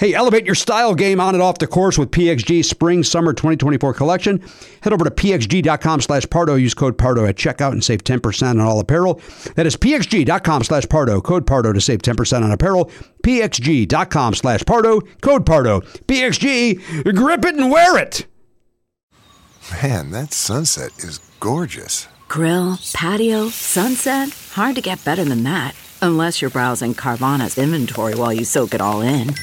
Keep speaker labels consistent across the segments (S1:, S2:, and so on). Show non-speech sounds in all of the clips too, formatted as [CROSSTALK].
S1: Hey, elevate your style game on and off the course with PXG Spring Summer 2024 collection. Head over to pxg.com slash Pardo. Use code Pardo at checkout and save 10% on all apparel. That is pxg.com slash Pardo. Code Pardo to save 10% on apparel. pxg.com slash Pardo. Code Pardo. PXG, grip it and wear it.
S2: Man, that sunset is gorgeous.
S3: Grill, patio, sunset. Hard to get better than that. Unless you're browsing Carvana's inventory while you soak it all in.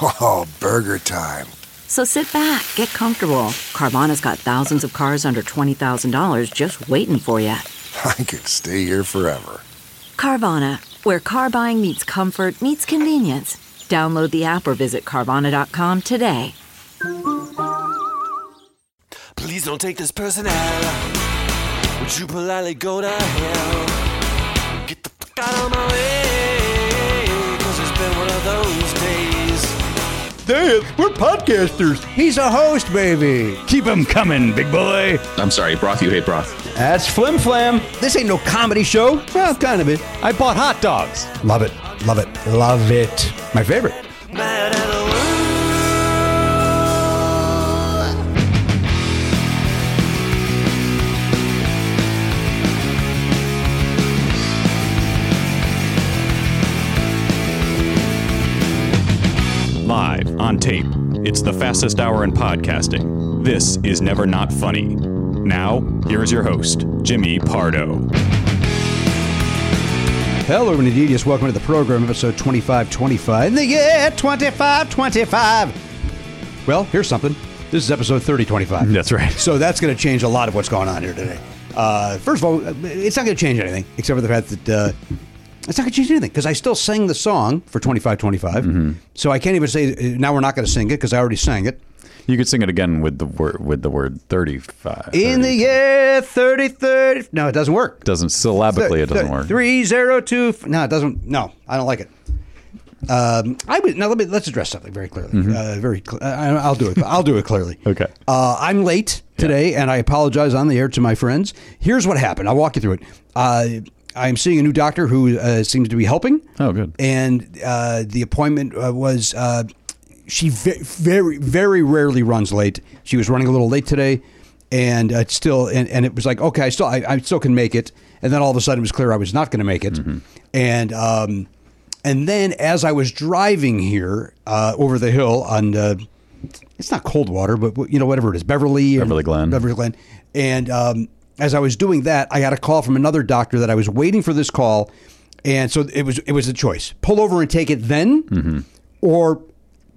S2: Oh, burger time.
S3: So sit back, get comfortable. Carvana's got thousands of cars under $20,000 just waiting for you.
S2: I could stay here forever.
S3: Carvana, where car buying meets comfort, meets convenience. Download the app or visit Carvana.com today.
S4: Please don't take this person out. Would you politely go to hell? Get the fuck out of my way. Cause it's been one of those days.
S1: Damn, we're podcasters. He's a host, baby.
S5: Keep them coming, big boy.
S6: I'm sorry, broth. You hate broth.
S1: That's Flim Flam. This ain't no comedy show. Well, kind of it.
S5: I bought hot dogs.
S1: Love it. Love it. Love it. My favorite.
S4: Mad at the world.
S5: Live on tape. It's the fastest hour in podcasting. This is Never Not Funny. Now, here is your host, Jimmy Pardo.
S1: Hello, and indeed, yes, welcome to the program, episode 2525. In the year 2525. Well, here's something. This is episode 3025.
S5: That's right.
S1: So that's going to change a lot of what's going on here today. Uh, first of all, it's not going to change anything except for the fact that uh, it's not going to change anything because I still sang the song for 2525.
S5: Mm-hmm.
S1: So I can't even say uh, now we're not going to sing it because I already sang it.
S5: You could sing it again with the word with the word 35.
S1: In the
S5: 30.
S1: year 30, 30. No, it doesn't work.
S5: doesn't syllabically it doesn't work.
S1: Three zero two. f- No, it doesn't. No, I don't like it. Um, I would now let me let's address something very clearly. Uh, very. Cl- I, I'll do it. I'll do it clearly.
S5: Mm-hmm. [LAUGHS] Okay.
S1: Uh, I'm late today, and I apologize on the air to my friends. Here's what happened. I'll walk you through it. Uh, I'm seeing a new doctor who uh, seems to be helping.
S5: Oh, good.
S1: And uh, the appointment uh, was. Uh, she ve- very very rarely runs late. She was running a little late today, and uh, still and, and it was like okay, I still I, I still can make it. And then all of a sudden it was clear I was not going to make it.
S5: Mm-hmm.
S1: And um, and then as I was driving here uh, over the hill on uh, it's not cold water, but you know whatever it is, Beverly, or-
S5: Beverly Glen.
S1: Beverly Glen. And um, as I was doing that, I got a call from another doctor that I was waiting for this call, and so it was it was a choice: pull over and take it then,
S5: Mm-hmm.
S1: or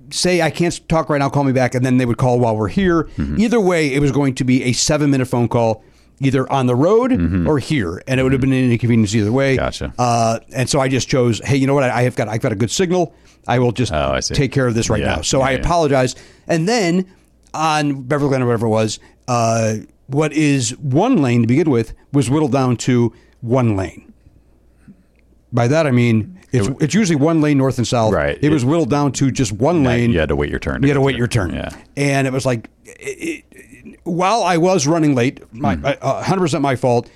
S1: say I can't talk right now, call me back, and then they would call while we're here.
S5: Mm-hmm.
S1: Either way, it was going to be a seven-minute phone call. Either on the road or here, and it would have been an inconvenience either way.
S5: Mm-hmm. Gotcha.
S1: Uh, and so I just chose, hey, you know what? I, I have got, I've got a good signal. I will just
S5: Oh, I see.
S1: take care of this right
S5: Yeah.
S1: now. So
S5: Yeah,
S1: I
S5: yeah.
S1: apologize. And then on Beverly Glen or whatever it was, uh, what is one lane to begin with was whittled down to one lane. By that I mean it's, it's usually one lane north and south.
S5: Right.
S1: It was whittled down to just one lane.
S5: you had to wait your turn.
S1: You had to
S5: get
S1: wait
S5: through.
S1: your turn.
S5: Yeah.
S1: And it was like, it, it, while I was running late, my
S5: Mm-hmm.
S1: uh, 100% my fault.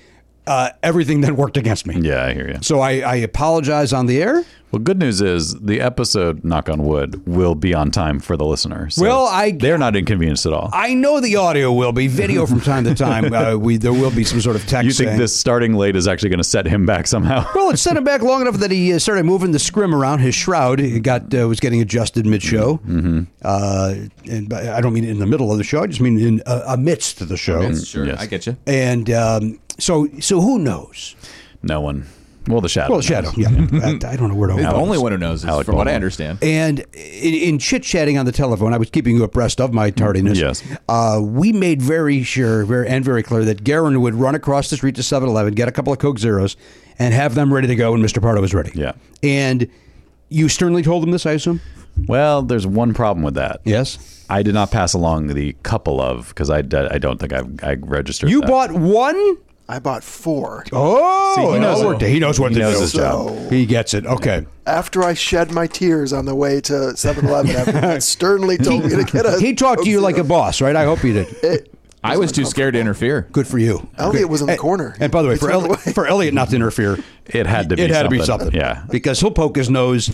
S1: Uh, everything then worked against me.
S5: Yeah, I hear you.
S1: So I, I apologize on the air.
S5: Well, good news is the episode, knock on wood, will be on time for the listener. So
S1: Well, I-
S5: they're not inconvenienced at all.
S1: I know the audio will be video from time to time. Uh, we there will be some sort of text.
S5: you think
S1: saying-
S5: this starting late is actually going to set him back somehow?
S1: Well, it sent him back long enough that he uh, started moving the scrim around his shroud. It got uh, was getting adjusted mid-show, mm-hmm. uh, and but I don't mean in the middle of the show. I just mean in uh, amidst the show.
S6: Yes, sure.
S5: Yes.
S6: I get you.
S1: And um, so, so who knows?
S5: no one. Well, the shadow.
S1: Well,
S5: knows.
S1: Shadow. Yeah, I, I don't know where to.
S6: The
S1: go.
S6: only one who knows is,
S5: Alec
S6: from what I
S5: Baldwin.
S6: understand.
S1: And in, in chit chatting on the telephone, I was keeping you abreast of my tardiness.
S5: Yes.
S1: Uh, we made very sure very, and very clear that Garin would run across the street to 7 Eleven, get a couple of Coke Zeros, and have them ready to go when Mr. Pardo was ready.
S5: Yeah.
S1: And you sternly told him this, I assume?
S5: Well, there's one problem with that.
S1: Yes.
S5: I did not pass along the couple of because I, d- I don't think I I registered.
S1: You
S5: that.
S1: bought one?
S7: I bought four.
S1: Oh,
S5: See, he
S1: it
S5: knows
S1: all
S5: it.
S1: worked. he knows what
S5: He
S1: to
S5: knows
S1: do.
S5: his job.
S1: He gets it. Okay.
S7: After I shed my tears on the way to 7
S1: [LAUGHS]
S7: Eleven, after that sternly told me to get a.
S1: He talked to you like a boss, right? I hope you did.
S6: I was too scared to interfere.
S1: Good for you.
S7: Elliot was in the corner.
S1: And by the way,
S7: He
S1: for,
S7: turned
S1: Elli-
S7: away.
S1: for Elliot not to interfere,
S5: It had to be
S1: it had to be
S5: something.
S1: something.
S5: Yeah.
S1: because he'll poke
S5: [LAUGHS]
S1: his nose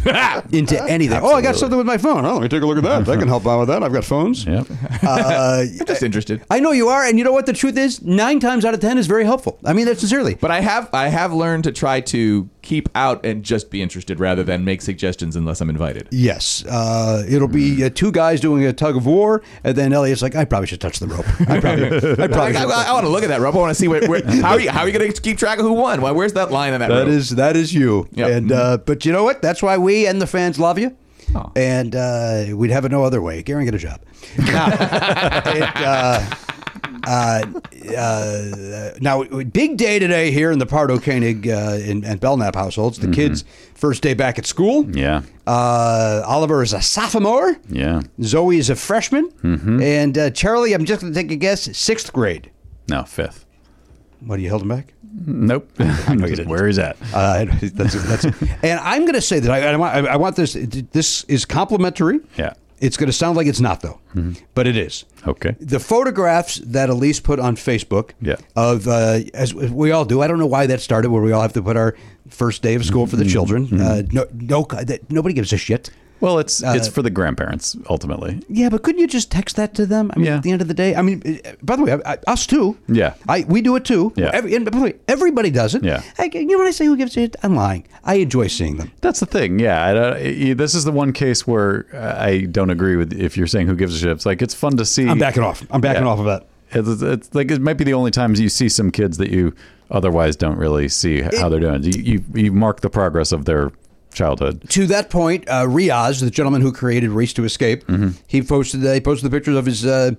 S1: into anything. Oh, I got something with my phone. Oh, let me take a look at that.
S5: Mm-hmm.
S1: I can help out with that. I've got phones.
S5: Yep.
S1: [LAUGHS] Uh,
S6: Just interested.
S1: I know you are, and you know what the truth is. Nine times out of ten is very helpful. I mean that sincerely.
S6: But I have I have learned to try to keep out and just be interested rather than make suggestions unless I'm invited.
S1: Yes, uh, it'll
S5: Mm.
S1: be uh, two guys doing a tug of war, and then Elliot's like, "I probably should touch the rope. I
S5: [LAUGHS]
S1: probably, I probably."
S6: I,
S1: should.
S6: want to look at that rope. I want to see where,
S1: [LAUGHS]
S6: where how are you how are you going to keep track of who won? Why where's that line on that?
S1: That
S6: rope?
S1: is that is you.
S6: Yep.
S1: And uh, but you know what? That's why we and the fans love you. And uh, we'd have it no other way. Garen, get a job. Now, [LAUGHS] it, uh, uh, uh, now, big day today here in the Pardo Koenig uh, and, and Belknap households. The kids' first day back at school.
S5: Yeah.
S1: Uh, Oliver is a sophomore.
S5: Yeah.
S1: Zoe is a freshman. And uh, Charlie, I'm just going to take a guess, sixth grade.
S5: No, fifth.
S1: What, you held him back? [LAUGHS]
S5: Nope. [LAUGHS] Just Where he's at.
S1: Uh, [LAUGHS] that's, that's, and I'm going to say that I, I want I want this. This is complimentary.
S5: Yeah. Mm-hmm.
S1: It's going to sound like it's not though, but it is.
S5: Okay.
S1: The photographs that Elise put on Facebook,
S5: Yeah.
S1: of uh, as we all do. I don't know why that started, where we all have to put our first day of school for
S5: Mm-hmm.
S1: the children. Uh, no, no, that, nobody gives a shit.
S5: Well, it's
S1: uh,
S5: it's for the grandparents ultimately.
S1: Yeah, but couldn't you just text that to them? I mean,
S5: Yeah.
S1: at the end of the day, I mean, uh, by the way, I, I, us too.
S5: Yeah.
S1: I we do it too.
S5: Yeah.
S1: Every, and by the way, everybody does it.
S5: Yeah.
S1: I, you know what I say? Who gives a shit? I'm lying. I enjoy seeing them.
S5: That's the thing. Yeah, I don't, I- this is the one case where uh, I don't agree with if you're saying who gives a shit. It's like it's fun to see.
S1: I'm backing off. I'm backing
S5: Yeah.
S1: off of that.
S5: It's, it's like it might be the only times you see some kids that you otherwise don't really see how they're doing. You, you you mark the progress of their childhood.
S1: To that point, uh, Riaz, the gentleman who created Race to Escape, he posted he posted the pictures of his uh,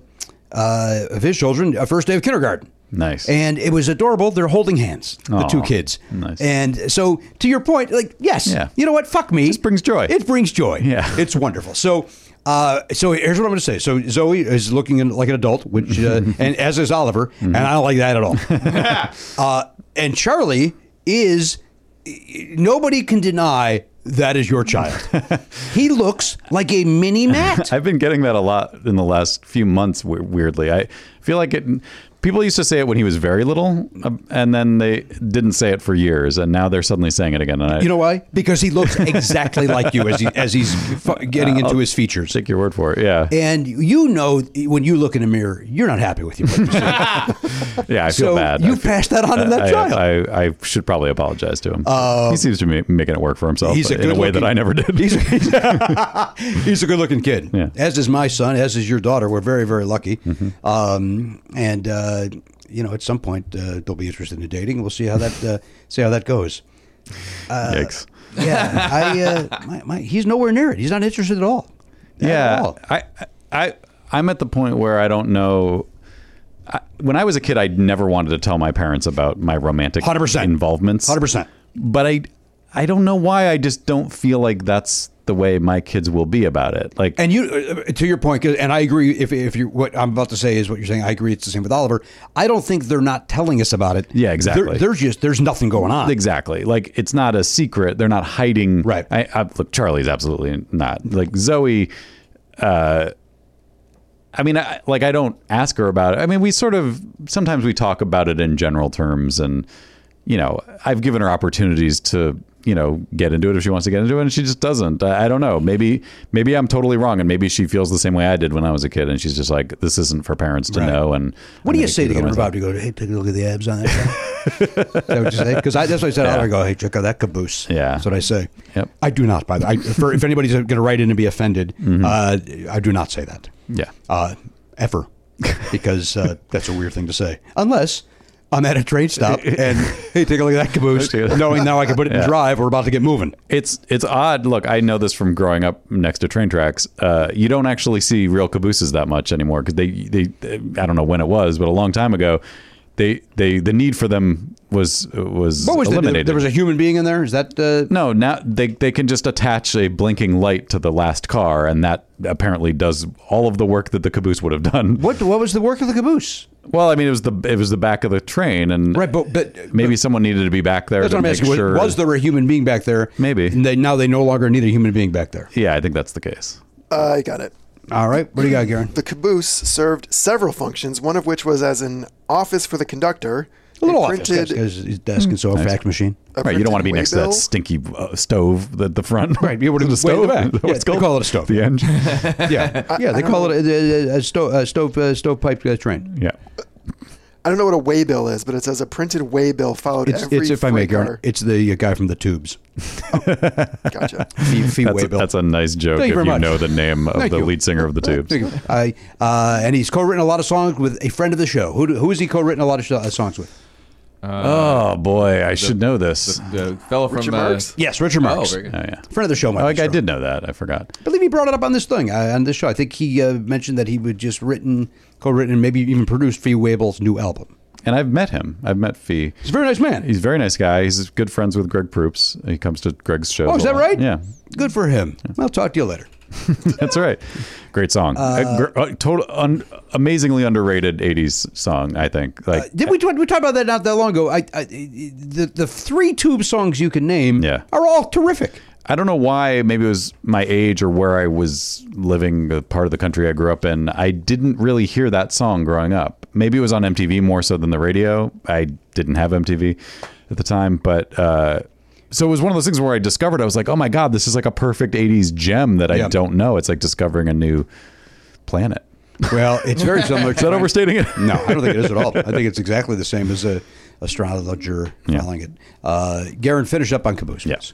S1: uh, of his children uh, first day of kindergarten.
S5: Nice.
S1: And it was adorable. They're holding hands, the two
S5: Aw,
S1: kids.
S5: nice.
S1: And so, to your point, like, yes,
S5: Yeah.
S1: you know what? Fuck me.
S5: This brings joy.
S1: It brings joy.
S5: Yeah.
S1: it's wonderful. So, uh, so here's what I'm going to say. So Zoe is looking in, like an adult,
S5: [LAUGHS]
S1: which uh, and as is Oliver,
S5: Mm-hmm.
S1: and I don't like that
S5: [LAUGHS]
S1: at all. uh, and Charlie is nobody can deny that is
S5: [LAUGHS]
S1: your child. he looks like a mini Matt.
S5: I've been getting that a lot in the last few months. we- Weirdly, I feel like it. People used to say it when he was very little, uh, and then they didn't say it for years, and now they're suddenly saying it again. And I
S1: You know why? Because he looks exactly like you as he, as he's
S5: [LAUGHS]
S1: fu- getting
S5: Uh,
S1: into his features.
S5: take your word for it. Yeah,
S1: And you know when you look in a mirror, you're not
S5: [LAUGHS]
S1: happy with your what you see.
S5: yeah. I feel
S1: so
S5: bad. I
S1: you
S5: feel-
S1: passed that on to that
S5: I,
S1: child. [LAUGHS]
S5: I, I should probably apologize to him. he seems to be making it work for himself
S1: he's a
S5: in a way
S1: good-looking-
S5: that I never did.
S1: He's, he's,
S5: [LAUGHS]
S1: he's a [LAUGHS] good looking kid.
S5: Yeah. Mm-hmm.
S1: As is my son, as is your daughter. We're very, very lucky. Um, and, uh, you know, at some point uh, they'll be interested in dating. We'll see how that uh, see how that goes.
S5: [LAUGHS] Yikes.
S1: Yeah, [LAUGHS] I, uh, my, my, he's nowhere near it. He's not interested at all. Not at
S5: yeah
S1: all.
S5: I, I i'm at the point where i don't know I, when i was a kid i never wanted to tell my parents about my romantic
S1: 100%.
S5: involvements
S1: 100%.
S5: but i i don't know why i just don't feel like that's the way my kids will be about it like
S1: And you, uh, to your point, 'cause- and I agree. If if you what I'm about to say is what you're saying, I agree. It's the same with Oliver. I don't think they're not telling us about it.
S5: Yeah, exactly.
S1: There- There's just there's nothing going on.
S5: Exactly. Like it's not a secret. They're not hiding.
S1: Right.
S5: I, I look. Charlie's absolutely not. Like Zoe. Uh, I mean, I, like I don't ask her about it. I mean, we sort of sometimes we talk about it in general terms, and you know, I've given her opportunities to you know get into it if she wants to get into it, and she just doesn't. I, I don't know. Maybe maybe I'm totally wrong, and maybe she feels the same way I did when I was a kid, and she's just like, this isn't for parents to know. And
S1: What do you say to
S5: him
S1: him about to go? Hey, take a look at the abs on that. guy?"
S5: [LAUGHS]
S1: Is that what you say? Because that's what I said. I go, hey, check out that caboose.
S5: Yeah.
S1: that's what I say.
S5: Yep.
S1: I do not. By the I, for, if anybody's going to write in and be offended,
S5: Mm-hmm.
S1: uh, I do not say that.
S5: Yeah.
S1: Uh, ever, because uh, that's a weird thing to say. Unless. I'm at a
S5: [LAUGHS]
S1: train stop and hey, take a look at that caboose, knowing now I can put it in drive. We're about to get moving.
S5: It's it's odd. Look, I know this from growing up next to train tracks. Uh, you don't actually see real cabooses that much anymore because they, they I don't know when it was, but a long time ago, they they the need for them was was,
S1: What was the,
S5: eliminated.
S1: there was a human being in there? Is that uh,
S5: no, now they they can just attach a blinking light to the last car, and that apparently does all of the work that the caboose would have done.
S1: what? What was the work of the caboose?
S5: Well, I mean, it was the it was the back of the train, and
S1: Right, but but
S5: maybe someone needed to be back there
S1: That's
S5: to
S1: what I'm
S5: make
S1: asking. Was-
S5: sure.
S1: Was there a human being back there?
S5: Maybe.
S1: And They, now they no longer need a human being back there.
S5: yeah, I think that's the case.
S7: I got it.
S1: All right. What do you got, Garen?
S7: The caboose served several functions, one of which was as an office for the conductor.
S1: A little
S7: It
S1: office.
S7: printed-
S1: His, his desk and so a fax machine.
S7: a
S5: Right, you don't want to be
S7: printed
S5: next to that
S7: waybill.
S5: stinky uh, stove at the front.
S1: Right, you
S5: [LAUGHS]
S1: would've
S5: the
S1: way
S5: stove.
S1: in the back.
S5: Is that
S1: Yeah,
S5: what it's
S1: they
S5: called?
S1: call it a stove.
S5: The engine.
S1: Yeah. yeah. They call it a, a, a stove, a stove, uh stovepipe uh, train.
S5: yeah.
S7: I don't know what a waybill is, but it says a printed waybill followed
S1: It's,
S7: every
S1: it's if I may,
S7: freight
S1: Garen,
S7: car.
S1: it's the uh, guy from
S5: [LAUGHS]
S1: the tubes.
S7: Gotcha.
S1: Fee, fee
S5: That's a,
S1: Waybill.
S5: that's a nice joke
S1: Thank you
S5: if
S1: very
S5: you
S1: much.
S5: know the name of
S1: Thank
S5: the
S1: you.
S5: lead singer of the Tubes.
S1: There you go. I, uh, and he's co-written a lot of songs with a friend of the show. Who, do- who has he co-written a lot of sh- uh, songs with?
S5: Oh boy, I should know this.
S6: The fellow from
S7: Richard
S6: uh,
S7: Marx?
S1: Yes, Richard Marx.
S6: very good.
S5: oh yeah.
S1: Friend of the show. Mike
S5: Oh, like I
S1: Bistro.
S5: did know that. I forgot.
S1: I believe he brought it up on this thing uh, on this show. I think he uh, mentioned that he would just written, co-written, and maybe even produced Fee Wable's new album.
S5: And I've met him. I've met Fee.
S1: He's a very nice man.
S5: He's a very nice guy. He's good friends with Greg Proops. He comes to Greg's shows.
S1: oh, is
S5: a
S1: that
S5: lot.
S1: right?
S5: Yeah, [LAUGHS]
S1: Good for him. I'll talk to you later.
S5: that's right. Great song.
S1: Uh,
S5: a, gr- a total, un, amazingly underrated '80s song. I think. Like,
S1: Did we, we talked about that not that long ago? I, I the the three tube songs you can name
S5: Yeah.
S1: are all terrific.
S5: I don't know why. Maybe it was my age or where I was living, the part of the country I grew up in. I didn't really hear that song growing up. Maybe it was on MTV more so than the radio. I didn't have MTV at the time, but uh, so it was one of those things where I discovered. I was like, oh my god, this is like a perfect '80s gem that I
S1: Yeah.
S5: don't know. It's like discovering a new planet.
S1: Well, it's very [LAUGHS] similar.
S5: Is that overstating it? [LAUGHS]
S1: No, I don't think it is at all. I think it's exactly the same as a astrologer calling it. Uh, Garen, finish up on Caboose.
S5: Yeah.
S1: please.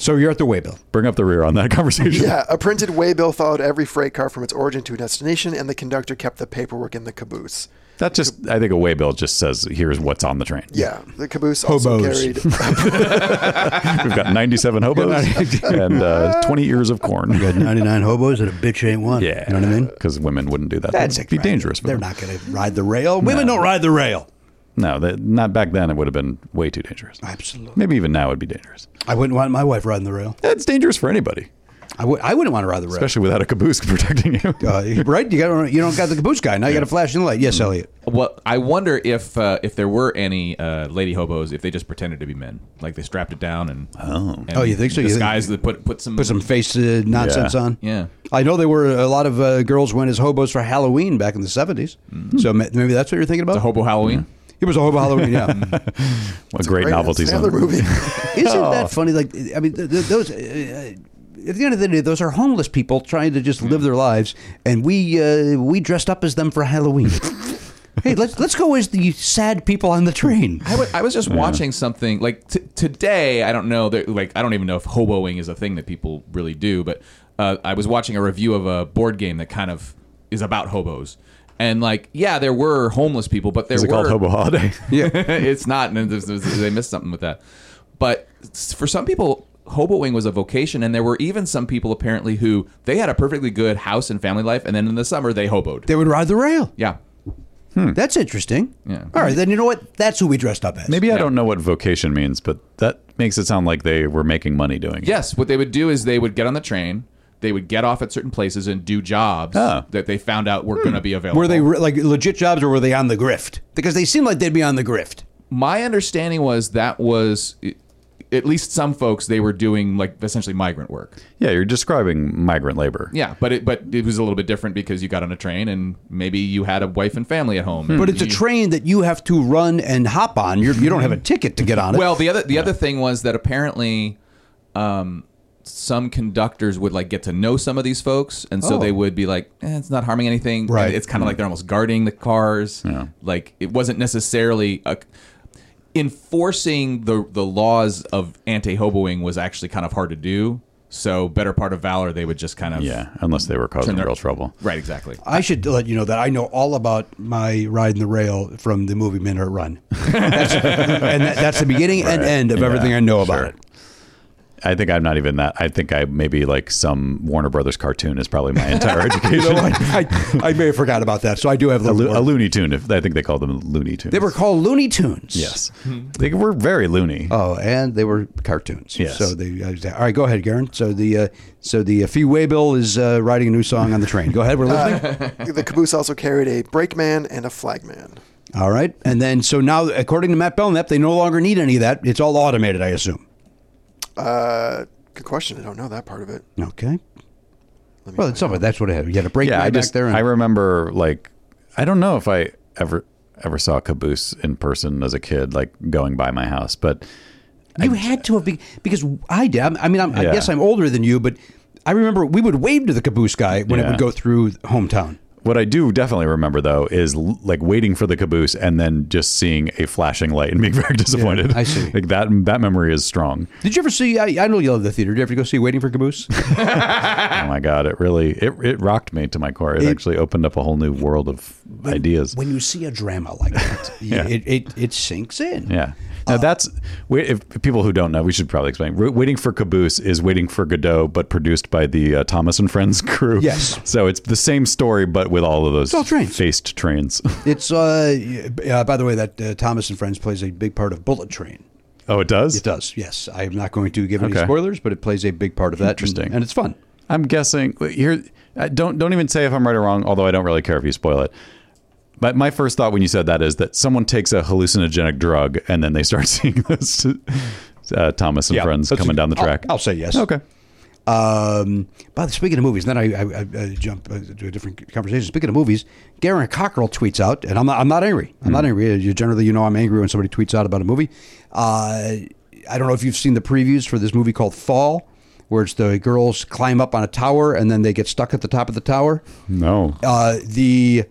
S1: so you're at the Waybill.
S5: Bring up the rear on that [LAUGHS] conversation.
S7: Yeah, a printed waybill followed every freight car from its origin to destination, and the conductor kept the paperwork in the caboose.
S5: That just, I think, a waybill just says, "Here's what's on the train."
S7: Yeah, the caboose also
S1: Hobos.
S5: [LAUGHS]
S7: carried
S5: We've got 97 hobos and uh, 20 ears of corn.
S1: 99 hobos and a bitch ain't one.
S5: Yeah,
S1: You know what I mean?
S5: Because women wouldn't do that.
S1: That's
S5: That'd be
S1: attractive.
S5: dangerous. For
S1: They're
S5: them.
S1: not going to ride the rail. Women don't ride the rail.
S5: No, that, not back then. It would have been way too dangerous.
S1: Absolutely.
S5: Maybe even now it would be dangerous.
S1: I wouldn't want my wife riding the rail.
S5: It's dangerous for anybody.
S1: I w- I wouldn't want to ride the ride.
S5: especially without a caboose [LAUGHS] protecting you.
S1: Uh, right? You got you don't got the caboose guy now. You got a flashing light.
S5: Mm.
S1: Yes, Elliot.
S6: Well, I wonder if uh, if there were any uh, lady hobos if they just pretended to be men, like they strapped it down and oh, and
S1: Oh, you think so? You think-
S6: Disguised that put put some
S1: Put some face uh, nonsense
S5: Yeah.
S1: on.
S6: Yeah.
S1: I know there were a lot of uh, girls went as hobos for Halloween back in the seventies.
S5: Mm.
S1: So ma- maybe that's what you're thinking about.
S6: the hobo Halloween.
S1: It was a hobo Halloween. Yeah.
S5: What great,
S7: Right,
S5: novelty
S7: Sandler
S5: song. [LAUGHS]
S7: movie.
S1: [LAUGHS] Isn't that funny? Like, I mean, th- th- those. Uh, at the end of the day, those are homeless people trying to just live their lives, and we uh, we dressed up as them for [LAUGHS] Halloween. hey, let's let's go as the sad people on the train.
S6: I wa- I was just watching something like t- today. I don't know. there- Like I don't even know if hoboing is a thing that people really do. But uh, I was watching a review of a board game that kind of is about hobos. And like, yeah, there were homeless people, but there
S5: Is it
S6: were
S5: called
S6: [LAUGHS]
S5: Hobo Holiday?
S1: [LAUGHS]
S6: yeah, it's not. And there's- there's- they missed something with that. But s- for some people, hoboing was a vocation, and there were even some people apparently who they had a perfectly good house and family life, and then in the summer they hoboed.
S1: They would ride the rail.
S6: Yeah,
S1: Hmm. That's interesting.
S6: Yeah.
S1: All right, then you know what? That's who we dressed up as.
S5: Maybe I don't know what vocation means, but that makes it sound like they were making money doing it.
S6: yes. What they would do is they would get on the train, they would get off at certain places and do jobs
S5: Oh.
S6: that they found out were going to be available.
S1: Hmm. Were they re- like legit jobs or were they on the grift? Because they seem like they'd be on the grift.
S6: my understanding was that was. at least some folks they were doing like essentially migrant work.
S5: Yeah, you're describing migrant labor.
S6: Yeah, but it but it was a little bit different because you got on a train and maybe you had a wife and family at home. and
S1: Hmm. But it's a
S6: you-
S1: train that you have to run and hop on. You're, you don't have a ticket to get on it.
S6: Well, the other the other thing was that apparently, um, some conductors would like get to know some of these folks, and so
S1: Oh.
S6: they would be like, eh, "It's not harming anything." And
S1: Right.
S6: it's kind of like they're almost guarding the cars. Like it wasn't necessarily a. Enforcing the the laws of anti hoboing was actually kind of hard to do. So, better part of valor, they would just kind of
S5: Yeah, unless they were causing
S6: Turn their-
S5: real trouble.
S6: right exactly.
S1: I should let you know that I know all about my ride in the rail from the movie Minute
S5: [LAUGHS]
S1: Run. That's, and that, that's the beginning and end of
S5: Yeah,
S1: everything I know about
S5: sure.
S1: it.
S5: I think I'm not even that. I think I maybe like some Warner Brothers cartoon is probably my
S1: [LAUGHS]
S5: entire education.
S1: I, I may have forgot about that, so I do have
S5: [LAUGHS]
S1: a
S5: a,
S1: little
S5: lo- a
S1: more.
S5: Looney Tune. If, I think they called them Looney Tunes.
S1: They were called Looney Tunes.
S5: Yes, they were very loony.
S1: Oh, and they were cartoons.
S5: Yes.
S1: So they. I was- all right, go ahead, Garen. So the uh, so the uh, Fee Waybill is uh, writing a new song on the train.
S5: [LAUGHS]
S1: Go ahead, we're listening.
S7: the caboose also carried a brakeman and a flagman.
S1: all right, and then so now, according to Matt Belknap, they no longer need any of that. It's all automated, I assume.
S7: Uh, good question. I don't know that part of it.
S1: Okay. Well, it's something. That's what it had. You had a break
S5: yeah, I
S1: back
S5: just
S1: there. and-
S5: I remember like I don't know if I ever ever saw a caboose in person as a kid, like going by my house, but
S1: You had to have been because I did. I'm- I mean, I'm, I
S5: Yeah.
S1: guess I'm older than you, but I remember we would wave to the caboose guy when it
S5: Yeah.
S1: would go through hometown.
S5: What I do definitely remember though is l- like waiting for the caboose and then just seeing a flashing light and being [LAUGHS] very disappointed.
S1: I see.
S5: Like that that memory is strong.
S1: Did you ever see? I, I know you love the theater. Did you ever go see Waiting for Caboose?
S5: oh my god, it really it it rocked me to my core. It, actually opened up a whole new world of ideas.
S1: [LAUGHS] when you see a drama like that, [LAUGHS]
S5: Yeah.
S1: it, it it sinks in.
S5: yeah.
S1: Uh,
S5: Now that's wait, if if people who don't know, we should probably explain. Wa- Waiting for Caboose is Waiting for Godot, but produced by the uh, Thomas and Friends crew.
S1: Yes.
S5: So it's the same story, but with all of those
S1: all trains.
S5: faced trains. [LAUGHS]
S1: It's uh, yeah, by the way, that uh, Thomas and Friends plays a big part of Bullet Train.
S5: oh, it does.
S1: It does. Yes, I am not going to give any
S5: Okay.
S1: spoilers, but it plays a big part of that. and-
S5: Interesting.
S1: and, it's fun.
S5: I'm guessing here. I Don't don't even say if I'm right or wrong. Although I don't really care if you spoil it. But my first thought when you said that is that someone takes a hallucinogenic drug and then they start [LAUGHS] seeing this uh, Thomas and friends
S1: That's a-
S5: coming down the
S1: I'll-
S5: track.
S1: I'll, say yes.
S5: Okay.
S1: Um, by the speaking of movies, then I, I, I, I jump uh, to a different conversation. Speaking of movies, Garen Cockrell tweets out, and I'm not, I'm not angry. I'm not angry. You, generally, you know, I'm angry when somebody tweets out about a movie. Uh, I don't know if you've seen the previews for this movie called Fall, where it's the girls climb up on a tower and then they get stuck at the top of the tower.
S5: No.
S1: Uh, the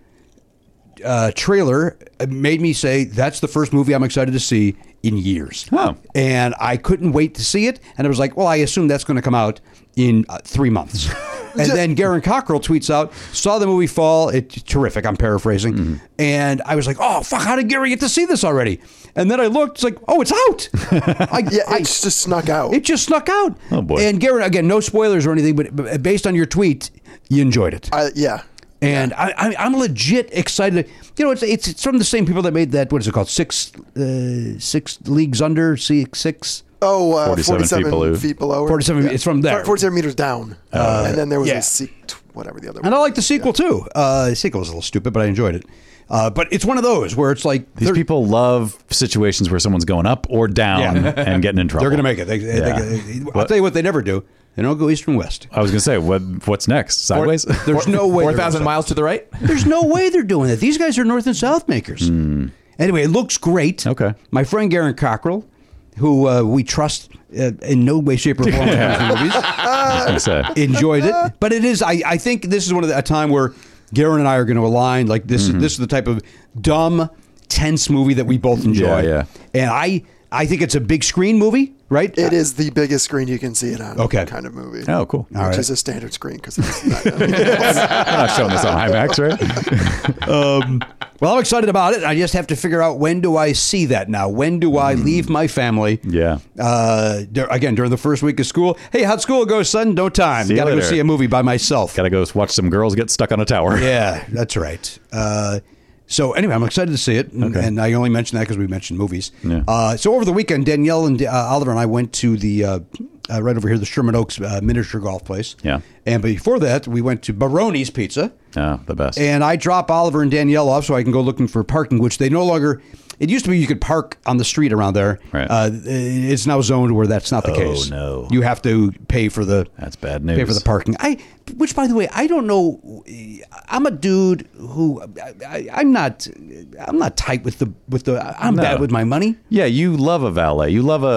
S1: uh, trailer made me say that's the first movie I'm excited to see in years.
S5: Oh.
S1: And I couldn't wait to see it. And I was like, well, I assume that's going to come out in uh,
S5: [LAUGHS]
S1: three months. and then Garen Cockrell tweets out, saw the movie Fall. It's terrific. I'm paraphrasing.
S5: Mm-hmm.
S1: And I was like, oh, fuck, how did Gary get to see this already? And then I looked, it's like, oh, it's
S5: [LAUGHS]
S1: out. I,
S7: Yeah,
S1: I-
S7: it just snuck out.
S1: it just snuck out.
S5: Oh, boy.
S1: And Garen, again, no spoilers or anything, but but based on your tweet, you enjoyed it.
S7: I, yeah.
S1: And I, I, I'm legit excited. You know, it's, it's it's from the same people that made that. What is it called? Six uh, six leagues under. Six six.
S7: Oh, uh,
S5: 47
S7: 47,
S5: feet below. Oh,
S7: feet below. or-
S1: 47 it's from there.
S7: Sorry, 47 meters down. and then there was
S1: yeah.
S7: a seat, whatever the other
S1: And I
S7: one.
S1: like the sequel too. Uh, the sequel was a little stupid, but I enjoyed it. Uh, but it's one of those where it's like
S5: These
S1: they're,
S5: people love situations where someone's going up or down
S1: Yeah.
S5: and getting in trouble.
S1: [LAUGHS] they're going to make it. They, they-
S5: Yeah.
S1: they- I'll
S5: What-
S1: tell you what they never do. They don't go east from west.
S5: I was going to say, what what's next? Sideways? [LAUGHS]
S1: There's no way. [LAUGHS]
S6: Four
S1: they're
S6: thousand
S1: gonna-
S6: miles to the right.
S1: There's no way they're doing that. These guys are north and south makers. Anyway, it looks great.
S5: Hmm. Okay.
S1: My friend Garen Cockrell, who uh, we trust uh, in no way, shape, or form when it comes
S5: [LAUGHS]
S1: to movies.
S5: I was gonna say.
S1: enjoyed it. But it is. I, I think this is one of the, a time where Garen and I are going to align. Like this.
S5: Mm-hmm.
S1: This is the type of dumb, tense movie that we both enjoy.
S5: Yeah, yeah.
S1: And I I think it's a big screen movie, right?
S7: It is the biggest screen you can see it on.
S1: Okay.
S7: Kind of movie.
S5: Oh, cool.
S7: Which
S1: All right.
S7: is a standard
S1: [LAUGHS]
S7: screen because it's not. yeah.
S5: We're not showing this on IMAX, right?
S1: Well, I'm excited about it. I just have to figure out when do I see that now? When do I
S5: Mm.
S1: leave my family?
S5: Yeah.
S1: Uh, dur- again, during the first week of school. Hey, how'd school go, son? No time.
S5: See you
S1: Gotta go
S5: later.
S1: see a movie by myself.
S5: Got to go watch some girls get stuck on a tower.
S1: Yeah, that's right. Uh, so anyway, I'm excited to see it, and, and I only mentioned that because we mentioned movies.
S5: Yeah.
S1: Uh, so over the weekend, Danielle and uh, Oliver and I went to the uh, uh, right over here, the Sherman Oaks uh, miniature golf place.
S5: Yeah.
S1: And before that, we went to Baroni's Pizza,
S5: Ah, the best.
S1: and I drop Oliver and Danielle off so I can go looking for parking, which they no longer. It used to be you could park on the street around there.
S5: Right. Oh,
S1: Uh, it's now zoned where that's not the case.
S5: no.
S1: You have to pay for the
S5: That's bad
S1: pay for
S5: news.
S1: the parking. I, which by the way, I don't know. I'm a dude who I, I, I'm not. I'm not tight with the with the. I'm bad with my money.
S5: yeah, you love a valet. You love a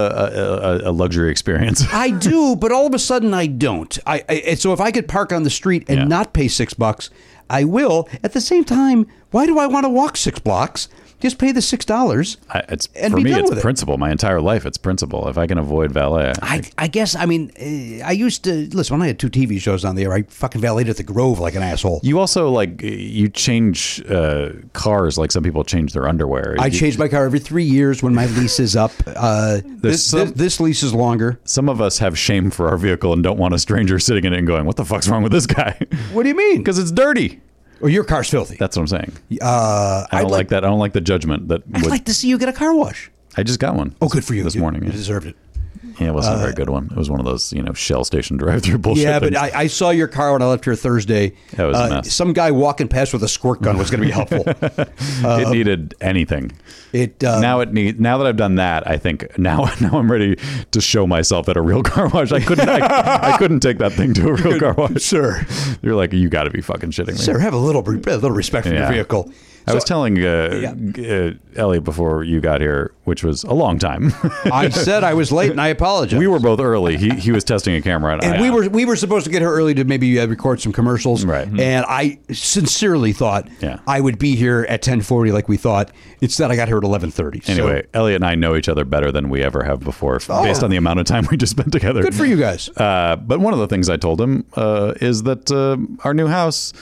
S5: a, a, a luxury
S1: [LAUGHS]
S5: experience.
S1: I do, but all of a sudden I don't. I, I and so if I could park on the street and
S5: Yeah.
S1: not pay six bucks, I will. At the same time, why do I want to walk six blocks? Just pay the six dollars.
S5: I, it's
S1: And
S5: for
S1: be
S5: me,
S1: done
S5: it's
S1: with it.
S5: principle. My entire life, it's principle. If I can avoid valet,
S1: I, I guess I mean eh, I used to listen when I had two TV shows on the air. I fucking valeted at the Grove like an asshole.
S5: you also like you change uh, cars like some people change their underwear.
S1: I
S5: You-
S1: change my car every three years when my lease is up. Uh, this,
S5: some-
S1: this, this lease is longer.
S5: Some of us have shame for our vehicle and don't want a stranger sitting in it and going, "What the fuck's wrong with this guy?" [LAUGHS]
S1: What do you mean?
S5: Because it's dirty.
S1: Or your car's filthy.
S5: That's what I'm saying.
S1: Uh,
S5: I
S1: I'd
S5: don't like, that. I don't like the judgment that.
S1: I'd
S5: would-
S1: like to see you get a car wash.
S5: I just got one.
S1: Oh, good for you.
S5: This
S1: You-
S5: morning,
S1: you
S5: yeah.
S1: deserved it. uh,
S5: Yeah, it wasn't a very good one. It was one of those, you know, Shell station [LAUGHS] drive-through bullshit.
S1: Yeah, but
S5: things.
S1: I, I saw your car when I left here Thursday. Uh,
S5: That was a mess.
S1: Some guy walking past with a squirt gun was going to be helpful.
S5: [LAUGHS] it needed anything.
S1: it uh,
S5: now it need now that I've done that, I think now [LAUGHS] now I'm ready to show myself at a real car wash. I couldn't I, I couldn't take that thing to a
S1: [LAUGHS]
S5: real car wash.
S1: sure,
S5: You're like, you got to be fucking shitting me.
S1: sir, have a little re- a little respect for
S5: Yeah.
S1: your vehicle.
S5: I was telling uh, uh, Elliot before you got here, which was a long time. [LAUGHS]
S1: I said I was late, and I apologize.
S5: we were both early. He he was testing a camera, and,
S1: and
S5: I-
S1: we were we were supposed to get here early to maybe uh, record some commercials.
S5: Right. Mhm.
S1: And I sincerely thought
S5: Yeah.
S1: I would be here at ten forty, like we thought. Instead, I got here at eleven thirty.
S5: Anyway, Elliot and I know each other better than we ever have before, based on the amount of time we just spent together.
S1: Oh. good for you guys.
S5: Uh, but one of the things I told him uh, is that uh, our new house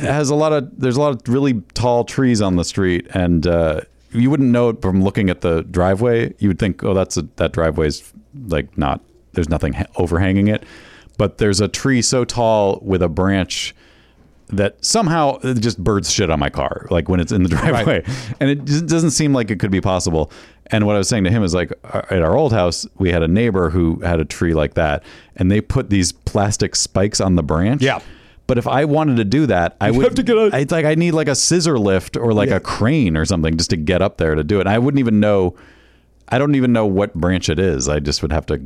S5: has a lot of there's a lot of really tall trees on the street, and uh, you wouldn't know it from looking at the driveway. You would think, oh, that's a, that driveway's like not there's nothing ha- overhanging it, but there's a tree so tall with a branch that somehow it just birds shit on my car, like when it's in the [LAUGHS] driveway, and it just doesn't seem like it could be possible. And what I was saying to him is like uh, at our old house, we had a neighbor who had a tree like that, and they put these plastic spikes on the branch.
S1: Yeah.
S5: But if I wanted to do that, I would have to get. A, it's like I need like a scissor lift or like a crane or something just to get up there to do it. And I wouldn't even know. I don't even know what branch it is. I just would have to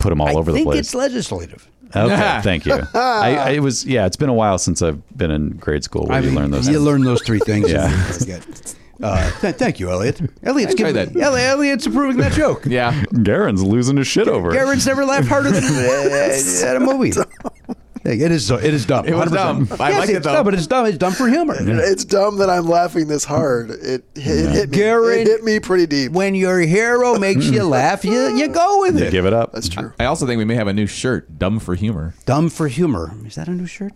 S5: put them all over
S1: I
S5: the
S1: think
S5: place.
S1: it's legislative.
S5: Okay, thank you.
S1: [LAUGHS]
S5: I, I it was yeah. It's been a while since I've been in grade school where you
S1: mean,
S5: learn those.
S1: You
S5: things.
S1: learn those three things. yeah. Uh, th- thank you, Elliot. Elliot's giving
S6: that.
S1: Elliot, Elliot's approving that joke.
S6: [LAUGHS] Yeah,
S5: Garen's losing his shit over. it.
S1: Garrett's never laughed harder than at a
S6: [LAUGHS]
S1: movie. Hey, It is uh, it is dumb.
S6: It was
S1: 100%.
S6: dumb. I
S1: yes,
S6: liked it,
S1: it's
S6: though.
S1: dumb, but it's dumb. It's dumb for humor.
S7: It's dumb that I'm laughing this hard. It, it hit me.
S1: Garen-
S7: It hit me pretty deep.
S1: When your hero makes
S6: [LAUGHS]
S1: you laugh, you you go with
S5: You
S1: it.
S5: give it up.
S7: That's true.
S6: I also think we may have a new shirt, "Dumb for Humor."
S1: Dumb for humor. Is that a new shirt?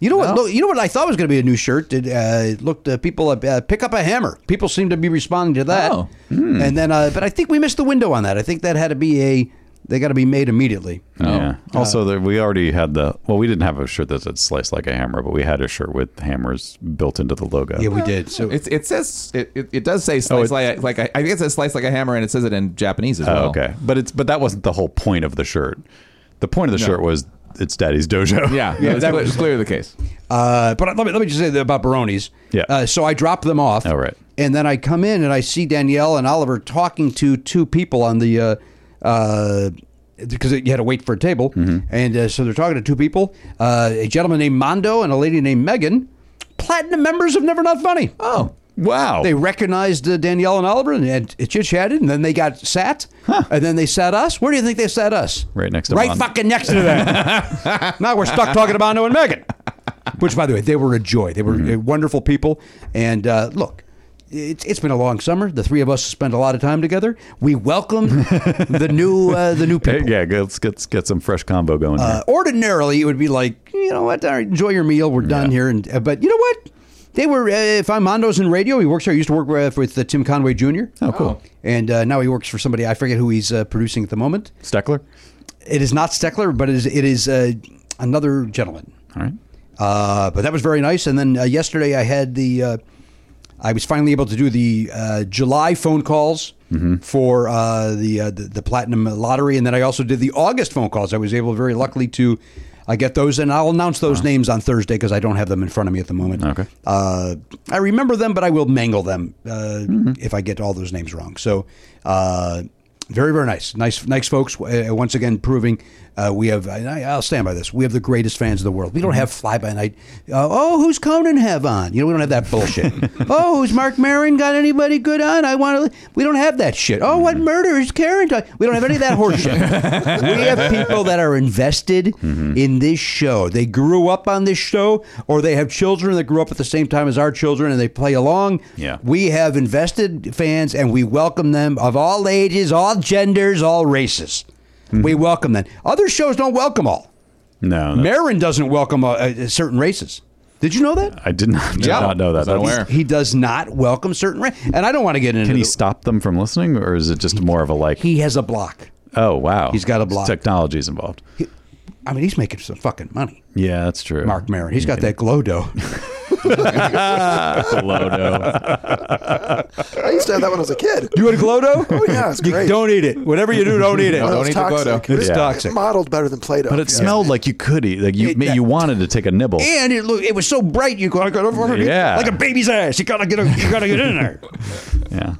S1: You know what? look- You know what I thought was going to be a new shirt. It uh, looked uh, people uh, pick up a hammer. People seem to be responding to that.
S6: Oh.
S1: And then, uh, but I think we missed the window on that. I think that had to be a They got to be made immediately.
S5: Yeah. Also, there, we already had the well, we didn't have a shirt that said "slice like a hammer," but we had a shirt with hammers built into the logo.
S1: Yeah, we did. So
S6: It, it says it, it, it does say slice
S5: it-
S6: like, like I, I think it says slice like a hammer and it says it in Japanese as well.
S5: Oh, okay, but it's but that wasn't the whole point of the shirt. The point of the shirt was it's Daddy's Dojo. [LAUGHS]
S6: Yeah, yeah, that was clearly the case.
S1: Uh, but let me let me just say that about Baroni's.
S5: Yeah.
S1: Uh, so I drop them off.
S5: Oh, right.
S1: And then I come in and I see Danielle and Oliver talking to two people on the. Uh, uh, because you had to wait for a table,
S5: Mm-hmm.
S1: and uh, so they're talking to two people, uh, a gentleman named Mondo and a lady named Megan, platinum members of Never Not Funny.
S5: Oh wow.
S1: They recognized uh, Danielle and Oliver and, and chit chatted, and then they got sat, and then they sat us. Where do you think they sat us?
S5: Right next to
S1: right
S5: Mon-
S1: fucking next to
S5: [LAUGHS]
S1: them. now we're stuck talking to Mondo and Megan, which, by the way, they were a joy. They were
S5: Mm-hmm.
S1: uh, wonderful people. And uh, look. It's, it's been a long summer. The three of us spent a lot of time together.
S5: [LAUGHS]
S1: We welcome the new uh, the new
S5: Hey,
S1: people.
S5: yeah, go- let's get let's get some fresh combo going.
S1: Uh, ordinarily, it would be like, you know what, all right, enjoy your meal. We're done here. And uh, but you know what? They were. Uh, if I'm Mondo's in radio, he works here. He used to work with, with uh, Tim Conway Jr. Oh,
S6: cool.
S1: And uh, now he works for somebody. I forget who he's uh, producing at the moment.
S5: here. Steckler.
S1: It is not Steckler, but it is, it is uh, another gentleman.
S5: All right.
S1: Uh, but that was very nice. And then uh, yesterday I had the, uh, I was finally able to do the uh, July phone calls
S5: Mm-hmm.
S1: for uh, the, uh, the the platinum lottery, and then I also did the August phone calls. I was able, very luckily, to uh, get those, and I'll announce those names on Thursday because I don't have them in front of me at the moment.
S5: Uh-huh. Okay.
S1: Uh, I remember them, but I will mangle them uh,
S5: Mm-hmm.
S1: if I get all those names wrong. So. Uh, very, very nice, nice, nice folks. Uh, once again, proving uh, we have. And I, I'll stand by this. We have the greatest fans in the world. We don't have fly by night. Uh, oh, who's Conan have on? You know, we don't have that bullshit. oh, who's Mark Maron got anybody good on? I want to. We don't have that shit. Oh, what murder is Karen? Talk? We don't have any of that horseshit. we have people that are invested in this show. They grew up on this show, or they have children that grew up at the same time as our children, and they play along.
S5: Yeah.
S1: we we have invested fans and we welcome them of all ages, all genders, all races. We welcome them. Other shows don't welcome all.
S5: No, no.
S1: Marin doesn't welcome uh, uh, certain races. Did you know that?
S5: I did not did
S6: Yeah.
S5: not know that.
S6: Was
S5: That's-
S6: unaware.
S1: He does not welcome certain races. And I don't want to get into
S5: Can he
S1: the-
S5: stop them from listening, or is it just more of a like?
S1: he has a block.
S5: oh wow,
S1: He's got a block.
S5: Technology's involved.
S1: I mean, he's making some fucking money.
S5: Yeah, that's true. [LAUGHS]
S1: Mark Marin. He's got that glow dough.
S7: I used to have that when I was a kid.
S1: You want a glow dough? Oh,
S7: yeah, it's great.
S1: Don't eat it. Whatever you do, don't eat it.
S7: Well,
S6: don't
S7: it's
S6: eat the Glow
S7: toxic.
S6: Dough.
S1: It's
S5: Yeah.
S1: toxic.
S7: Modeled better than Play-Doh.
S5: But it
S7: Yeah.
S5: smelled like you could eat. Like you,
S1: It-
S5: ma- you wanted to take a nibble.
S1: And it look, it was so bright. You got
S5: Yeah.
S1: like a baby's ass. You gotta get, a, you gotta get in there.
S5: yeah.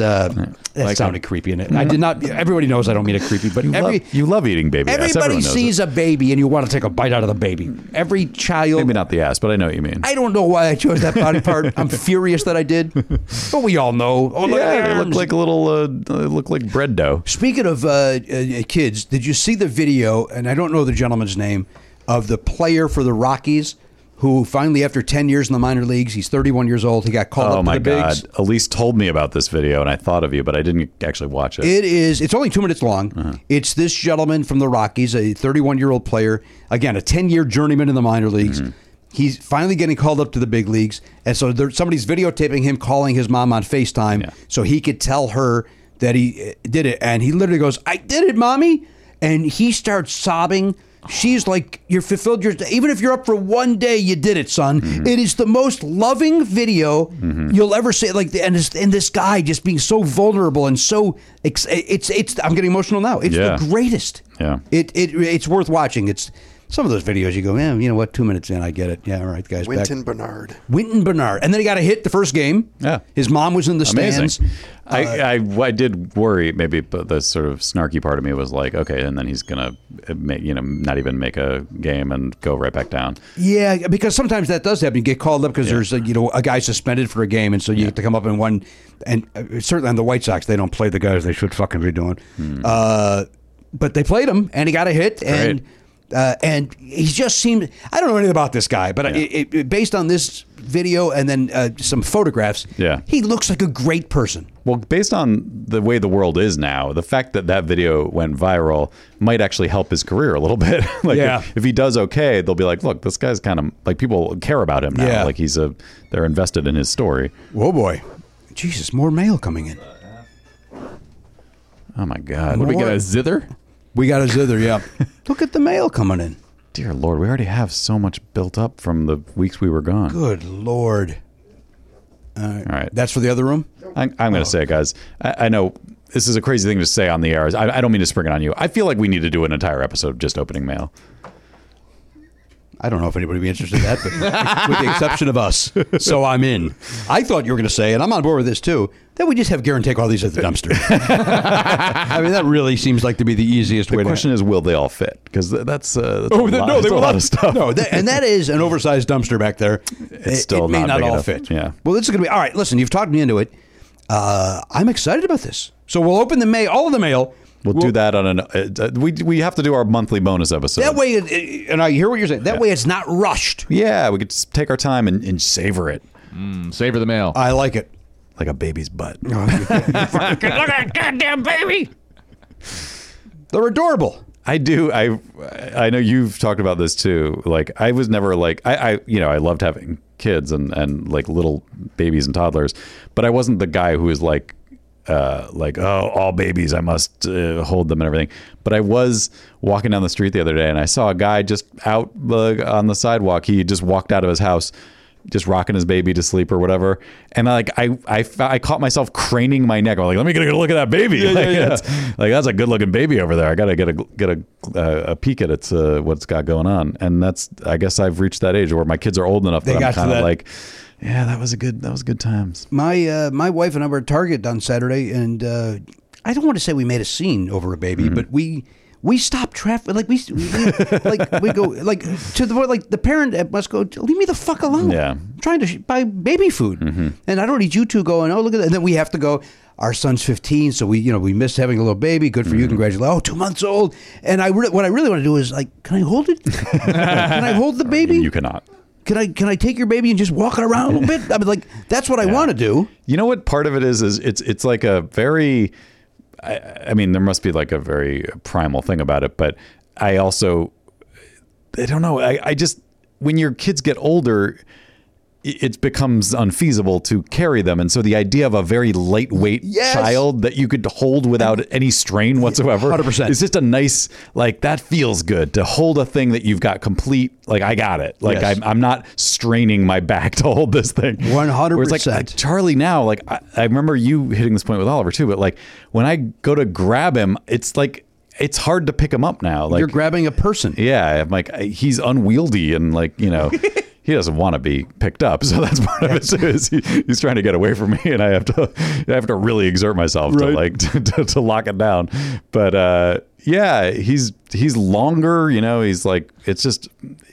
S5: [LAUGHS]
S1: uh, that sounded creepy, and it I did not. Everybody knows I don't mean it creepy, but
S5: Mm-hmm. You,
S1: every,
S5: love, you love eating baby ass.
S1: everybody
S5: Everyone knows
S1: sees a baby, and you want to take a bite out of the baby. Every
S5: it.
S1: child.
S5: Maybe not the ass, but I know what you mean.
S1: I don't know why I chose
S5: [LAUGHS]
S1: that body part. I'm furious that I did, but we all know. Oh, look
S5: yeah,
S1: at their
S5: they look
S1: arms.
S5: like a little. Uh, they look like bread dough.
S1: Speaking of uh, uh, kids, did you see the video? And I don't know the gentleman's name of the player for the Rockies who finally, after 10 years in the minor leagues, he's 31 years old. He got called up
S5: Oh
S1: to
S5: my
S1: the bigs.
S5: god! Elise told me about this video, and I thought of you, but I didn't actually watch it. Uh-huh.
S1: It is. It's only two minutes long. It's this gentleman from the Rockies, a 31 year old player, again a 10 year journeyman in the minor leagues.
S5: Mm-hmm.
S1: He's finally getting called up to the big leagues, and so there, somebody's videotaping him calling his mom on Facetime,
S5: Yeah.
S1: so he could tell her that he uh, did it. And he literally goes, "I did it, mommy," and he starts sobbing. She's like, "You're fulfilled your even if you're up for one day, you did it, son."
S5: Mm-hmm.
S1: It is the most loving video you'll ever see. Like, and this, and this guy just being so vulnerable and so ex- it's it's. I'm getting emotional now. It's
S5: Yeah.
S1: the greatest.
S5: Yeah.
S1: It it it's worth watching. It's some of those videos you go, man. You know what? Two minutes in, I get it. Yeah, all right, guys. back."
S7: Winton Bernard.
S1: Winton Bernard, and then he got a hit the first game.
S5: Yeah.
S1: his mom was in the
S5: Amazing.
S1: stands.
S6: Uh,
S5: I, I I did worry maybe, but the sort of snarky part of me was like, okay, and then he's gonna make you know not even make a game and go right back down.
S1: Yeah, because sometimes that does happen. You get called up because there's a, you know a guy suspended for a game, and so you have to come up in one. And uh, certainly on the White Sox, they don't play the guys they should fucking be doing. Uh, but they played him, and he got a hit, and uh, and he just seemed. I don't know anything about this guy, but it, it, based on this video and then uh, some photographs,
S5: Yeah.
S1: he looks like a great person.
S5: Well, based on the way the world is now, the fact that that video went viral might actually help his career a little [LAUGHS] bit. like,
S1: Yeah.
S5: if, if he does okay, they'll be like, look, this guy's kind of like people care about him now.
S1: Yeah.
S5: Like he's a, they're invested in his story.
S1: Whoa, boy! Jesus, more mail coming in.
S5: Oh my God.
S6: What do we get?
S1: More.
S6: A zither?
S1: We got a zither, yeah. Look at the mail coming in.
S5: Dear Lord, we already have so much built up from the weeks we were gone.
S1: Good Lord.
S5: All right.
S1: That's for the other room?
S5: I, I'm going to
S6: Oh.
S5: say it, guys. I, I know this is a crazy thing to say on the air. I, I don't mean to spring it on you. I feel like we need to do an entire episode of just opening mail.
S1: I don't know if anybody would be interested in that, but with the exception of us. So I'm in. I thought you were going to say, and I'm on board with this too, that we just have Garen take all these at
S5: [LAUGHS]
S1: the dumpster. I mean, that really seems like to be the easiest
S5: The
S1: way
S5: question
S1: to.
S5: is, will they all fit? Because that's, uh, that's
S6: Oh,
S5: a
S6: they-
S5: lot,
S6: no, they
S5: that's a
S6: will
S5: lot
S6: not.
S5: of stuff.
S1: No, that, and that is an oversized dumpster back there. It's
S5: still
S1: it may
S5: not
S1: not
S5: big
S1: all
S5: enough.
S1: fit.
S5: Yeah.
S1: Well, this is going to be all right. Listen, you've talked me into it. Uh, I'm excited about this. So we'll open the mail, all of the mail.
S5: We'll, do that on an. Uh, we we have to do our monthly bonus episode.
S1: That way, it- it, and I hear what you're saying. That way, it's not rushed.
S5: yeah, we could just take our time and, and savor it
S6: Mm, Savor the mail. [LAUGHS]
S1: I like it.
S5: like a baby's butt.
S1: They're adorable.
S5: I do. I I know you've talked about this too. Like I was never like I, I you know I loved having kids and and like little babies and toddlers, but I wasn't the guy who was like uh like oh all babies I must uh, hold them and everything. But I was walking down the street the other day and I saw a guy just out the, on the sidewalk. He just walked out of his house. Just rocking his baby to sleep or whatever, and like I, I, fa- I caught myself craning my neck. I'm like, let me get a good look at that baby. [LAUGHS] Like, it's- like that's a good looking baby over there. I gotta get a get a uh, a peek at it's uh, what's got going on. And that's I guess I've reached that age where my kids are old enough
S1: They
S5: that I'm
S1: got to
S5: kind of
S1: that-
S5: like, yeah, that was a good that was good times.
S1: My uh, my wife and I were at Target on Saturday, and uh, I don't want to say we made a scene over a baby, but we we stopped traffic. Like we, we like we go like to the point like the parent must go. Leave me the fuck alone.
S5: Yeah.
S1: I'm trying to sh- buy baby food, and I don't need you two going. Oh look at that, and then we have to go. Our son's 15, so we you know we missed having a little baby. Good for you, congratulations. Oh, two months old, and I re- what I really want to do is like, can I hold it? can I hold the baby?
S5: You cannot.
S1: can I can I take your baby and just walk it around a little bit? I mean, like that's what I want to do.
S5: You know what part of it is is it's it's like a very I, I mean there must be like a very primal thing about it, but I also I don't know. I, I just when your kids get older i- it becomes unfeasible to carry them and so the idea of a very lightweight
S1: Yes.
S5: child that you could hold without any strain whatsoever
S1: 100%.
S5: is just a nice like that feels good to hold a thing that you've got complete like i got it like
S1: Yes.
S5: I'm, I'm not straining my back to hold this thing Where it's like,
S1: 100%.
S5: Charlie now, like I, I remember you hitting this point with Oliver too, but like when I go to grab him, it's like it's hard to pick him up now. Like
S1: You're grabbing a person.
S5: yeah, I'm like I- he's unwieldy and like you
S1: [LAUGHS]
S5: know. He doesn't want to be picked up, so that's part of it. too, Is he, he's trying to get away from me, and I have to, I have to really exert myself to
S1: Right.
S5: like [LAUGHS] to, to, to lock it down. But uh, yeah, he's he's longer, you know. He's like it's just,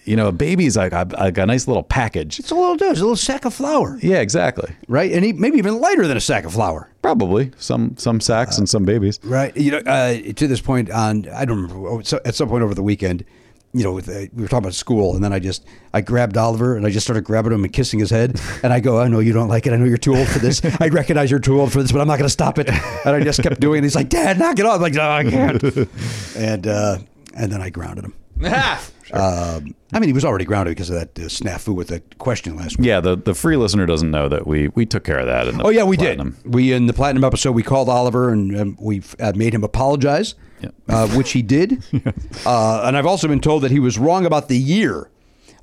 S5: you know, a baby's like a, like a nice little package.
S1: It's a little dude. It's a little sack of flour,
S5: Yeah, exactly.
S1: right? And he, maybe even lighter than a sack of flour,
S5: Probably some some sacks and some babies.
S1: right? You know, uh, to this point on I don't remember oh, so at some point over the weekend, you know, with, uh, we were talking about school, and then I just I grabbed Oliver and I just started grabbing him and kissing his [LAUGHS] head, and I go, I know you don't like it. I know you're too old for this. [LAUGHS] I recognize you're too old for this, but I'm not going to stop it. And I just kept doing it. He's like, Dad, knock it off. I'm like, no, I [LAUGHS] can't. And uh, and then I grounded him.
S6: Ah,
S1: Um, I mean, he was already grounded because of that uh, snafu with that question last week.
S5: Yeah, the the free listener doesn't know that we we took care of that. In the
S1: Oh yeah, we
S5: platinum.
S1: did. We in the platinum episode, we called Oliver and um, we uh, made him apologize, uh, which
S5: [LAUGHS]
S1: he did. uh, and I've also been told that he was wrong about the year.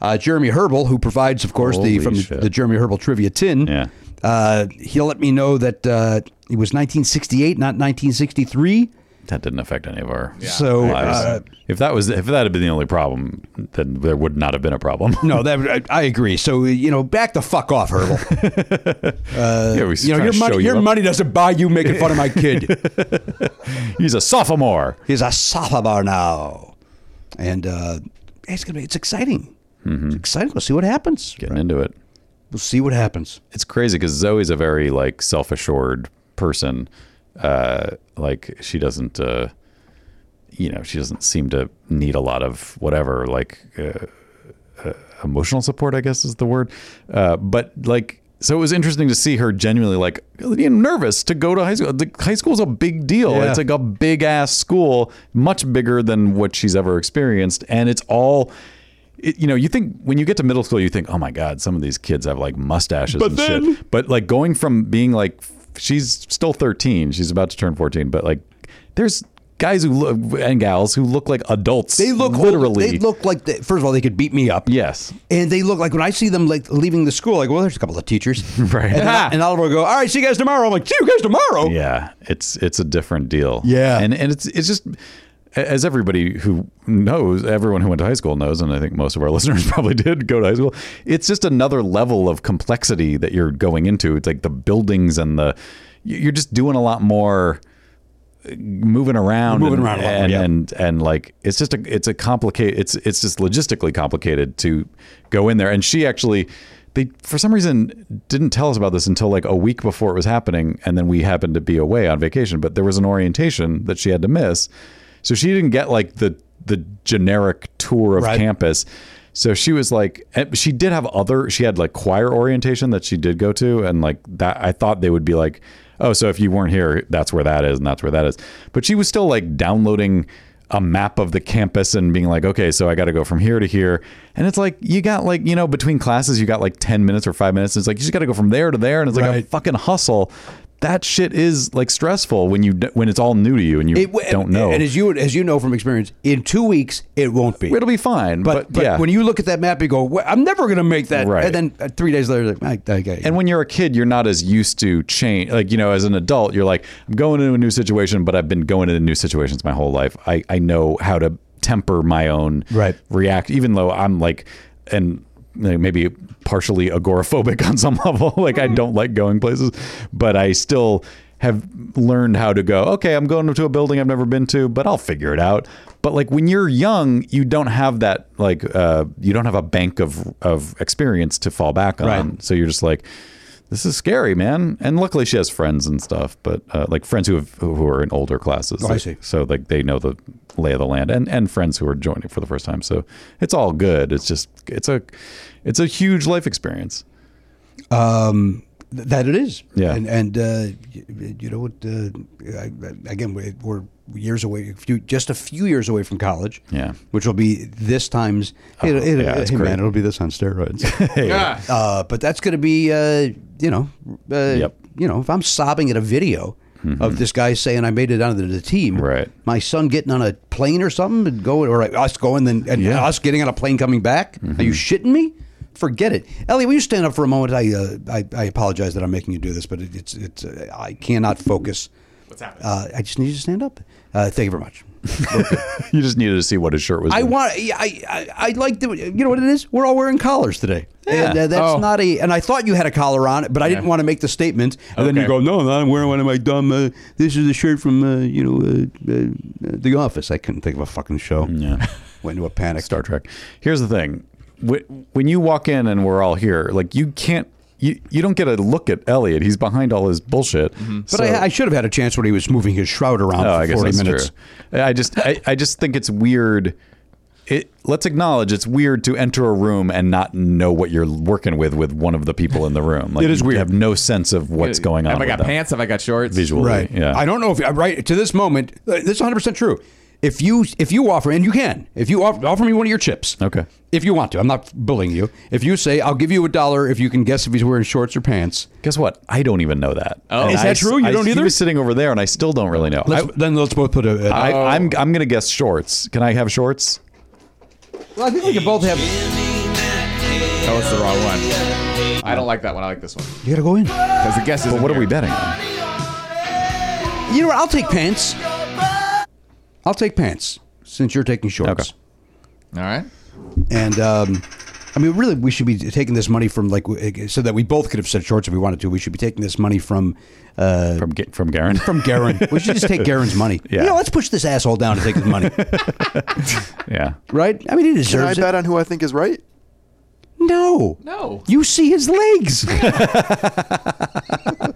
S1: Uh, Jeremy Herbal, who provides, of course,
S5: Holy
S1: the from
S5: shit.
S1: the Jeremy Herbal trivia tin.
S5: Yeah.
S1: Uh, he let me know that uh, it was 1968,
S5: [LAUGHS]
S1: not 1963.
S5: That didn't affect any of our
S1: So,
S5: lives.
S1: uh,
S5: if that was if that had been the only problem, then there would not have been a problem.
S1: No, that I, I agree. So you know, back the fuck off, Herbal.
S5: [LAUGHS] yeah, we
S1: You know, your money, your money doesn't buy you making fun of
S5: [LAUGHS]
S1: my kid.
S5: He's a sophomore.
S1: He's a sophomore now, and uh, it's gonna be it's exciting.
S5: Mm-hmm.
S1: It's exciting. We'll see what happens.
S5: Getting into it.
S1: We'll see what happens.
S5: it's crazy because Zoe's a very like self-assured person. Uh, like she doesn't, uh, you know, she doesn't seem to need a lot of whatever, like uh, uh, emotional support, I guess is the word. Uh, but like, so it was interesting to see her genuinely like you know, nervous to go to high school. The high school's a big deal.
S1: Yeah.
S5: It's like a big ass school, much bigger than what she's ever experienced, and it's all. It, you know, you think when you get to middle school, you think, "Oh my God, some of these kids have like mustaches and shit." But like going from being like, she's still thirteen, she's about to turn fourteen, but like there's guys who look and gals who look like adults.
S1: They look
S5: literally.
S1: They look like they, first of all they could beat me up.
S5: yes.
S1: And they look like when I see them like leaving the school, like well, there's a couple of teachers,
S5: [LAUGHS] Right.
S1: And, and Oliver will go, all right, see you guys tomorrow. I'm like, see you guys tomorrow.
S5: Yeah, it's it's a different deal.
S1: Yeah.
S5: and and it's it's just as everybody who knows, everyone who went to high school knows, and I think most of our [LAUGHS] listeners probably did go to high school. It's just another level of complexity that you're going into. It's like the buildings and the you're just doing a lot more moving around
S1: Moving
S5: and,
S1: around a lot more,
S5: and,
S1: yeah.
S5: and and like it's just a it's a complicate it's it's just logistically complicated to go in there and she actually they for some reason didn't tell us about this until like a week before it was happening and then we happened to be away on vacation but there was an orientation that she had to miss so she didn't get like the the generic tour of
S1: Right.
S5: campus so she was like and she did have other she had like choir orientation that she did go to and like that I thought they would be like oh, so if you weren't here, that's where that is, and that's where that is. But she was still like downloading a map of the campus and being like, okay, so I got to go from here to here. And it's like, you got like, you know, between classes, you got like 10 minutes or five minutes. And it's like, you just got to go from there to there. And it's like a
S1: Right.
S5: fucking hustle. That shit is like stressful when you, d- when it's all new to you and you
S1: It w-
S5: don't
S1: and-
S5: know.
S1: And as you as you know from experience, in two weeks it won't be.
S5: It'll be fine. But,
S1: But, but
S5: yeah.
S1: when you look at that map, you go, "Well, I'm never going to make that.
S5: Right.
S1: And then uh, three days later, like, I, I get it.
S5: and when you're a kid, you're not as used to change. Like, you know, as an adult, you're like, I'm going into a new situation, but I've been going into new situations my whole life. I, I know how to temper my own
S1: Right.
S5: react, even though I'm like, and like, maybe partially agoraphobic [LAUGHS] on some level. like, I don't like going places, but I still have learned how to go, okay, I'm going to a building I've never been to, but I'll figure it out. But like when you're young, you don't have that, like, uh, you don't have a bank of, of experience to fall back on.
S1: Right.
S5: So you're just like, this is scary, man. And luckily, she has friends and stuff, but uh, like friends who have, who are in older classes.
S1: Oh, I see.
S5: So like they know the lay of the land, and and friends who are joining for the first time. So it's all good. It's just it's a it's a huge life experience. [LAUGHS]
S1: Th- that it is.
S5: Yeah.
S1: And and uh, y- you know what? Uh, I, I- again, we're, we're years away, a few, just a few years away from college.
S5: Yeah. Oh,
S1: Which will be this time's. it, it,
S5: yeah, it's
S1: hey,
S5: great.
S1: man, it'll be this
S5: [LAUGHS]
S1: on steroids.
S6: Yeah.
S5: Oh,
S1: uh, but that's going to be, uh, you know,
S5: Yep.
S1: uh,
S5: Mm-hmm.
S1: you know, if I'm sobbing at a video. Of this guy saying I made it onto the team,
S5: Right.
S1: My son getting on a plane or something and going, or us going, then and
S5: Yeah. Mm-hmm.
S1: us getting on a plane coming back. Are you shitting me? Forget it, Ellie. Will you stand up for a moment? I uh, I, I apologize that I'm making you do this, but it, it's it's uh, I cannot focus. What's
S6: happening?
S1: Uh, I just need you to stand up. Uh, thank you very much.
S5: You just needed to see what his shirt was.
S1: I
S5: doing.
S1: want. I, I I like the. You know what it is? We're all wearing collars today, and uh, that's
S6: Oh.
S1: not a. And I thought you had a collar on, but I didn't want to make the statement. And then you
S6: Okay.
S1: go, no, no, I'm wearing one of my dumb. Uh, this is a shirt from uh, you know uh, uh, the Office. I couldn't think of a fucking show. Yeah, [LAUGHS] went into a panic.
S5: Star Trek. Here's the thing: Wh- when you walk in and we're all here, like you can't. You, you don't get a look at Elliot. He's behind all his bullshit.
S1: Mm-hmm. But
S5: So-
S1: I, I should have had a chance when he was moving his shroud around
S5: Oh,
S1: for
S5: I guess
S1: forty
S5: that's
S1: minutes.
S5: True. I just I, I just think it's weird. It let's acknowledge it's weird to enter a room and not know what you're working with with one of the people in the room. Like,
S1: [LAUGHS] It is
S5: you
S1: weird.
S5: Have no sense of what's going on.
S6: Have I
S5: with
S6: got
S5: them
S6: pants? Have I got shorts?
S5: visually?
S1: Right.
S5: Yeah.
S1: I don't know if uh, right to this moment. uh, This is 100 percent true. If you if you offer and you can if you offer, offer me one of your chips.
S5: Okay.
S1: If you want to, I'm not bullying you. If you say I'll give you a dollar if you can guess if he's wearing shorts or pants,
S5: Guess what? I don't even know that.
S6: Oh.
S5: And
S6: Is
S1: that
S5: I-
S1: true? You
S5: I-
S1: don't
S5: He
S1: either?
S5: was sitting over there, and I still don't really know.
S1: let's, Oh. then let's both put a. a
S5: I, I, I'm I'm gonna guess shorts. Can I have shorts?
S1: well, I think we can both have.
S6: Oh, it's the wrong one. I don't like that one. I like this one
S1: You gotta go in.
S6: because the guess is.
S5: But what are we betting? on?
S1: You know what? I'll take pants. I'll take pants since you're taking shorts.
S5: Okay.
S6: All right.
S1: And um, I mean, really, we should be taking this money from like eh, so that we both could have said shorts if we wanted to. We should be taking this money from uh,
S5: From Ga- from Garen.
S1: [LAUGHS] from Garen. we should just [LAUGHS] take Garen's money.
S5: Yeah.
S1: You know, let's push this asshole down to take his [LAUGHS] money,
S5: yeah.
S1: right? I mean, he
S7: Can I
S1: deserves it.
S7: bet on who I think is right?
S1: No.
S6: No.
S1: You see his [LAUGHS] legs.
S7: [LAUGHS]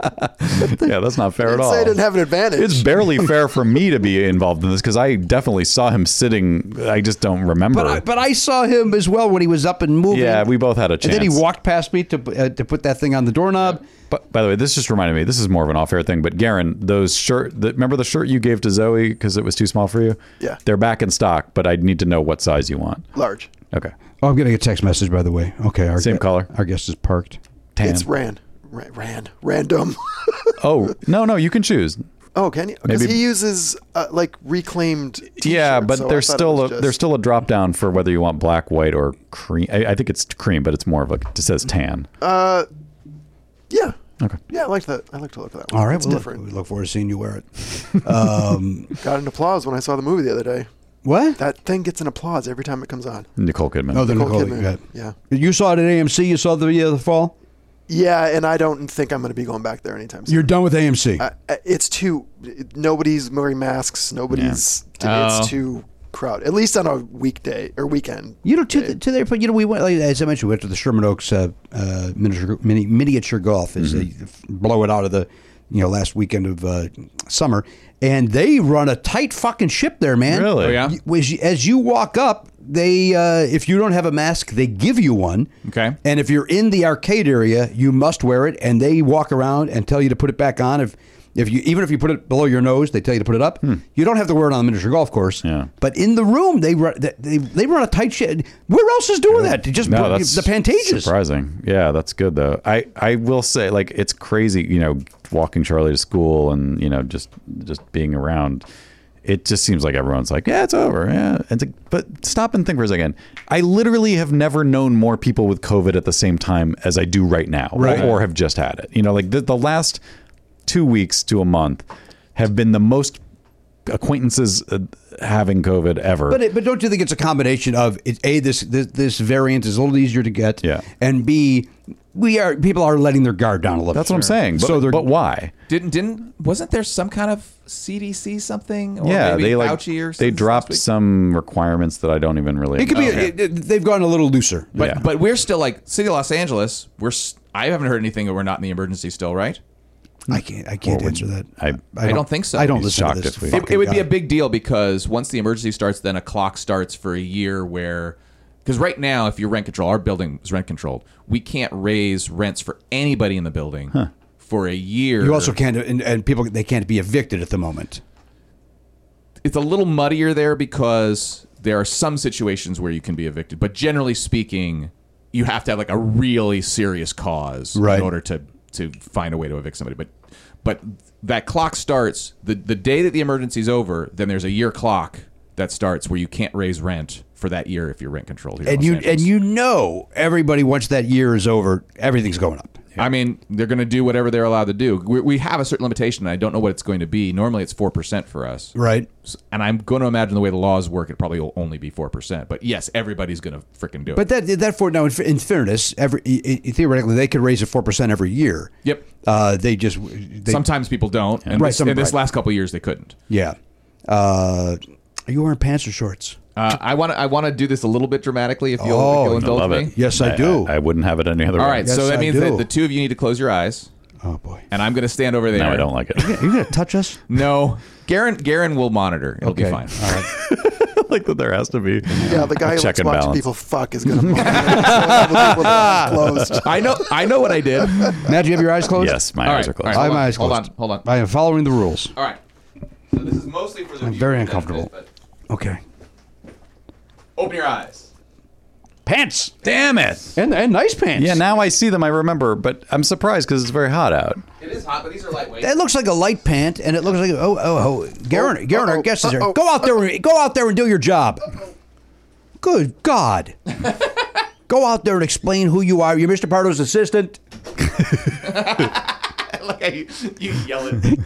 S5: Yeah. That's not fair at all.
S7: Say I didn't have an advantage.
S5: It's barely fair for me to be involved in this because I definitely saw him sitting. I just don't remember.
S1: But I, but I saw him as well when he was up and moving.
S5: yeah, we both had a
S1: And
S5: chance.
S1: then he walked past me to uh, to put that thing on the doorknob.
S5: But by the way, this just reminded me. This is more of an off-air thing. But Garen, those shirt. The, remember the shirt you gave to Zoe because it was too small for you.
S7: Yeah.
S5: they're back in stock, but I need to know what size you want.
S7: large.
S5: Okay.
S1: Oh, I'm getting a text message by the way. Okay, our
S5: Same color.
S1: Our guest is parked.
S5: Tan.
S7: It's ran. Ran. ran. Random. [LAUGHS]
S5: oh no, no, you can choose.
S7: Oh, can you? Because
S5: Maybe-
S7: he uses uh, like reclaimed.
S5: yeah,
S7: t-shirts,
S5: but
S7: so I
S5: there's
S7: thought it
S5: still a
S7: was just-
S5: there's still a drop down for whether you want black, white, or cream. I, I think it's cream, but it's more of a it says tan.
S7: Uh, yeah.
S5: Okay.
S7: Yeah, I like that. I like to look at that. One.
S1: All right,
S7: it's
S1: we'll look, we
S7: different.
S1: look forward to seeing you wear it.
S7: Got an applause when I saw the movie the other day.
S1: What?
S7: That thing gets an applause every time it comes on.
S5: Nicole Kidman.
S1: oh, the Nicole.
S7: Kidman.
S1: yeah.
S7: Yeah.
S1: You saw it at AMC. You saw the video of the fall.
S7: Yeah, and I don't think I'm going to be going back there anytime soon.
S1: You're done with AMC.
S7: I- I- it's too. it- Nobody's wearing masks. Nobody's.
S6: Oh.
S7: It's too crowded. At least on a weekday or weekend.
S1: You know, to, the, to their point, you know, we went, like, as I mentioned, we went to the Sherman Oaks uh, uh, miniature, mini, miniature golf as they f- blow it out of the, you know, last weekend of uh, summer. And they run a tight fucking ship there, man.
S5: Really?
S6: Oh, yeah?
S1: You- As you, as you walk up, they, uh, if you don't have a mask, they give you one.
S6: Okay.
S1: And if you're in the arcade area, you must wear it. And they walk around and tell you to put it back on. If, if you, even if you put it below your nose, they tell you to put it up. You don't have to wear it on the miniature golf course.
S5: Hmm. Yeah.
S1: But in the room, they run they they- they run a tight shit. Where else is doing that? Just
S5: No,
S1: br-
S5: that's
S1: the Pantages.
S5: Surprising. Yeah, that's good though. I I will say like it's crazy, you know, walking Charlie to school and you know just just being around. It just seems like everyone's like, yeah, it's over. Yeah, and it's like- but stop and think for a second. I literally have never known more people with COVID at the same time as I do right now,
S1: Right.
S5: or, or have just had it. You know, like the, the last two weeks to a month have been the most acquaintances uh, having COVID ever.
S1: But it, but don't you think it's a combination of it, a this, this this variant is a little easier to get,
S5: Yeah.
S1: and b we are people are letting their guard down a little.
S5: that's what I'm saying. But,
S1: So they're
S5: but why?
S6: Didn't didn't wasn't there some kind of CDC something? Or
S5: yeah,
S6: maybe
S5: they like
S6: Fauci or
S5: they
S6: something
S5: dropped
S6: last week?
S5: some requirements that I don't even really.
S1: it could be it- it- they've gone a little looser.
S6: But
S5: yeah.
S6: but we're still like city of Los Angeles. We're s- I haven't heard anything that we're not in the emergency still, right?
S1: I can't I can't answer that.
S5: I-
S6: I don't think so.
S1: I don't
S6: He's
S1: listen to
S5: shocked
S1: this.
S5: if we-
S6: It,
S1: fucking
S6: it would be
S1: guy.
S6: a big deal because once the emergency starts, then a clock starts for a year where. Because right now, if you're rent control, our building is rent controlled. We can't raise rents for anybody in the building for a year.
S1: You also can't and, and people they can't be evicted at the moment.
S6: it's a little muddier there because there are some situations where you can be evicted, but generally speaking, you have to have like a really serious cause
S1: Right.
S6: in order to to find a way to evict somebody. But but that clock starts the the day that the emergency's over. Then there's a year clock that starts where you can't raise rent for that year if you're rent controlled. Here in
S1: And
S6: Los
S1: you
S6: Angeles.
S1: and you know everybody once that year is over, everything's going up.
S6: I mean, they're going to do whatever they're allowed to do. We, we have a certain limitation. And I don't know what it's going to be. Normally, it's four percent for us.
S1: Right.
S6: S- and I'm going to imagine the way the laws work, it probably will only be four percent. But yes, everybody's going to freaking do it.
S1: But that that for now, in, in fairness, every i- i- theoretically they could raise it four percent every year.
S6: Yep.
S1: Uh, they just they,
S6: sometimes people don't, and
S1: Right,
S6: this,
S1: some-
S6: and this
S1: right.
S6: last couple of years they couldn't.
S1: yeah. Uh, are you wearing pants or shorts?
S6: Uh, I want to I want to do this a little bit dramatically if you'll,
S1: Oh,
S6: if you'll
S1: I
S6: indulge
S5: love
S6: me.
S5: it.
S1: Yes, I do.
S5: I, wouldn't have it any other
S6: All
S5: way.
S6: right,
S1: Yes,
S6: so that
S1: I
S6: means
S1: do.
S6: that the two of you need to close your eyes,
S1: oh boy.
S6: and I'm going to stand over there.
S5: No, I don't like it.
S1: Are you gonna touch us?
S6: No, Garen Garen will monitor. It'll be fine.
S1: All right.
S5: I [LAUGHS] like that there has to be.
S7: Yeah, the guy
S5: a
S7: who
S5: check
S7: likes
S5: and
S7: watching
S5: balance.
S7: people fuck is going to.
S5: [LAUGHS]
S7: closed.
S6: [LAUGHS] I know I know what I
S1: [LAUGHS]
S6: did.
S1: Matt, do you have your eyes closed?
S5: Yes, my
S6: All
S5: eyes
S6: right,
S5: are
S6: all
S5: closed.
S6: right.
S1: I have
S6: Hold
S1: my eyes
S6: on, hold
S1: closed.
S6: on, hold on.
S1: I am following the rules.
S6: All right. So this is mostly for the
S1: I'm
S6: viewer's
S1: very
S6: benefit,
S1: uncomfortable.
S6: but
S1: Okay.
S6: Open your eyes.
S5: Pants. Damn it.
S1: And and nice pants.
S5: Yeah, now I see them. I remember, but I'm surprised because it's very hot out.
S6: It is hot, but these are lightweight.
S1: That looks like a light pant, and it looks like oh oh oh. Garen,
S7: Oh,
S1: Garen, our
S7: uh-oh,
S1: guest is here.
S7: uh-oh,
S1: Go out there, and- go out there and do your job. Good
S7: [LAUGHS]
S1: God. go out there and explain who you are. You're Mr. Pardo's assistant.
S6: [LAUGHS] like I, you yell at me.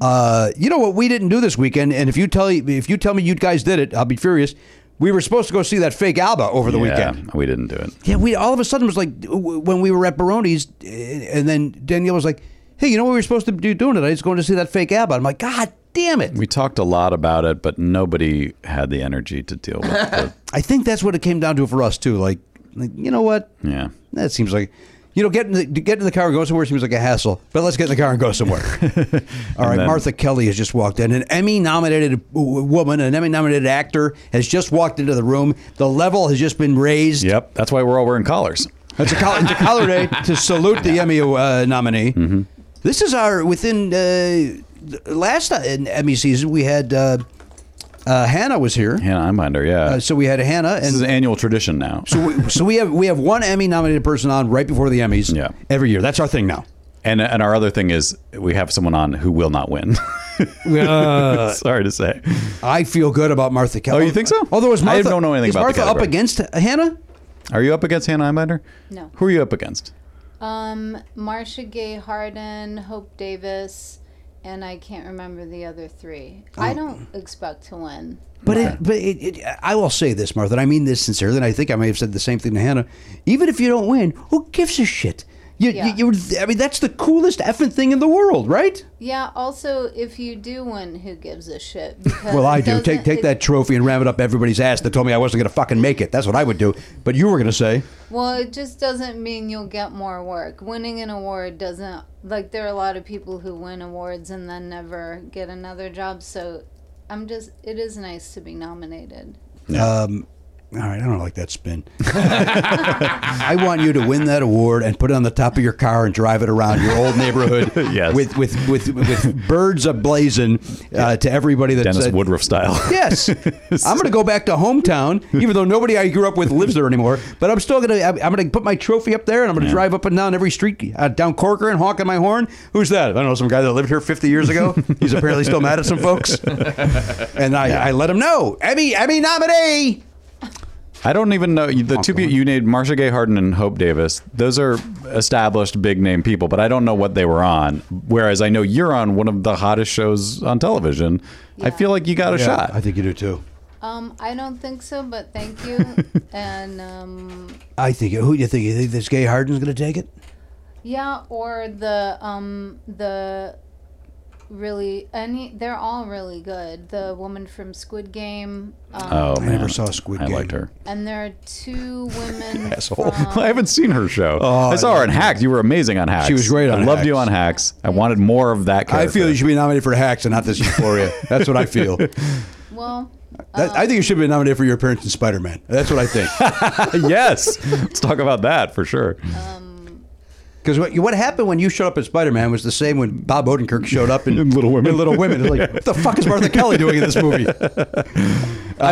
S1: Uh, you know what we didn't do this weekend, and if you tell if you tell me you guys did it, I'll be furious. We were supposed to go see that fake Alba over the
S5: yeah,
S1: weekend.
S5: we didn't do it.
S1: Yeah, we all of a sudden was like w- when we were at Baroni's, eh, and then Danielle was like, "Hey, you know what we were supposed to do doing tonight? It's going to see that fake Abba." I'm like, "God damn it!"
S5: We talked a lot about it, but nobody had the energy to deal with it.
S1: I think that's what it came down to for us too. Like, like you know what?
S5: Yeah.
S1: That seems like, you know, getting the, to get in the car and go somewhere seems like a hassle. But let's get in the car and
S5: [LAUGHS]
S1: go somewhere. All right,
S5: then-
S1: Martha Kelly has just walked in. An Emmy-nominated w- woman, an Emmy-nominated actor, has just walked into the room. The level has just been raised.
S5: Yep, that's why we're all wearing collars.
S1: It's a, col- it's a color
S5: [LAUGHS]
S1: day to salute the Emmy uh, nominee.
S5: Mm-hmm.
S1: This is our within uh, th- last uh, in Emmy season we had uh, uh, Hannah was here,
S5: Hannah, I'm under. Yeah,
S1: uh, so we had Hannah
S5: this is
S1: and.
S5: an annual tradition now.
S1: So we, so we have we have one Emmy nominated person on right before the Emmys
S5: Yeah.
S1: every year. That's our thing now.
S5: And and our other thing is we have someone on who will not win. [LAUGHS]
S1: Uh,
S5: Sorry to say.
S1: I feel good about Martha Keller.
S5: Oh, you think so?
S1: Although is
S5: I
S1: Martha
S5: don't know anything
S1: is
S5: about the
S1: Martha up
S5: category.
S1: against Hannah?
S5: Are you up against Hannah Einbinder?
S8: No.
S5: Who are you up against?
S8: Um, Marsha Gay Harden, Hope Davis, and I can't remember the other three. I don't expect to win.
S1: Oh. But it, but it, it, I will say this, Martha. And I mean this sincerely, and I think I may have said the same thing to Hannah. Even if you don't win, who gives a shit? You,
S8: Yeah.
S1: you, you I mean, that's the coolest effing thing in the world, right?
S8: Yeah. Also, if you do win, who gives
S1: [LAUGHS]
S8: a shit? Because
S1: Well, I
S8: it
S1: do. Take
S8: doesn't-
S1: take
S8: it-
S1: that trophy and ram it up everybody's ass that told me I wasn't going to fucking make it. That's what I would do. But you were going to say,
S8: Well, it just doesn't mean you'll get more work. Winning an award doesn't like there are a lot of people who win awards and then never get another job. So, I'm just it is nice to be nominated.
S1: "All right, I don't like that spin. [LAUGHS] I want you to win that award and put it on the top of your car and drive it around your old neighborhood
S5: [LAUGHS] Yes.
S1: with with with with birds ablazing uh, to everybody that's
S5: Dennis
S1: uh,
S5: Woodruff [LAUGHS] style.
S1: Yes, I'm going to go back to hometown, even though nobody I grew up with lives there anymore. But I'm still going to. I'm going to put my trophy up there, and I'm going to drive up and down every street, uh, down Corker, and honking my horn. Who's that? I don't know. Some guy that lived here 50 years ago. He's apparently still mad at some folks,
S5: [LAUGHS]
S1: and I, I let him know. Emmy, Emmy nominee.
S5: I don't even know the two people you named, Marsha Gay Harden and Hope Davis. Those are established big name people, but I don't know what they were on. Whereas I know you're on one of the hottest shows on television. I feel like you got a shot.
S1: I think you do too.
S8: Um, I don't think so, but thank you.
S1: [LAUGHS]
S8: and um,
S1: I think. Who do you think? You think this gay Harden's going to take it?
S8: Yeah, or the um the really any they're all really good. The woman from Squid Game, um,
S1: Uh.
S5: oh man,
S1: never saw Squid
S5: I
S1: Game.
S5: liked her.
S8: and there are two
S1: [LAUGHS]
S8: women.
S1: Asshole.
S8: from-
S5: [LAUGHS] I haven't seen her show.
S1: Oh,
S5: I saw her on Hacks. You were amazing on Hacks.
S1: She was great on
S5: I loved you on
S1: Hacks.
S5: Hacks. I wanted more of that.
S1: I
S5: Character.
S1: feel you should be nominated for Hacks and not this [LAUGHS] Euphoria. That's what I feel.
S8: well,
S1: That, I think you should be nominated for your appearance in Spider-Man. That's what I [LAUGHS] think.
S5: [LAUGHS] yes, let's talk about that for sure.
S1: Because what, what happened when you showed up at Spider Man was the same when Bob Odenkirk showed up [LAUGHS] in,
S5: In Little Women.
S1: In Little Women, It's [LAUGHS] like what the fuck is Martha Kelly doing in this movie?
S5: I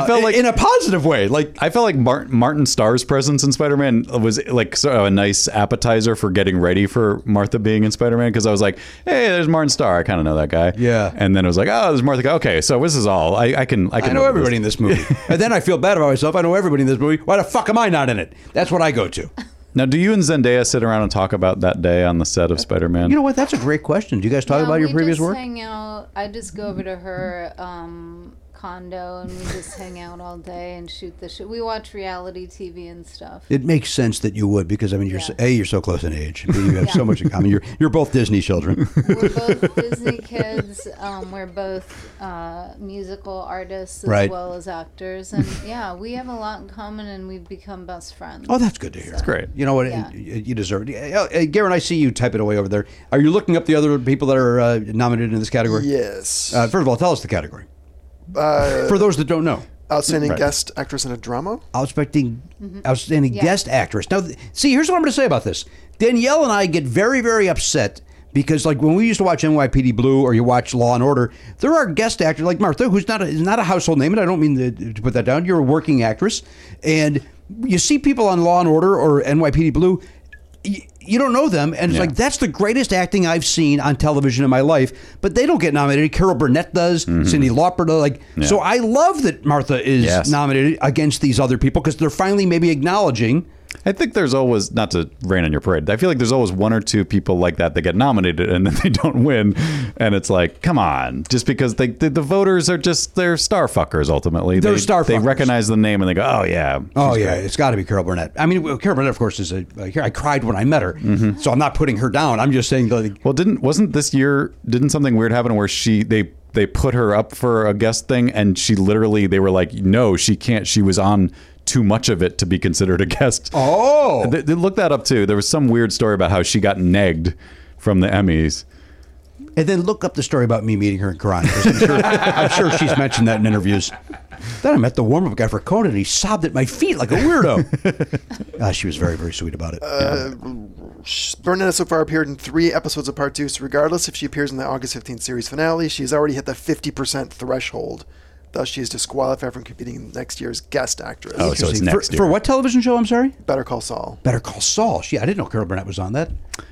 S5: felt
S1: in-
S5: like
S1: Uh, in a positive way, like
S5: I felt like Martin, Martin Starr's presence in Spider Man was like so a nice appetizer for getting ready for Martha being in Spider Man because I was like, hey, there's Martin Starr. I kind of know that guy.
S1: Yeah.
S5: And then it was like, oh, there's Martha. Okay, so this is all. I, I can I
S1: [LAUGHS] I
S5: can
S1: know
S5: live with
S1: everybody in this movie, [LAUGHS] and then I feel bad about myself. I know everybody in this movie. Why the fuck am I not in it? That's what I go to.
S5: Now, do you and Zendaya sit around and talk about that day on the set of Spider Man?
S1: You know what? That's a great question. Do you guys talk
S8: yeah,
S1: Oh, about your
S8: um, we
S1: previous
S8: just
S1: work?
S8: Hang out. I just go over to her um, condo and we just hang out all day and shoot the shit. We watch reality TV and stuff.
S1: It makes sense that you would because I mean, you're so-
S8: Yeah.
S1: a you're so close in age. and B, you have so much in common. You're you're both Disney children.
S8: we're both Disney kids. Um, we're both uh, musical artists as
S1: Right.
S8: well as actors, and yeah, we have a lot in common, and we've become best friends.
S1: Oh, that's good to hear. That's
S5: great.
S1: You know what?
S8: Yeah.
S1: You you deserve it. Uh, uh, Garen, I see you typing away over there. Are you looking up the other people that are uh, nominated in this category?
S7: Yes.
S1: Uh, first of all, tell us the category. For those that don't know,
S7: Outstanding guest actress in a drama.
S1: outstanding, outstanding guest actress. Now, th- see, here's what I'm going to say about this. Danielle and I get very, very upset because, like, when we used to watch NYPD Blue or you watch Law and Order, there are guest actors like Martha, who's not a, is not a household name, and I don't mean to, to put that down. You're a working actress, and you see people on Law and Order or NYPD Blue. y- You don't know them, and it's
S5: Yeah.
S1: like that's the greatest acting I've seen on television in my life. But they don't get nominated. Carol Burnett does,
S5: Mm-hmm.
S1: Cindy Lauper does. Like, so I love that Martha is
S5: Yes.
S1: nominated against these other people because they're finally maybe acknowledging.
S5: I think there's always not to rain on your parade. I feel like there's always one or two people like that that get nominated and then [LAUGHS] they don't win, and it's like, come on, just because they the, the voters are just they're star fuckers ultimately.
S1: They're
S5: they,
S1: star
S5: They
S1: fuckers.
S5: recognize the name and they go, oh yeah,
S1: Oh yeah, it's got to be Carol Burnett. I mean, well, Carol Burnett, of course, is a. a- I cried when I met her, so I'm not putting her down. I'm just saying, like,
S5: Well, didn't wasn't this year? Didn't something weird happen where she they they put her up for a guest thing and she literally they were like, no, she can't. She was on too much of it to be considered a guest.
S1: oh,
S5: They, they looked that up too. There was some weird story about how she got negged from the Emmys.
S1: and then look up the story about me meeting her in Quran. 'cause I'm sure, I'm sure she's mentioned that in interviews. Then I met the warm-up guy for Conan, and he sobbed at my feet like a weirdo. [LAUGHS] uh, she was very, very sweet about it.
S7: Burnett has so far appeared in three episodes of Part Two, so regardless if she appears in the August 15th series finale, she's already hit the 50% threshold Thus, she is disqualified from competing in next year's guest actress.
S5: Oh, so it's
S1: For-
S5: next
S1: for,
S5: year.
S1: what television show? I'm sorry.
S7: Better Call Saul.
S1: Better Call Saul. Yeah, I didn't know Carol Burnett was on that.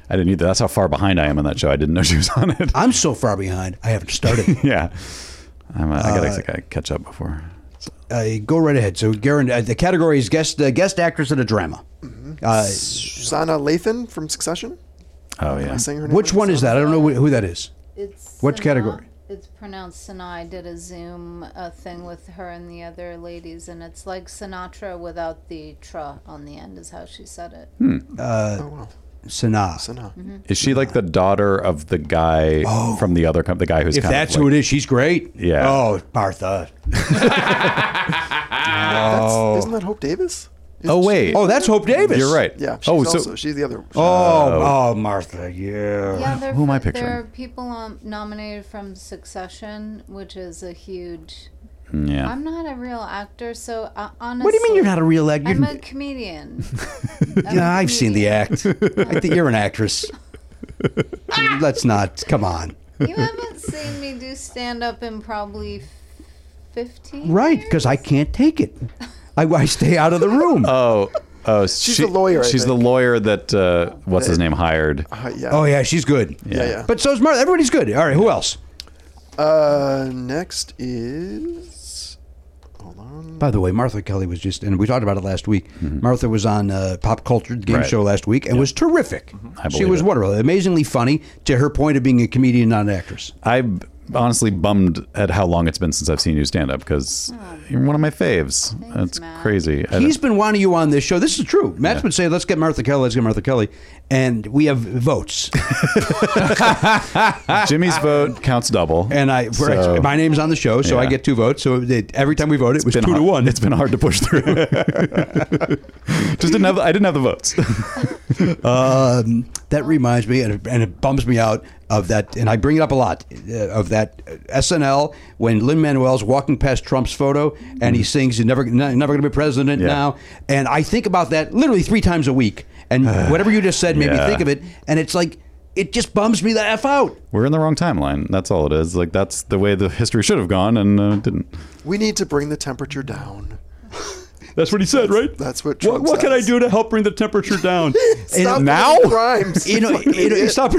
S5: I didn't either. That's how far behind I am on that show. I didn't know she was on
S1: [LAUGHS]
S5: it.
S1: I'm so far behind. I haven't [LAUGHS] started.
S5: yeah, I'm, uh, I gotta I gotta catch up before.
S1: uh, go right ahead. So, Garen, uh, the category is guest uh, guest actress in a drama. Uh,
S7: Susanna Lathan from Succession.
S5: Oh yeah,
S7: Am I saying her name
S1: which
S7: right?
S1: one is that? I don't know wh- who that is.
S8: It's
S1: Which
S8: Sanaa-
S1: category?
S8: It's pronounced Sanaa. I did a Zoom uh thing with her and the other ladies, and it's like Sinatra without the tra on the end, is how she said it.
S1: Hmm.
S7: Oh, wow.
S1: Sanaa.
S7: Susanna.
S5: is she like the daughter of the guy from the other company? The guy who's
S1: Oh. If
S5: kind
S1: that's
S5: of
S1: who
S5: like,
S1: it is, she's great.
S5: Yeah.
S1: Oh, Martha.
S7: That's, isn't that Hope Davis? Isn't
S5: Oh
S7: she-
S5: wait,
S1: Oh, that's Hope Davis.
S5: you're right.
S7: Yeah. She's
S5: Oh, so
S7: also, she's the other.
S1: Oh, oh, Martha. Yeah.
S8: Yeah, there,
S5: who am I
S8: There are
S5: picturing?
S8: people um, nominated from Succession, which is a huge.
S5: yeah.
S8: I'm not a real actor, so uh, honestly.
S1: What do you mean you're not a real actor?
S8: I'm
S1: You're- [LAUGHS]
S8: a comedian. I'm a
S1: Yeah, I've seen the
S8: comedian.
S1: act. I think you're an
S8: [LAUGHS]
S1: actress. Let's not. Come on.
S8: You haven't seen me do stand up in probably 15.
S1: Right, because I can't take it. I, I stay out of the room.
S5: [LAUGHS] Oh, oh, she's
S7: the lawyer, I
S5: She's the
S7: think.
S5: lawyer that uh, what's his name hired.
S7: Uh, yeah.
S1: oh yeah, she's good.
S7: Yeah, yeah.
S1: But so's Martha. Everybody's good. All right. Who else?
S7: Uh, next is. Hold on.
S1: By the way, Martha Kelly was just, and we talked about it last week. Martha was on uh, Pop Culture the Game
S5: Mm-hmm. Right. Mm-hmm.
S1: Show last week and was terrific. She
S5: believe
S1: was
S5: it.
S1: wonderful, amazingly funny. To her point of being a comedian, not an actress.
S5: I'm honestly bummed at how long it's been since I've seen you stand up because
S7: Oh.
S5: you're one of my faves. That's
S8: Matt.
S5: crazy. I
S1: He's been wanting you on this show. This is true. Matt's been saying, "Let's get Martha Kelly. Let's get Martha Kelly," and we have votes.
S5: don't- Jimmy's vote counts double,
S1: And I,
S5: [LAUGHS] So-
S1: my name's on the show, so I
S5: Yeah.
S1: get two votes. So they, every time we vote, it was two
S5: been
S1: to
S5: hard-
S1: one.
S5: It's been hard to push through. [LAUGHS] Just didn't have. I didn't have the votes. [LAUGHS]
S1: Um, that reminds me, and it, and it bums me out of that, and I bring it up a lot uh, of that uh, SNL when Lin Manuel's walking past Trump's photo and he sings "You're never, no- never going to be president
S5: Mm. Yeah.
S1: now," and I think about that literally three times a week.
S5: [SIGHS]
S1: And whatever you just said made me
S5: yeah.
S1: think of it, and it's like it just bums me the f out.
S5: We're in the wrong timeline. That's all it is. Like that's the way the history should have gone, and uh, it didn't.
S7: We need to bring the temperature down.
S5: That's what he said, right?
S7: that's what Trump says.
S5: to help bring the temperature
S7: [LAUGHS]
S5: down?
S7: Stop
S1: And
S5: now?
S7: making
S1: [LAUGHS]
S7: Rhymes. [LAUGHS]
S1: You know, you know, stop.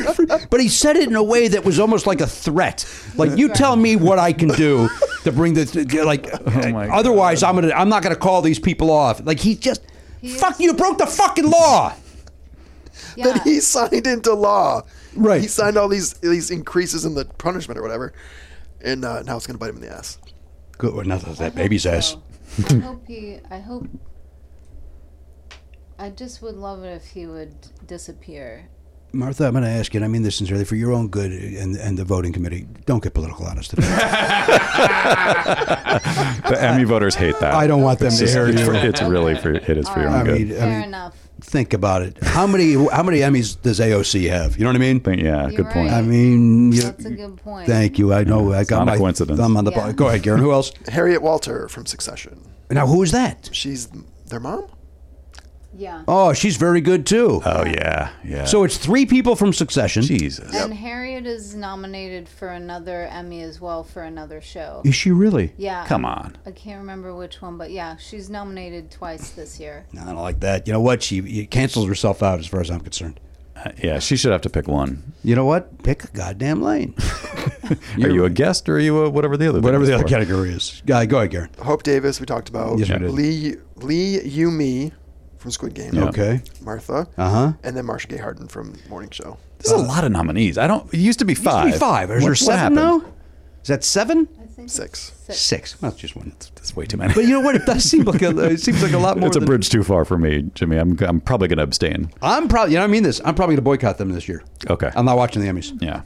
S1: But he said it in a way that was almost like a threat. Like you tell me what I can do to bring the
S5: [LAUGHS]
S1: like.
S5: Oh my
S1: otherwise, I'm gonna I'm not gonna call these people off. Like he just fuck you broke the fucking law. [LAUGHS]
S8: Yeah.
S7: that he signed into law.
S1: Right.
S7: He signed all these these increases in the punishment or whatever, and uh, now it's going to bite him in the ass.
S1: Good, well, not that,
S8: I
S1: that
S8: hope
S1: baby's
S8: so.
S1: ass.
S8: I hope he. I hope. I just would love it if he would disappear.
S1: Martha, I'm going to ask you, and I mean this sincerely, for your own good and, and the voting committee, don't get political on us today.
S5: The Emmy voters hate that.
S1: I don't want them
S5: It's,
S1: to
S5: just-
S1: hear
S5: it's, for,
S1: you.
S5: it's really for. It is for your
S1: I
S5: own good.
S1: mean, I
S8: Fair
S1: mean,
S8: enough.
S1: think about it. How many how many Emmys does AOC have? You know what I mean?
S5: Think- yeah,
S8: You're
S5: good point.
S8: right.
S1: I mean, you-
S8: That's a good point.
S1: Thank you. I know. I got
S5: not a
S1: my
S5: coincidence.
S1: thumb on the
S8: Yeah.
S1: ball. Go ahead, Garen. Who
S8: [LAUGHS]
S1: else?
S7: Harriet Walter from Succession.
S1: Now, who's that?
S7: She's their mom.
S8: Yeah.
S1: Oh, she's very good too.
S5: Oh yeah, yeah.
S1: so it's three people from Succession.
S5: Jesus,
S8: And Harriet is nominated for another Emmy as well for another show.
S1: Is she really?
S8: Yeah.
S5: come on.
S8: I can't remember which one, but yeah, she's nominated twice this year.
S1: No, I don't like that. You know what? She it cancels herself out as far as I'm concerned.
S5: Uh, Yeah, she should have to pick one.
S1: You know what? Pick a goddamn lane.
S5: are you a guest or are you a [LAUGHS] whatever the other? thing
S1: Whatever
S5: is
S1: the other
S5: for?
S1: category is. Uh, go ahead, Garen.
S7: Hope Davis. We talked about.
S1: Yes, we did.
S7: Lee Lee Yumi from Squid Game.
S5: Uh,
S1: Okay.
S7: Martha.
S1: Uh huh.
S7: And then Marsha Gay Harden from Morning Show.
S5: There's a lot of nominees. I don't. It used to be five.
S1: Five. Is
S5: What-
S1: there
S5: what
S1: seven
S5: happened?
S1: now? Is that seven?
S8: I think
S7: Six.
S1: Six. Well, it's just one.
S5: That's way too many.
S1: But you know what? It does seem like a, it seems like a lot more.
S5: it's a
S1: than-
S5: bridge too far for me, Jimmy. I'm I'm probably going to abstain.
S1: I'm probably. You know, I mean this. I'm probably going to boycott them this year.
S5: Okay.
S1: I'm not watching the Emmys.
S5: yeah.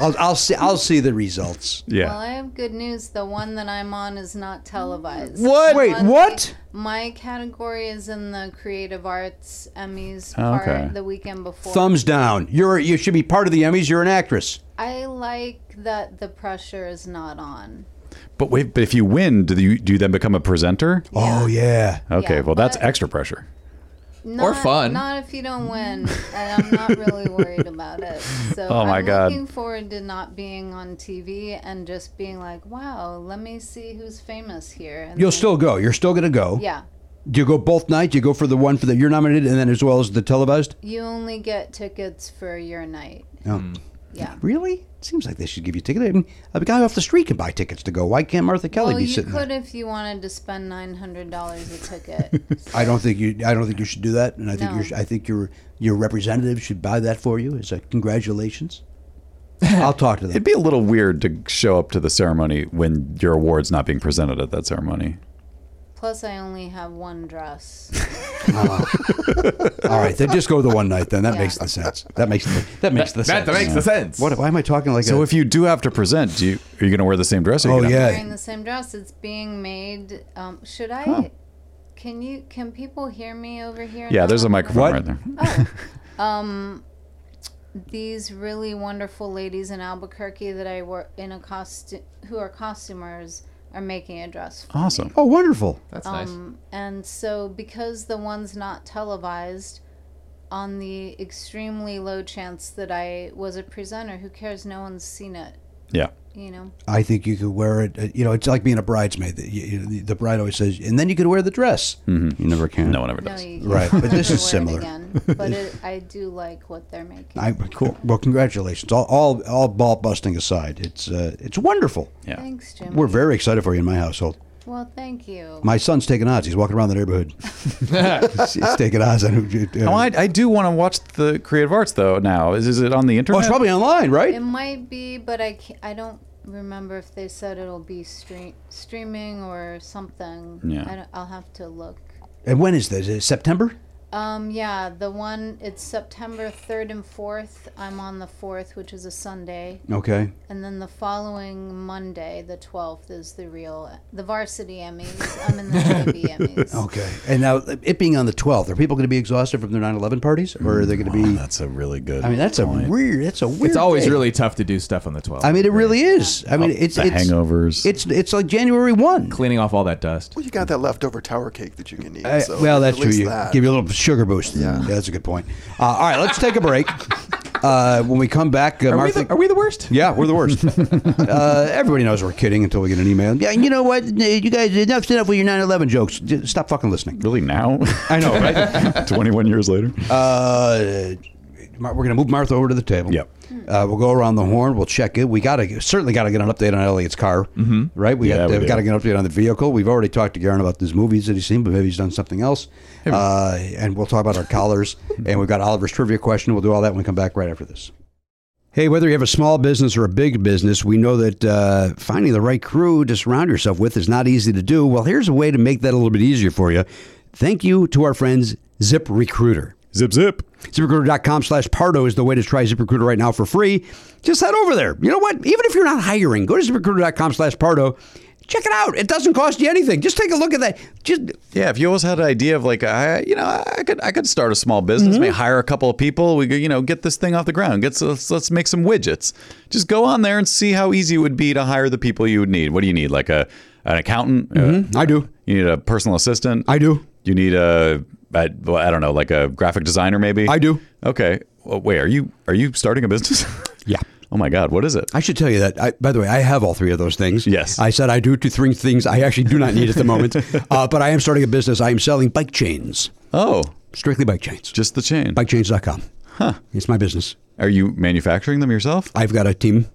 S1: I'll, I'll see. I'll see the results.
S5: Yeah.
S8: Well, I have good news. The one that I'm on is not televised.
S1: What?
S8: The
S1: Wait,
S8: one-
S1: what?
S8: My category is in the Creative Arts Emmys
S5: Oh,
S8: part
S5: okay.
S8: the weekend before.
S1: Thumbs down. You're you should be part of the Emmys. You're an actress.
S8: I like that the pressure is not on.
S5: but wait. But if you win, do you do you then become a presenter?
S1: Oh yeah.
S5: Okay.
S8: Yeah,
S5: well, that's
S8: but-
S5: extra pressure.
S8: Not,
S6: or fun.
S8: Not if you don't win. And I'm not really worried about
S5: [LAUGHS]
S8: it. So
S5: Oh my
S8: I'm
S5: God.
S8: looking forward to not being on TV and just being like, wow, let me see who's famous here. And
S1: You'll
S8: then-
S1: still go. You're still going to go.
S8: Yeah.
S1: Do you go both nights? Do you go for the one for the you're nominated and then as well as the televised?
S8: You only get tickets for your night.
S1: No.
S8: Yeah.
S1: Really? Seems like they should give you tickets. I mean, a guy off the street can buy tickets to go. Why can't Martha Kelly
S8: well,
S1: be
S8: you
S1: sitting
S8: could
S1: there?
S8: if you wanted to spend nine hundred dollars a
S1: [LAUGHS]
S8: ticket.
S1: I don't think you. I don't think you should do that. And I think
S8: No.
S1: your I think your your representative should buy that for you. As a
S8: [LAUGHS]
S1: congratulations. I'll talk to them.
S5: It'd be a little weird to show up to the ceremony when your award's not being presented at that ceremony.
S8: Plus, I only have
S1: [LAUGHS]
S8: one dress.
S1: All right, then just go the one night. Then that
S8: Yeah.
S1: makes the sense. That makes the, that makes the
S6: That
S1: sense.
S6: makes the sense.
S1: What? Why am I talking like
S5: So
S1: a-
S5: if you do have to present, do you, are you going to wear the same dress? Or are you
S1: Oh
S5: gonna-
S1: yeah.
S8: Wearing the same dress. It's being made. Um, should I? Can you? Can people hear me over here?
S5: Yeah, there's a
S8: now? Oh, um,
S5: microphone
S1: What?
S5: right there. [LAUGHS]
S8: these really wonderful ladies in Albuquerque that I work in a costume who are costumers are making a dress for.
S5: Awesome.
S1: Oh, wonderful.
S6: That's nice.
S8: Um, and so because the one's not televised, on the extremely low chance that I was a presenter, who cares? No one's seen it,
S5: Yeah.
S8: you know.
S1: I think you could wear it. uh, You know, it's like being a bridesmaid. The, you- you- the- the bride always says, and then you could wear the dress. Mm-hmm. You never can.
S5: No one ever
S8: No,
S5: does.
S8: you
S1: Right,
S8: you'll
S1: but this
S8: never
S1: is similar. [LAUGHS]
S8: wear it again. But it, I do like what they're making.
S1: I, cool. Well, congratulations. All, all, all ball busting aside, it's uh, it's wonderful.
S5: Yeah.
S8: Thanks, Jim.
S1: We're very excited for you in my household.
S8: well, thank you.
S1: My son's taking odds. He's walking around the
S6: [LAUGHS]
S1: neighborhood. he's, he's taking odds on who. Uh,
S5: Oh, I, I do want to watch the creative arts though. Now is, is it on the
S1: oh,
S5: internet?
S1: it's probably online,
S8: It
S1: right?
S8: might be, but I ca I don't remember if they said it'll be stream streaming or something.
S5: Yeah.
S8: I don't- I'll have to look.
S1: And when is this? Is it September?
S8: Um, yeah, the one it's September third and fourth. I'm on the fourth, which is a Sunday,
S1: Okay.
S8: and then the following Monday, the twelfth, is the real the varsity Emmys.
S1: [LAUGHS]
S8: I'm in the JV Emmys.
S1: Okay. And now, it being on the 12th, are people going to be exhausted from their 9 11 parties? Or are they going to be.
S5: Mm, That's a really good.
S1: I mean, that's a
S5: point.
S1: weird. That's a weird.
S6: It's always
S1: day.
S6: really tough to do stuff on the 12th.
S1: I mean, it really is. I mean, it's
S5: the
S1: it's,
S5: hangovers.
S1: It's it's like January one.
S6: cleaning off all that dust.
S7: Well, you got that leftover tower cake that you can eat.
S1: Uh,
S7: so
S1: well,
S7: at
S1: that's true.
S7: least
S1: You
S7: that.
S1: give you a little sugar boost. Yeah, that's a good point. Uh, all right, let's take a break. Uh, when we come back, uh,
S6: Are we,
S1: Martha.
S6: the, are we the worst?
S1: yeah, we're the worst. uh, everybody knows we're kidding until we get an email. Yeah, you know what? You guys, enough's enough with your 9/11 jokes. Just Stop fucking listening.
S5: really now,
S1: I know,
S5: [LAUGHS]
S1: right?
S5: 21 years later.
S1: Uh, Mar- we're going to move Martha over to the table.
S5: Yep.
S1: Uh, we'll go around the horn. We'll check it. We got to certainly got to get an update on Elliot's car, mm-hmm. right? We
S5: Yeah,
S1: got,
S5: we
S1: to,
S5: do.
S1: got to get an update on the vehicle. We've already talked to Garen about these movies that he's seen, but maybe he's done something else. Uh, and we'll talk about
S5: [LAUGHS]
S1: our collars. and we've got Oliver's trivia question. We'll do all that when we come back right after this. Hey, whether you have a small business or a big business, we know that uh, finding the right crew to surround yourself with is not easy to do. Well, here's a way to make that a little bit easier for you. Thank you to our friends Zip Recruiter.
S5: Zip zip.
S1: ZipRecruiter.com slash Pardo is the way to try ZipRecruiter right now for free. Just head over there. You know what? Even if you're not hiring, go to ZipRecruiter.com slash Pardo. Check it out. It doesn't cost you anything. Just take a look at that. Just
S5: Yeah, if you always had an idea of like, I, you know, I could, I could start a small business,
S1: Mm-hmm.
S5: maybe hire a couple of people. We, could, you know, get this thing off the ground. Get s- let's, let's make some widgets. Just go on there and see how easy it would be to hire the people you would need. What do you need? Like a an accountant? Uh,
S1: I do.
S5: you need a personal assistant.
S1: Mm-hmm. I do.
S5: You need a, I, well, I don't know, like a graphic designer, maybe.
S1: I do.
S5: Okay. Well, wait, are you are you starting a business? [LAUGHS]
S1: Yeah.
S5: Oh my God, what is it?
S1: I should tell you that. I, by the way, I have all three of those things.
S5: Yes.
S1: I said I do two, three things I actually do not need at
S5: [LAUGHS]
S1: the moment. uh, but I am starting a business. I am selling bike chains,
S5: Oh,
S1: strictly bike chains.
S5: just the chain.
S1: Bikechains.com. Huh. It's my business.
S5: Are you manufacturing them yourself?
S1: I've got a team,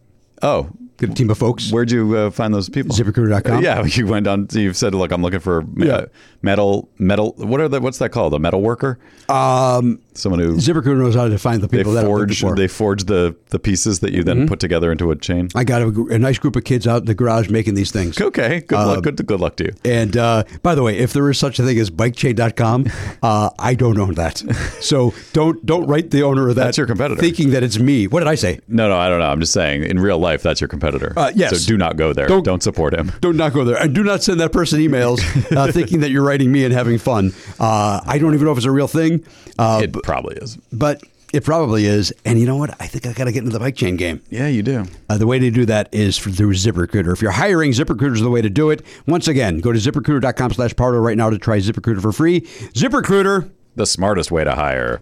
S5: Oh,
S1: got a team of folks.
S5: where'd you uh, find those people?
S1: ZipRecruiter.com.
S5: Uh, yeah, [LAUGHS] you went on. You've said, "Look, I'm looking for uh,
S1: Yeah.
S5: metal, metal. What are the? What's that called? A metal worker? Um, someone who
S1: ZipRecruiter knows how to find the
S5: they
S1: people that I'm looking
S5: forge.
S1: for.
S5: They forge the the pieces that you then put together into a chain.
S1: I got a, gr- a nice group of kids out in the garage making these things.
S5: Okay, good
S1: Um,
S5: luck. Good good luck to you.
S1: And uh, by the way, if there is such a thing as
S5: [LAUGHS]
S1: bikechain.com, uh, I don't own that. So don't don't write the owner of that.
S5: That's your competitor.
S1: Thinking that it's me. What did I say?
S5: No, no, I don't know. I'm just saying, in real life, that's your competitor.
S1: Uh, yes.
S5: So do not go there.
S1: Don't-
S5: Don't, support him.
S1: Don't not go there. And do not send that person emails uh, thinking that you're writing me and having fun. Uh, I don't even know if it's a real thing, uh,
S5: it probably is.
S1: but it probably is. And you know what? I think I got to get into the bike chain game.
S5: Yeah, you do.
S1: Uh, the way to do that is for, through ZipRecruiter. If you're hiring, ZipRecruiter is the way to do it. Once again, go to ZipRecruiter.com slash Pardo right now to try ZipRecruiter for free. ZipRecruiter,
S5: the smartest way to hire.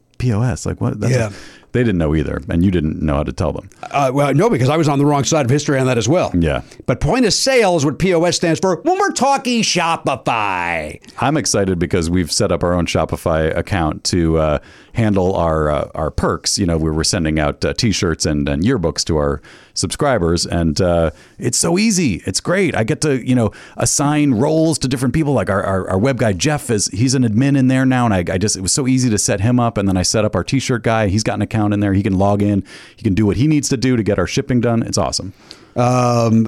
S5: POS? Like what?" That's
S1: Yeah.
S5: they didn't know either, and you didn't know how to tell them.
S1: Uh, well, no, because I was on the wrong side of history on that as well.
S5: Yeah.
S1: But point of sale is what POS stands for when we're talking Shopify.
S5: I'm excited because we've set up our own Shopify account to uh, handle our uh, our perks. You know, we were sending out uh, T-shirts and, and yearbooks to our subscribers, and uh, it's so easy. It's great. I get to you know assign roles to different people. Like our, our, our web guy Jeff is he's an admin in there now, and I, I just it was so easy to set him up, and then I set up our T-shirt guy. He's got an account in there. He can log in. He can do what he needs to do to get our shipping done. It's awesome.
S1: Um,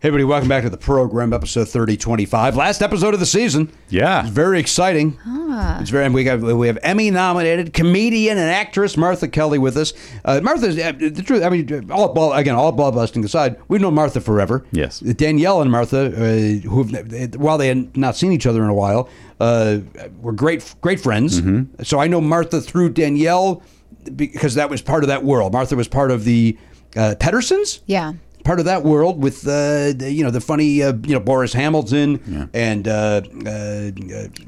S1: Hey, everybody, welcome back to the program, episode 3025. Last episode of the season.
S5: Yeah.
S1: It's very exciting. It's very. and We have we have Emmy nominated comedian and actress Martha Kelly with us. Uh, Martha's uh, the truth. I mean, all ball again, all ball busting aside, we've known Martha forever.
S5: Yes.
S1: Danielle and Martha, uh, who while they had not seen each other in a while, uh, were great great friends.
S5: Mm-hmm.
S1: So I know Martha through Danielle because that was part of that world. Martha was part of the uh, Pedersons
S8: Yeah.
S1: part of that world with uh, the, you know the funny uh, you know Boris Hamilton and uh, uh,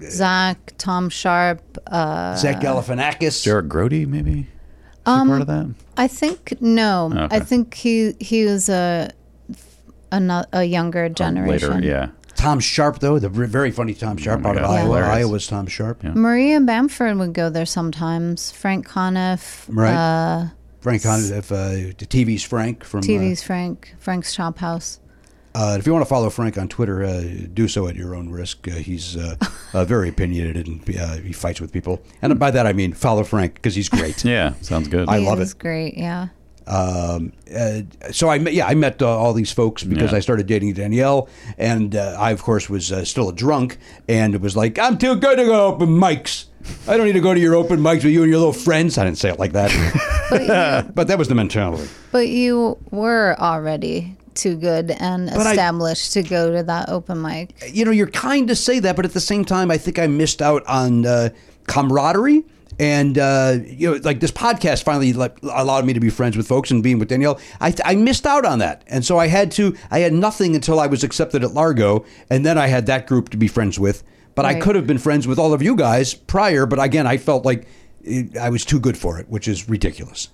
S8: Zach, Tom Sharp. Uh,
S1: Zach Galifianakis.
S5: Jared Grody, maybe? Is he
S8: Um,
S5: part of that?
S8: I think no.
S5: Okay.
S8: I think he he was a a, no- a
S1: Oh,
S8: younger generation.
S5: Later, yeah.
S1: Tom Sharp though the re- very funny Tom Sharp out of
S5: Oh God,
S1: Iowa.
S5: hilarious.
S1: Iowa's Tom Sharp.
S8: Maria Bamford would go there sometimes. Frank Conniff,
S1: Right.
S8: uh,
S1: Frank on if uh, the TV's Frank from uh,
S8: TV's Frank, Frank's Chop House.
S1: Uh, if you want to follow Frank on Twitter, uh, do so at your own risk. Uh, he's uh, uh, very opinionated and uh, he fights with people. And by that I mean follow Frank because he's great.
S5: Yeah, sounds good.
S1: I
S8: He
S1: love
S8: was
S1: it.
S8: Great, yeah.
S1: um, uh, so I met, yeah, I met uh, all these folks because
S5: Yeah.
S1: I started dating Danielle, and uh, I of course was uh, still a drunk, and it was like I'm too good to go open mics. I don't need to go to your open mics with you and your little friends. I didn't say it like that, but that was the mentality.
S8: But you were already too good and
S1: But I-
S8: established to go to that open mic.
S1: You know, you're kind to say that, but at the same time, I think I missed out on uh, camaraderie. And uh, you know, like this podcast finally like, allowed me to be friends with folks and being with Danielle. I, I missed out on that, and so I had to. I had nothing until I was accepted at Largo, and then I had that group to be friends with. But I
S8: Right.
S1: could have been friends with all of you guys prior. But again, I felt like it, I was too good for it, which is ridiculous.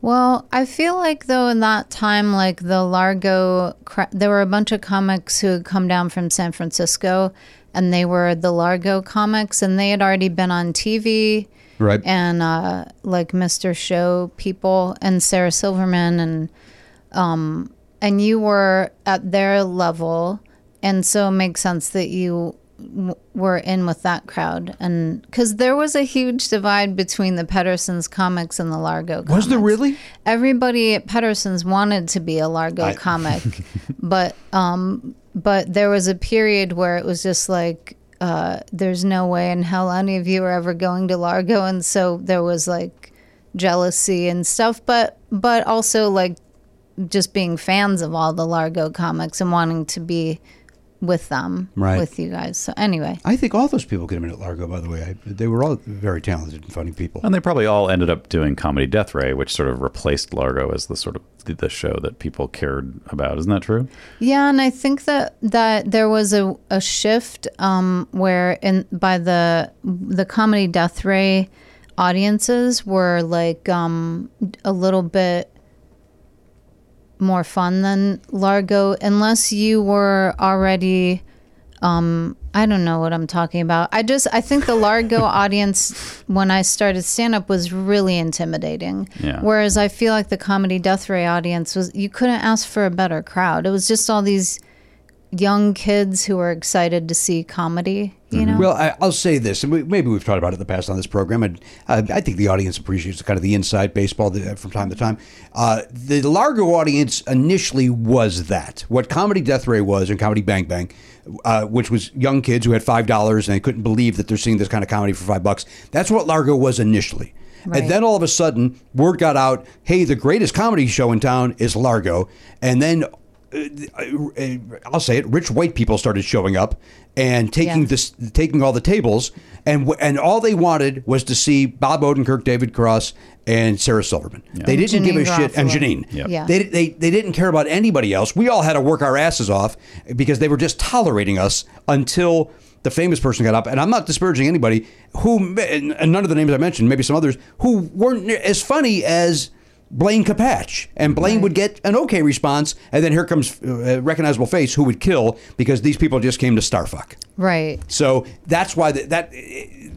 S8: Well, I feel like though in that time, like the Largo, cra- there were a bunch of comics who had come down from San Francisco, and they were the Largo comics, and they had already been on TV,
S1: Right.
S8: And uh, like Mr. Show people and Sarah Silverman, and um, and you were at their level, and so it makes sense that you w- were in with that crowd, and because there was a huge divide between the Pedersen's comics and the Largo. comics.
S1: Was there really?
S8: Everybody at Pedersen's wanted to be a Largo
S1: I- [LAUGHS]
S8: comic, but um, but there was a period where it was just like uh, there's no way in hell any of you are ever going to Largo, and so there was like jealousy and stuff, but but also like just being fans of all the Largo comics and wanting to be with them,
S1: Right.
S8: with you guys. So anyway,
S1: I think all those people could have been at Largo, by the way. I, they were all very talented and funny people.
S5: And they probably all ended up doing comedy Death Ray, which sort of replaced Largo as the sort of the- the show that people cared about. Isn't that true?
S8: Yeah, and I think that that there was a, a shift um, where in by the the comedy death ray audiences were like um, a little bit more fun than Largo, unless you were already. Um, I don't know what I'm talking about. I just I think the Largo audience when I started stand up was really intimidating.
S5: Yeah.
S8: Whereas I feel like the comedy Death Ray audience was you couldn't ask for a better crowd. It was just all these young kids who were excited to see comedy. You know.
S1: Well, I, I'll say this, and we, maybe we've talked about it in the past on this program, and uh, I think the audience appreciates kind of the inside baseball that, from time to time. Uh, the Largo audience initially was that what Comedy Death Ray was and Comedy Bang Bang, uh, which was young kids who had five dollars and they couldn't believe that they're seeing this kind of comedy for five bucks. That's what Largo was initially.
S8: Right.
S1: And then all of a sudden, word got out hey, the greatest comedy show in town is Largo. And then uh, I'll say it, rich white people started showing up and taking
S8: Yeah.
S1: this, taking all the tables, and w- and all they wanted was to see Bob Odenkirk, David Cross, and Sarah Silverman. They didn't give a
S8: Janine
S1: shit, and
S8: Garofalo.
S1: Janine.
S8: Yep. Yeah.
S1: They, they they didn't care about anybody else. We all had to work our asses off because they were just tolerating us until. The famous person got up, and I'm not disparaging anybody who, and and none of the names I mentioned, maybe some others who weren't as funny as Blaine Capatch, and Blaine would get an okay response, and then here comes uh, a recognizable face who would kill because these people just came to Starfuck.
S8: Right.
S1: So that's why th- that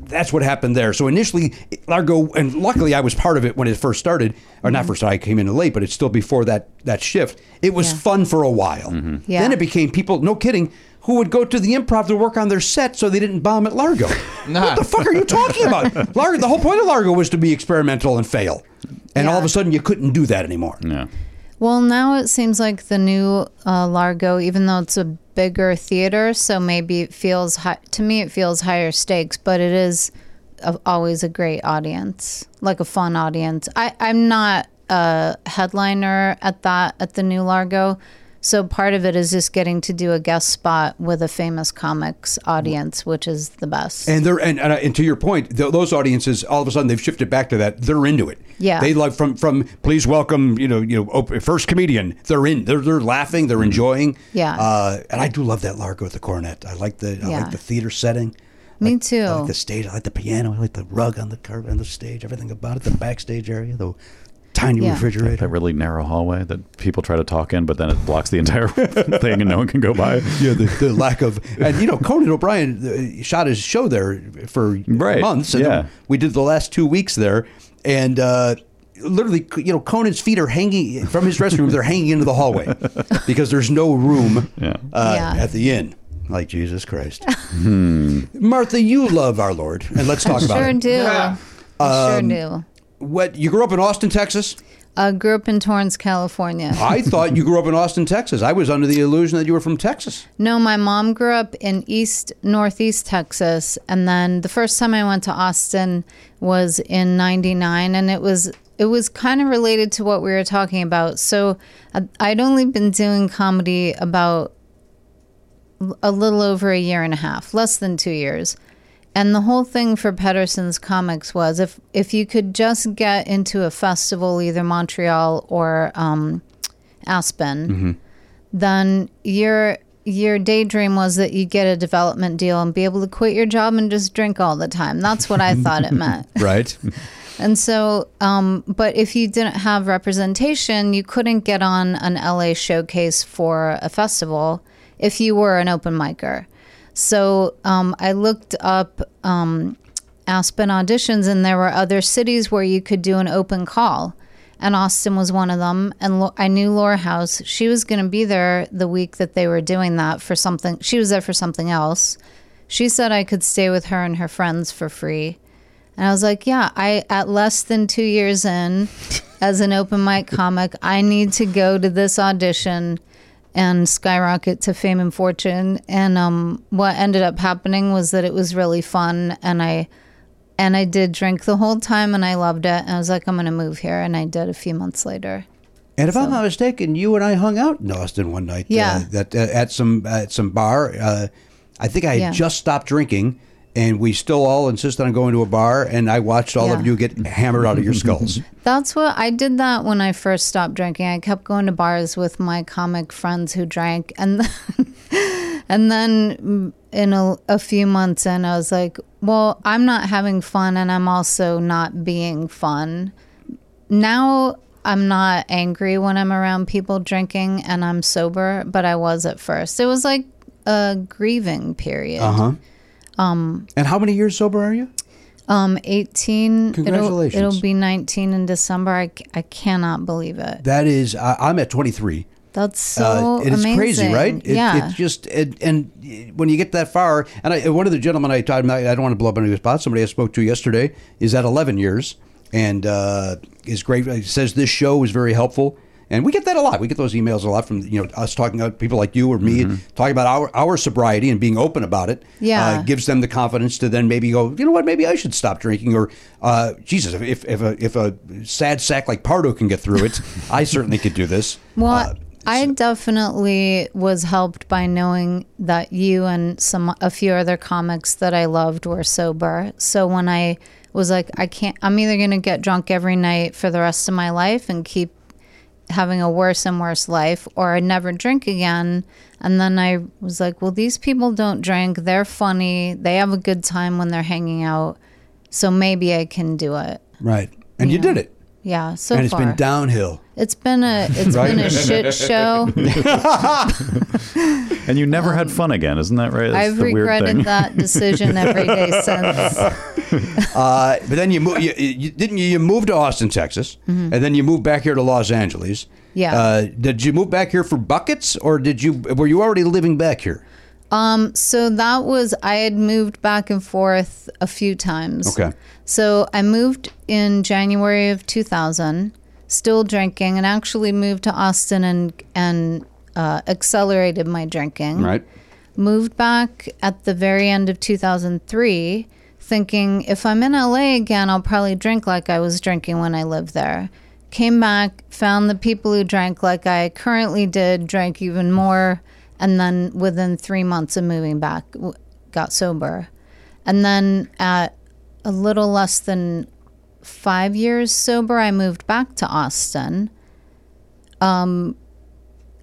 S1: that's what happened there. So initially, Largo, and luckily I was part of it when it first started, or
S8: Mm-hmm.
S1: not first. I came in late, but it's still before that that shift. It was
S8: Yeah.
S1: fun for a while.
S8: Yeah.
S1: Then it became people. No kidding. Who would go to the improv to work on their set so they didn't bomb at
S8: [LAUGHS]
S1: Largo? What the fuck are you talking about? Largo. The whole point of Largo was to be experimental and fail, and all of
S8: Yeah.
S1: a sudden you couldn't do that anymore.
S5: Yeah.
S8: Well, now it seems like the new uh, Largo, even though it's a bigger theater, so maybe it feels hi- to me it feels higher stakes, but it is a, always a great audience, like a fun audience. I, I'm not a headliner at that at the new Largo, so part of it is just getting to do a guest spot with a famous comics audience, which is the best.
S1: And they're and, and, uh, and to your point, th- those audiences all of a sudden they've shifted back to that. They're into it.
S8: Yeah.
S1: they like from from please welcome you know you know op- first comedian. They're in. They're they're laughing. They're enjoying.
S8: Yeah.
S1: Uh, and I do love that Largo at the Cornet. I like the I
S8: Yeah.
S1: like the theater setting.
S8: Me
S1: Like-
S8: too.
S1: I like the stage. I like the piano. I like the rug on the curb on the stage. Everything about it. The backstage area. The tiny
S8: Yeah.
S5: That
S1: refrigerator.
S5: really narrow hallway that people try to talk in, but then it blocks the [LAUGHS] entire thing and no one can go by.
S1: Yeah, the, the lack of and you know Conan O'Brien uh, shot his show there for
S5: Right,
S1: months. And
S5: yeah.
S1: then we did the last two weeks there, and uh, literally, you know, Conan's feet are hanging from his restroom. they're hanging into
S5: [LAUGHS]
S1: the hallway because there's no room
S5: [LAUGHS] Yeah.
S1: Uh,
S8: Yeah.
S1: at the inn. Like Jesus Christ,
S5: Hmm.
S1: Martha, you love our Lord, and let's talk about
S8: sure
S1: it. Um,
S8: do. I sure do.
S1: What you grew up in Austin, Texas?
S8: Uh, grew up in
S1: [LAUGHS]
S8: Torrance, California.
S1: I thought you grew up in Austin, Texas. I was under the illusion that you were from Texas.
S8: No, my mom grew up in East Northeast Texas, and then the first time I went to Austin was in '99, and it was it was kind of related to what we were talking about. So I- I'd only been doing comedy about a little over a year and a half, less than two years. And the whole thing for Pedersen's comics was if if you could just get into a festival, either Montreal or um, Aspen then your your daydream was that you get a development deal and be able to quit your job and just drink all the time. That's what I thought it meant.
S1: Right.
S8: And so, um, but if you didn't have representation, you couldn't get on an LA showcase for a festival if you were an open micer. So um, I looked up um, Aspen auditions, and there were other cities where you could do an open call. And Austin was one of them. And Lo- I knew Laura House. She was going to be there the week that they were doing that for something. She was there for something else. She said I could stay with her and her friends for free. And I was like, yeah, I at less than two years in, as an open mic comic, I need to go to this audition and skyrocket to fame and fortune. And um, what ended up happening was that it was really fun, and I and I did drink the whole time, and I loved it. And I was like, I'm gonna move here, and I did a few months later.
S1: And if I'm
S8: So-
S1: not mistaken, you and I hung out in Austin one night.
S8: Yeah.
S1: Uh, that uh, at some at some bar. Uh, I think I had
S8: Yeah.
S1: just stopped drinking, and we still all insisted on going to a bar. And I watched all of
S8: Yeah.
S1: you get hammered out of your
S8: [LAUGHS]
S1: skulls.
S8: That's what I did that when I first stopped drinking. I kept going to bars with my comic friends who drank, and [LAUGHS] then, and then in a, a few months in, I was like, "Well, I'm not having fun, and I'm also not being fun." Now I'm not angry when I'm around people drinking, and I'm sober, but I was at first. It was like a grieving period.
S1: and how many years sober are you?
S8: Um, 18. it'll-
S1: Congratulations.
S8: It'll, be 19 in December. I, c- I cannot believe it.
S1: That is, I I'm at 23.
S8: That's so
S1: it is
S8: amazing.
S1: Uh, crazy, right? It,
S8: yeah.
S1: It's just it, and when you get that far, and I, one of the gentlemen I talked, I don't want to blow up anybody's spot. Somebody I spoke to yesterday is at 11 years, and uh, is great. He says this show is very helpful. And we get that a lot. We get those emails a lot from you know us talking about people like you or me
S8: Mm-hmm.
S1: talking about our, our sobriety and being open about it.
S8: Yeah.
S1: uh, gives them the confidence to then maybe go. You know what? Maybe I should stop drinking. Or uh, Jesus, if if a, if a sad sack like Pardo can get through
S8: [LAUGHS]
S1: it, I certainly could do this.
S8: well,
S1: Uh,
S8: I definitely was helped by knowing that you and some a few other comics that I loved were sober. So when I was like, I can't, I'm either going to get drunk every night for the rest of my life and keep having a worse and worse life or I never drink again. And then I was like, well, these people don't drink. They're funny. They have a good time when they're hanging out. So maybe I can do it.
S1: Right. And you did it.
S8: Yeah, so
S1: and it's
S8: far.
S1: been downhill.
S8: It's been a it's
S1: Right.
S8: been a shit show.
S5: And you never had fun again, isn't that right? That's
S8: I've
S5: the weird thing.
S8: regretted that decision every day since.
S1: Uh, but then you, mo- you, you didn't you, you moved to Austin, Texas, and then you moved back here to Los Angeles.
S8: Mm-hmm. Yeah.
S1: Uh, did you move back here for buckets, or did you were you already living back here?
S8: So that was I had moved back and forth a few times.
S1: Okay.
S8: So I moved in January of 2000, still drinking, and actually moved to Austin and and uh, accelerated my drinking.
S1: Right.
S8: moved back at the very end of 2003 thinking if i'm in la again i'll probably drink like i was drinking when i lived there came back found the people who drank like i currently did drank even more and then within three months of moving back w- got sober and then at a little less than five years sober i moved back to austin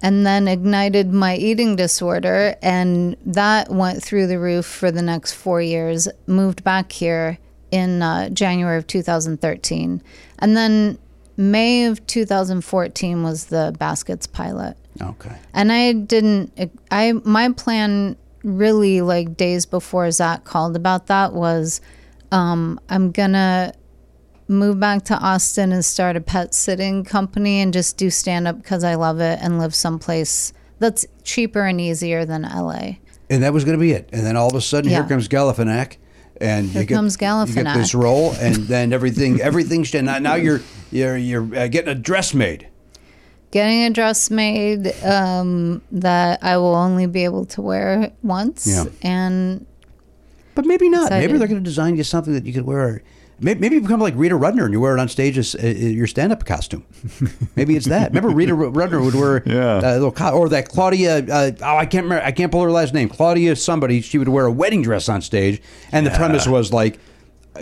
S8: and then ignited my eating disorder and that went through the roof for the next four years moved back here in uh, january of 2013 and then may of 2014 was the baskets pilot
S1: Okay.
S8: and I didn't. I my plan really like days before Zach called about that was, um, I'm gonna move back to Austin and start a pet sitting company and just do stand up because I love it and live someplace that's cheaper and easier than LA.
S1: And that was going to be it. And then all of a sudden, here
S8: Yeah.
S1: comes Galifianak, and
S8: Here
S1: you get,
S8: comes
S1: You get this
S8: Galifianak.
S1: role, and
S8: [LAUGHS]
S1: then everything everything's now, now you're you're you're uh, getting a dress made.
S8: Getting a dress made um, that I will only be able to wear once,
S1: Yeah.
S8: and
S1: But maybe not.
S8: Excited.
S1: Maybe they're going to design you something that you could wear. Maybe, maybe you become like Rita Rudner and you wear it on stage as uh, your stand-up
S5: [LAUGHS]
S1: costume. Maybe it's that. Remember, Rita Ru- Rudner would wear
S5: Yeah.
S1: uh, little co- or that Claudia. Uh, oh, I can't remember. I can't pull her last name. Claudia somebody. She would wear a wedding dress on stage, and the premise was like.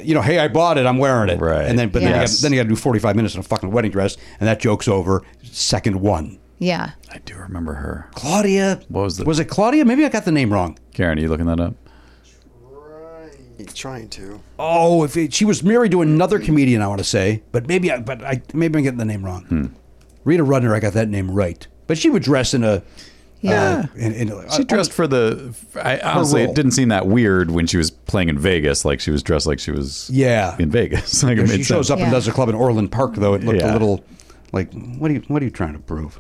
S1: You know, hey, I bought it. I'm wearing it.
S5: Right.
S1: And then, but then, you
S5: Yes.
S1: got, then you got to do 45 minutes in a fucking wedding dress, and that joke's over. Second one.
S8: yeah.
S5: I do remember her.
S1: Claudia.
S5: What was the-
S1: Was it Claudia? Maybe I got the name wrong.
S5: Karen, are you looking that up?
S7: Trying to.
S1: Oh, if it, she was married to another comedian, I want to say, but maybe I, but I maybe I'm getting the name wrong. Rita Rudner, I got that name right, but she would dress in a
S8: Yeah.
S1: uh, in, in a,
S5: She dressed for the. I, honestly,
S1: role.
S5: it didn't seem that weird when she was playing in Vegas. Like she was dressed like she was
S1: Yeah.
S5: in Vegas. [LAUGHS] Like it
S1: If
S5: made
S1: she shows
S5: sense.
S1: up and
S8: Yeah.
S1: does a club in Orland Park, though it looked a
S5: Yeah.
S1: little like what are you what are you trying to prove?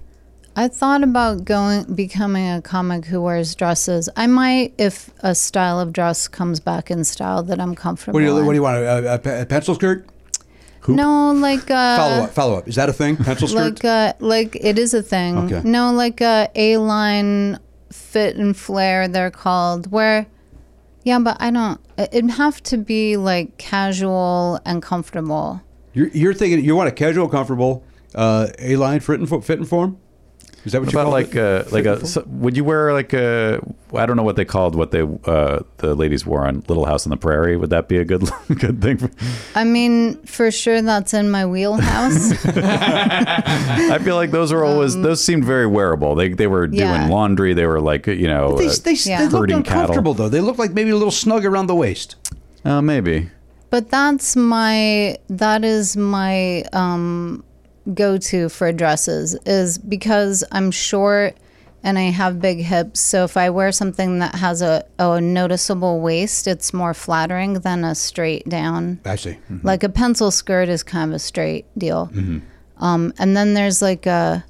S8: I thought about going becoming a comic who wears dresses. I might if a style of dress comes back in style that I'm comfortable.
S1: What do you what do you
S8: in.
S1: want? A, a, pe- a pencil skirt?
S8: No, like uh,
S1: Follow up, follow up. Is that a thing? Pencil skirt?
S8: like uh, like it is a thing.
S1: Okay.
S8: No, like a A line fit and flare they're called. Where, yeah, but I don't. It'd have to be like casual and comfortable.
S1: you're, you're thinking you want a casual, comfortable, uh, a line fit and for- fit and form. Is that what, you
S5: about
S1: call
S5: like
S1: it?
S5: uh, like a so, would you wear like a I don't know what they called what they uh, the ladies wore on Little House on the Prairie would that be a good [LAUGHS] good thing? For,
S8: I mean, for sure that's in my wheelhouse. [LAUGHS]
S5: I feel like those were always those seemed very wearable. They they were
S8: Yeah.
S5: doing laundry. They were like you know
S1: They,
S5: uh,
S1: they,
S8: Yeah.
S1: they looked
S5: herding
S1: uncomfortable though. They look like maybe a little snug around the waist.
S5: uh, maybe
S8: But that's my that is my um, go to for dresses is because I'm short and I have big hips. So if I wear something that has a, a noticeable waist, it's more flattering than a straight down.
S1: I see.
S8: Like a pencil skirt is kind of a straight deal. Um, and then there's like a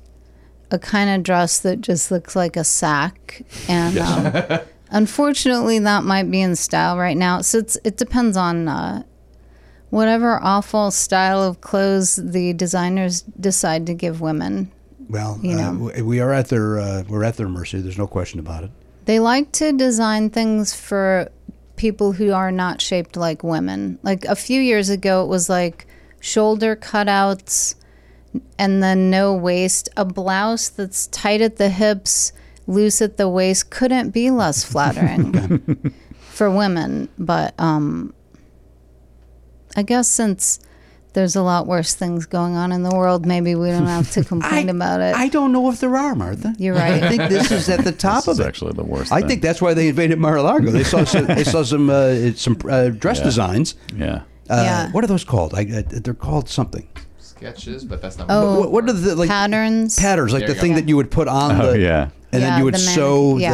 S8: a kind of dress that just looks like a sack and. Um, Unfortunately, that might be in style right now. So it's, it depends on uh, whatever awful style of clothes the designers decide to give women.
S1: Well,
S8: You
S1: uh,
S8: know.
S1: w- we are at their uh, we're at their mercy. There's no question about it.
S8: They like to design things for people who are not shaped like women. Like a few years ago, it was like shoulder cutouts and then no waist, a blouse that's tight at the hips, loose at the waist couldn't be less flattering
S1: [LAUGHS]
S8: for women. But um, I guess since there's a lot worse things going on in the world, maybe we don't have
S1: [LAUGHS]
S8: to complain about it.
S1: I don't know if there are, Martha.
S8: You're right.
S1: I think this is at the top
S5: this is
S1: of it.
S5: actually the worst.
S1: I
S5: thing.
S1: think that's why they invaded Mar-a-Lago. They saw some, they saw some uh, some uh, dress designs.
S5: yeah.
S1: Uh,
S8: Yeah.
S1: What are those called? I, uh, they're called something.
S6: Sketches, but that's not.
S8: Oh.
S1: What, what are the like
S8: patterns.
S1: patterns? Like
S6: There
S1: the
S6: you
S1: thing
S6: go.
S1: that you would put on
S5: Oh,
S1: the
S5: yeah.
S1: and then
S8: Yeah,
S1: you would
S8: the manic-
S1: sew
S8: yeah.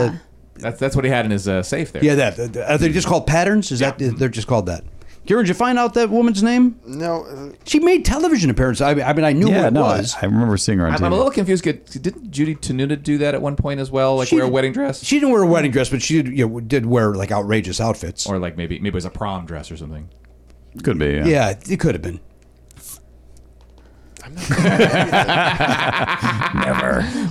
S1: the
S6: That's that's what he had in his uh, safe there.
S1: yeah that, that- that- are they just called patterns? Is that they're just called that? Kieran, did you find out that woman's name?
S7: No, uh,
S1: She made television appearances. I, mean- I mean, I knew who
S5: Yeah,
S1: it
S5: no, I,
S1: was.
S5: I remember seeing her on
S6: I'm,
S5: TV.
S6: I'm a little confused. 'cause Didn't Judy Tenuta do that at one point as well? Like
S1: She
S6: wear a
S1: did-
S6: wedding dress,
S1: she didn't wear a wedding dress, but she did, you know, did wear like outrageous outfits.
S6: or like maybe maybe it was a prom dress or something.
S5: Could be. Yeah.
S1: yeah, it could have been.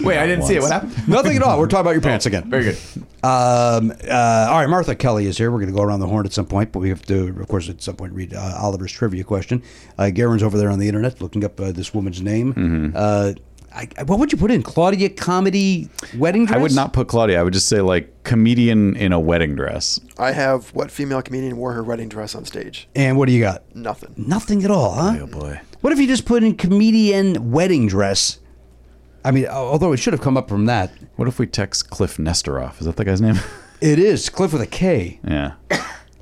S6: Wait, I didn't see it. What happened?
S1: Nothing at all. We're talking about your pants again.
S6: Very good.
S1: Um, uh, all right, Martha Kelly is here. We're going to go around the horn at some point, but we have to, of course, at some point read uh, Oliver's trivia question. Uh, Garen's over there on the internet looking up uh, this woman's name. Uh, I, I- what would you put in Claudia comedy wedding dress?
S5: I would not put Claudia. I would just say like comedian in a wedding dress.
S7: I have what female comedian wore her wedding dress on stage?
S1: And what do you got?
S7: Nothing.
S1: Nothing at all, huh?
S5: Oh boy.
S1: What if you just put in comedian wedding dress? I mean, al- although it should have come up from that.
S5: What if we text Cliff Nestoroff? Is that the guy's name? [LAUGHS]
S1: It is Cliff with a K.
S5: yeah.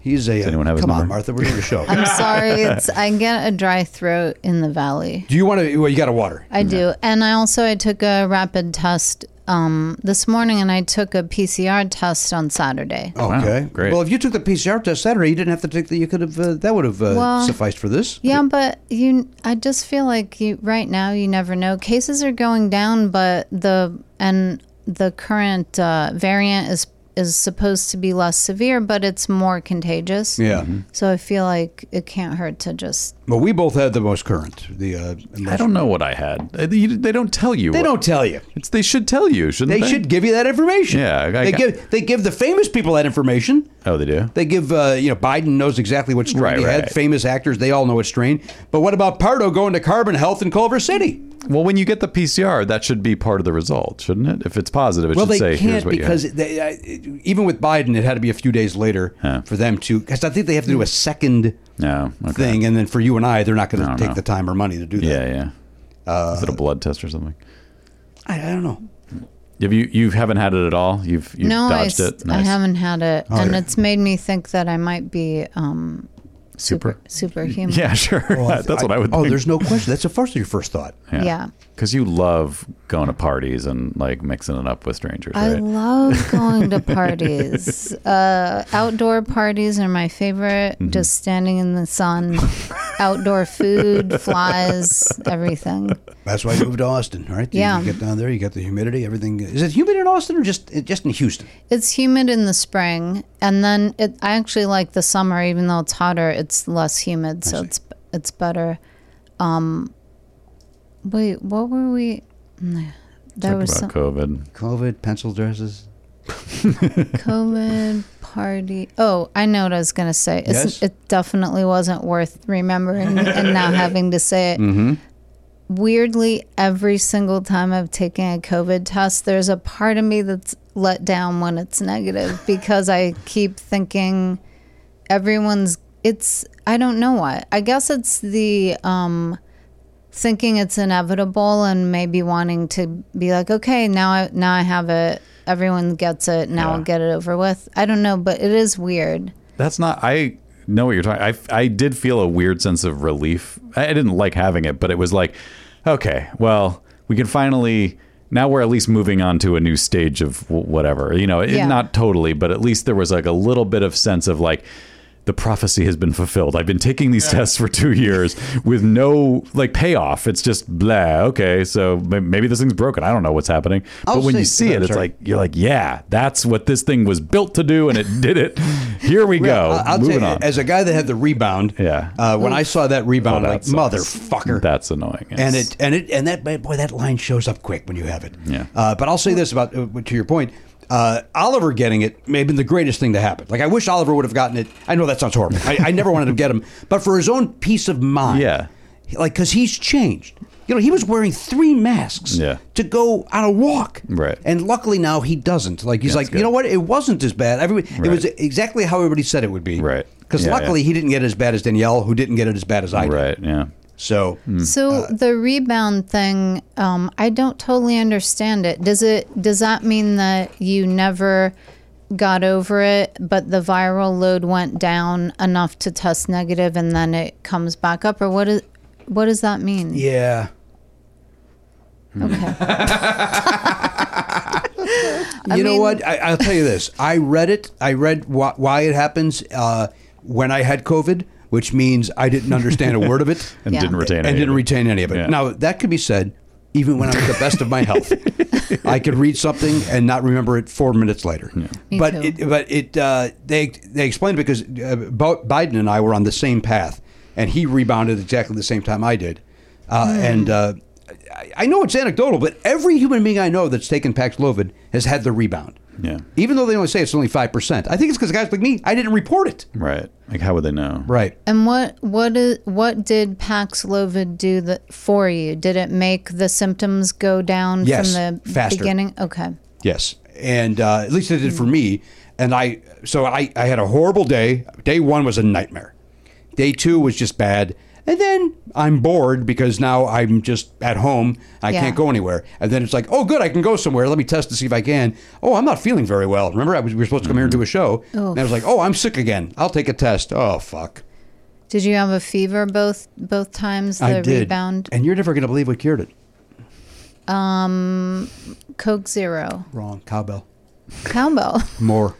S1: He's a.
S5: anyone have his
S1: come on,
S5: number?
S1: Martha. We're doing
S5: [LAUGHS]
S1: a show. [LAUGHS]
S8: I'm sorry. It's I get a dry throat in the valley.
S1: do you want to? Well, you got a water.
S8: I do, and I also I took a rapid test um, this morning, and I took a PCR test on Saturday.
S1: Oh, Okay,
S5: great.
S1: Well, if you took the PCR test Saturday, you didn't have to take the. You could have. Uh, that would have uh,
S8: Well-
S1: sufficed for this.
S8: Yeah, but you, I just feel like you right now you never know. Cases are going down, but the and the current uh, variant is is supposed to be less severe, but it's more contagious.
S1: Yeah.
S8: So I feel like it can't hurt to just
S1: Well, Mm-hmm. we both had the most current. The. Uh,
S5: I
S1: most-
S5: don't know what I had. Uh, you- They don't tell you.
S1: They
S5: what-
S1: don't tell you.
S5: It's, they should tell you, shouldn't
S1: They
S5: they?
S1: should give you that information.
S5: Yeah, I- I
S1: they
S5: got-
S1: give. They give the famous people that information.
S5: Oh, they do.
S1: They give, uh, you know, Biden knows exactly what strain
S5: Right,
S1: he
S5: right,
S1: had.
S5: right.
S1: Famous actors, they all know what strain. But what about Pardo going to Carbon Health in Culver City?
S5: Well, when you get the PCR, that should be part of the result, shouldn't it? If it's positive, it
S1: well,
S5: should
S1: they
S5: say here's
S1: can't
S5: what
S1: because
S5: you
S1: they, uh, even with Biden, it had to be a few days later for them to. Because I think they have to do a second
S5: had. No. Okay.
S1: thing, and then for you and I, they're not going to
S5: No,
S1: take
S5: no.
S1: the time or money to do that.
S5: Yeah, yeah. Is it a blood test or something?
S1: I, I don't know.
S5: Have you you haven't had it at all? You've you've
S8: no, I,
S5: dodged
S8: s-
S5: it.
S8: I
S5: Nice. Oh,
S8: haven't had it, and
S1: yeah.
S8: it's made me think that I might be um, super, superhuman.
S5: [LAUGHS] Yeah, sure. [LAUGHS] [LAUGHS] That's what I would.
S1: Oh,
S5: think.
S1: there's no question. That's the first your first thought.
S8: Yeah.
S5: Because you love going to parties and like mixing it up with strangers,
S8: I
S5: right? [LAUGHS]
S8: love going to parties. uh, outdoor parties are my favorite.
S5: Mm-hmm.
S8: Just standing in the sun, outdoor
S5: [LAUGHS]
S8: food, flies, everything.
S1: That's why I moved to Austin. All right. You-
S8: Yeah.
S1: You get down there, you got the humidity, everything. Is it humid in Austin or just just in Houston?
S8: It's humid in the spring, and then it, I actually like the summer, even though it's hotter. It's less humid, so it's it's better. Um, wait, what were we? There
S5: Talk
S8: was
S5: about
S8: some
S5: COVID.
S1: COVID, pencil dresses.
S8: COVID party. Oh, I know what I was gonna say. It's,
S1: Yes?
S8: It definitely wasn't worth remembering and now having to say it. weirdly, every single time I've taken a COVID test, there's a part of me that's let down when it's negative because I keep thinking everyone's. It's. I don't know why. I guess it's the. Um, thinking it's inevitable and maybe wanting to be like okay now i now i have it everyone gets it now i'll get it over with i don't know but it is weird
S5: That's not. I know what you're talking. I I did feel a weird sense of relief. I I didn't like having it, but it was like, okay, well, we can finally. Now we're at least moving on to a new stage of wh- whatever. You know, it,
S8: Yeah.
S5: not totally, but at least there was like a little bit of sense of like. The prophecy has been fulfilled. I've been taking these tests for two years with no like payoff. It's just blah. Okay, so may- maybe this thing's broken. I don't know what's happening.
S1: I'll
S5: but when
S1: say-
S5: Oh, you see
S1: I'm
S5: it, it's
S1: sorry.
S5: like you're like, yeah, that's what this thing was built to do, and it did it. Here
S1: [LAUGHS]
S5: we go.
S1: I- I'll
S5: Moving
S1: tell you,
S5: on.
S1: as a guy that had the rebound,
S5: Yeah.
S1: uh, when I saw that rebound,
S5: Oh,
S1: I'm like
S5: that sucks.
S1: motherfucker,
S5: That's annoying. yes.
S1: and it and it and that boy, that line shows up quick when you have it.
S5: Yeah.
S1: Uh, but I'll say this about uh, to your point. Uh, Oliver getting it may have been the greatest thing to happen. Like I wish Oliver would have gotten it. I know that sounds horrible. I, I never wanted to get him, but for his own peace of mind.
S5: Yeah.
S1: Like because he's changed. You know, he was wearing three masks
S5: Yeah.
S1: to go on a walk.
S5: Right.
S1: And luckily now he doesn't. Like he's
S5: That's
S1: like, you
S5: good.
S1: know what? It wasn't as bad. Everybody, It was
S5: Right.
S1: exactly how everybody said it would be.
S5: Right.
S1: Because
S5: Yeah,
S1: luckily
S5: yeah.
S1: he didn't get as bad as Danielle, who didn't get it as bad as I did.
S5: right. Hmm. Yeah.
S1: So
S8: So the rebound thing, um, I don't totally understand it. Does it does that mean that you never got over it, but the viral load went down enough to test negative, and then it comes back up, or what is what does that mean?
S1: yeah. [LAUGHS]
S8: Okay.
S1: you know
S8: mean-
S1: what? I, I'll tell you this. I read it. I read wh- why it happens uh, when I had COVID, which means I didn't understand a word of it
S5: And
S8: Yeah.
S5: didn't retain
S1: and
S5: any
S1: didn't
S5: of it.
S1: retain any of it.
S5: Yeah.
S1: Now that could be said, even when I'm at the best of
S5: [LAUGHS]
S1: my health, I could read something and not remember it four minutes later.
S8: Me
S1: But
S8: too.
S1: it, but it uh, they they explained because uh, Bo- Biden and I were on the same path, and he rebounded exactly the same time I did, uh,
S8: Hmm.
S1: and. Uh, I- I know it's anecdotal, but every human being I know that's taken Paxlovid has had the rebound.
S5: Yeah.
S1: Even though they only say it's only 5%. I think it's because guys like me, I didn't report it.
S5: Right. Like, how would they know?
S1: Right.
S8: and what what is what did Paxlovid do that for you? Did it make the symptoms go down
S1: Yes,
S8: from the
S1: faster.
S8: beginning? Okay.
S1: Yes, and uh, at least it did for me. And I, so I, I had a horrible day. Day one was a nightmare. Day two was just bad. And then I'm bored because now I'm just at home. I
S8: Yeah.
S1: can't go anywhere. And then it's like, oh, good, I can go somewhere. Let me test to see if I can. Oh, I'm not feeling very well. Remember, I was, we were supposed to come here and do a show. And I was like, oh, I'm sick again. I'll take a test. Oh, fuck.
S8: Did you have a fever both both times the
S1: I did.
S8: rebound?
S1: And you're never going to believe what cured it.
S8: Coke Zero.
S1: Wrong. Cowbell. [LAUGHS]
S8: Combo.
S1: More.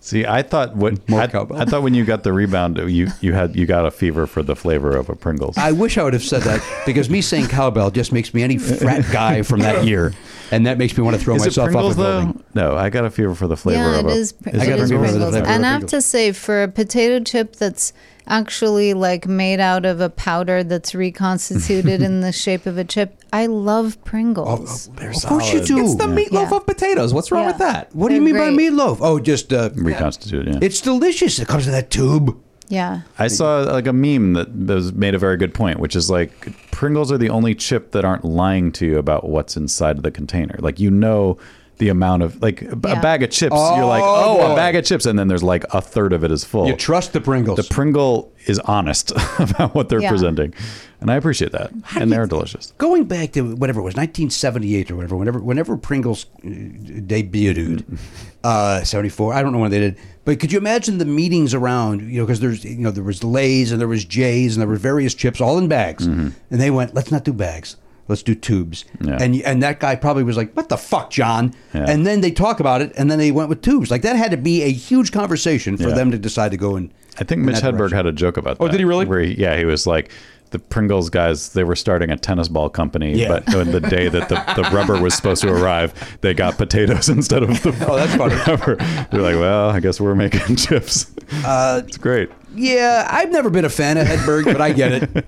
S5: See, I thought what
S1: [LAUGHS] More
S5: I,
S1: cowbell.
S5: I thought when you got the rebound, you you had you got a fever for the flavor of a Pringles.
S1: I wish I would have said that because me saying cowbell just makes me any frat guy from that year, and that makes me want to throw
S5: Is it
S1: myself
S5: Pringles
S1: up a
S5: though?
S1: building.
S5: No, I got a fever for the flavor
S8: yeah,
S5: of
S8: it
S5: a.
S8: is.
S5: it
S8: It is
S1: got a
S8: Pringles.
S1: fever for the flavor of
S8: And I have
S1: Pringles.
S8: to say, for a potato chip that's actually like made out of a powder
S1: [LAUGHS]
S8: that's reconstituted in the shape of a chip, I love Pringles.
S1: Oh,
S6: Of course you do. It's the meatloaf
S8: Oh, Yeah.
S6: of potatoes. What's wrong
S8: Yeah.
S6: with that?
S1: What do you mean
S8: They're
S1: by
S8: great.
S1: meatloaf? Oh, just uh,
S5: Reconstitute. Yeah.
S1: it's delicious. It comes in that tube.
S8: Yeah.
S5: I saw like a meme that, that was made a very good point, which is like Pringles are the only chip that aren't lying to you about what's inside of the container. Like you know the amount of like a b- a
S8: Yeah.
S5: bag of chips. you're like,
S1: Oh,
S5: oh,
S1: boy.
S5: a bag of chips, and then there's like a third of it is full.
S1: You trust the Pringles.
S5: the Pringle is honest [LAUGHS] about what they're
S8: Yeah.
S5: presenting, and I appreciate that. And they're delicious.
S1: Going back to whatever it was, 1978 or whatever, whenever, whenever Pringles uh,
S5: Mm-hmm.
S1: debuted, uh, 74, I don't know when they did, but could you imagine the meetings around, you know, because there's, you know, there was Lay's and there was Jay's and there were various chips all in bags. And they went, let's not do bags. Let's do tubes.
S5: Mm-hmm. Yeah.
S1: And and that guy probably was like, what the fuck, John?
S5: Yeah.
S1: And then they talk about it and then they went with tubes. Like that had to be a huge conversation for
S5: Yeah.
S1: them to decide to go and.
S5: I think
S1: in
S5: Mitch
S1: that
S5: Hedberg
S1: direction.
S5: had a joke about that.
S1: Oh, did he really?
S5: Where he, yeah, he was like, the Pringles guys, they were starting a tennis ball company,
S1: Yeah.
S5: but on the day that the, the rubber was supposed to arrive, they got potatoes [LAUGHS] instead of the
S1: Oh, that's funny.
S5: rubber. They're like, well, I guess we're making [LAUGHS] chips.
S1: Uh,
S5: it's great.
S1: Yeah, I've never been a fan of Hedberg, but I get
S6: [LAUGHS]
S1: it.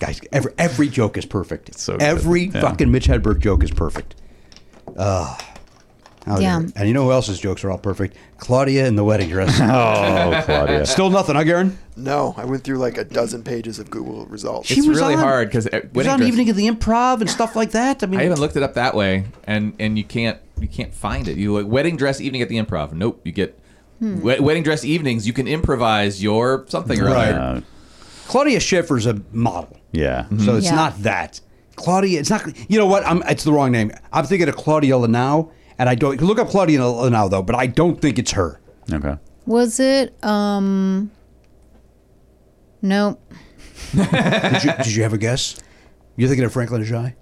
S1: Guys, every every joke is perfect.
S5: so good.
S1: every
S5: Yeah.
S1: fucking Mitch Hedberg joke is perfect. How dare
S8: Yeah.
S1: you. Ah. And you know who else's jokes are all perfect? Claudia in the wedding
S6: [LAUGHS]
S1: dress.
S5: Oh, Claudia.
S1: Still nothing, huh, Garen?
S7: No, I went through like a dozen pages of Google results.
S6: It's really hard 'cause, uh,
S1: it was
S6: wedding
S1: on
S6: dress-
S1: Evening at the Improv and stuff like that. I mean,
S6: I even looked it up that way, and and you can't you can't find it. You like wedding dress evening at the improv. Nope, you get
S8: Hmm.
S6: we- wedding dress evenings. You can improvise your something or
S1: Right.
S6: other.
S5: Uh,
S1: Claudia Schiffer's a model.
S5: yeah.
S1: Mm-hmm. So it's
S8: Yeah.
S1: not that. Claudia, it's not. You know what? I'm, it's the wrong name. I'm thinking of Claudia Lanau, and I don't. Look up Claudia Lanau, though, but I don't think it's her.
S5: Okay.
S8: Was it? Um. Nope.
S1: Did you, did you have a guess? You're thinking of Franklin Ajay?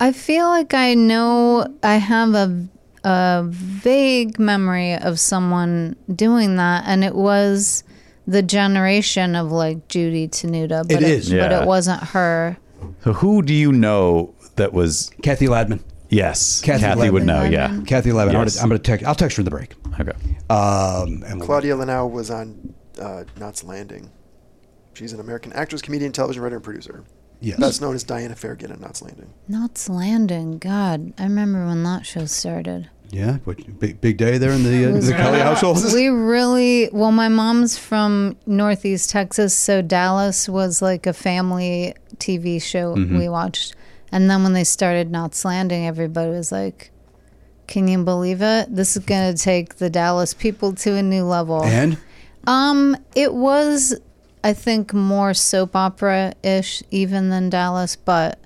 S8: I feel like I know I have a a vague memory of someone doing that, and it was the generation of like Judy Tenuta, but
S1: It is.
S8: but
S5: Yeah.
S8: it wasn't her.
S5: So who do you know that was
S1: Kathy Ladman.
S5: yes?
S1: Kathy
S5: would
S1: Ledman.
S5: know. Yeah.
S1: Kathy Ladman.
S5: Yes.
S1: I'm going to text. I'll text her in the break.
S5: Okay.
S1: Um, and we'll-
S7: Claudia Lanau was on uh, Knots Landing. She's an American actress, comedian, television writer, and producer.
S1: Yes.
S7: Best known as Diana Fairgate on Knots Landing.
S8: Knots Landing. God, I remember when that show started.
S1: Yeah, but big, big day there in the, uh, the
S5: [LAUGHS]
S1: Kelly household. [LAUGHS]
S8: We really well. My mom's from Northeast Texas, so Dallas was like a family TV show we watched. And then when they started Knots Landing, everybody was like, "Can you believe it? This is going to take the Dallas people to a new level."
S1: And
S8: Um, it was, I think, more soap opera ish even than Dallas, but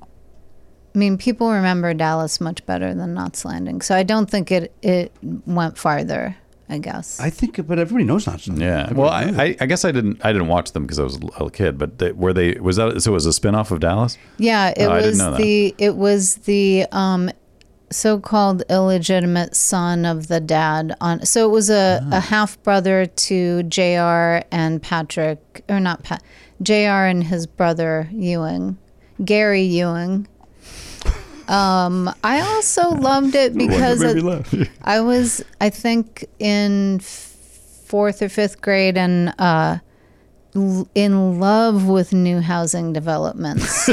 S8: I mean, people remember Dallas much better than Knots Landing, so I don't think it it went farther. I guess.
S1: I think, but everybody knows not.
S5: Yeah. Well, I, I, I guess I didn't I didn't watch them because I was a little kid. But they, were they was that so it was a spinoff of Dallas?
S8: yeah, it
S5: Oh, I didn't
S8: was
S5: know that.
S8: the it was the um, so-called illegitimate son of the dad on. So it was a,
S5: Ah.
S8: a half brother to Jr. and Patrick, or not Pat, Jr. and his brother Ewing, Gary
S5: [LAUGHS]
S8: Ewing. Um, I also loved it because it- I was, I think, in f- fourth or fifth grade and uh, l- in love with new housing developments.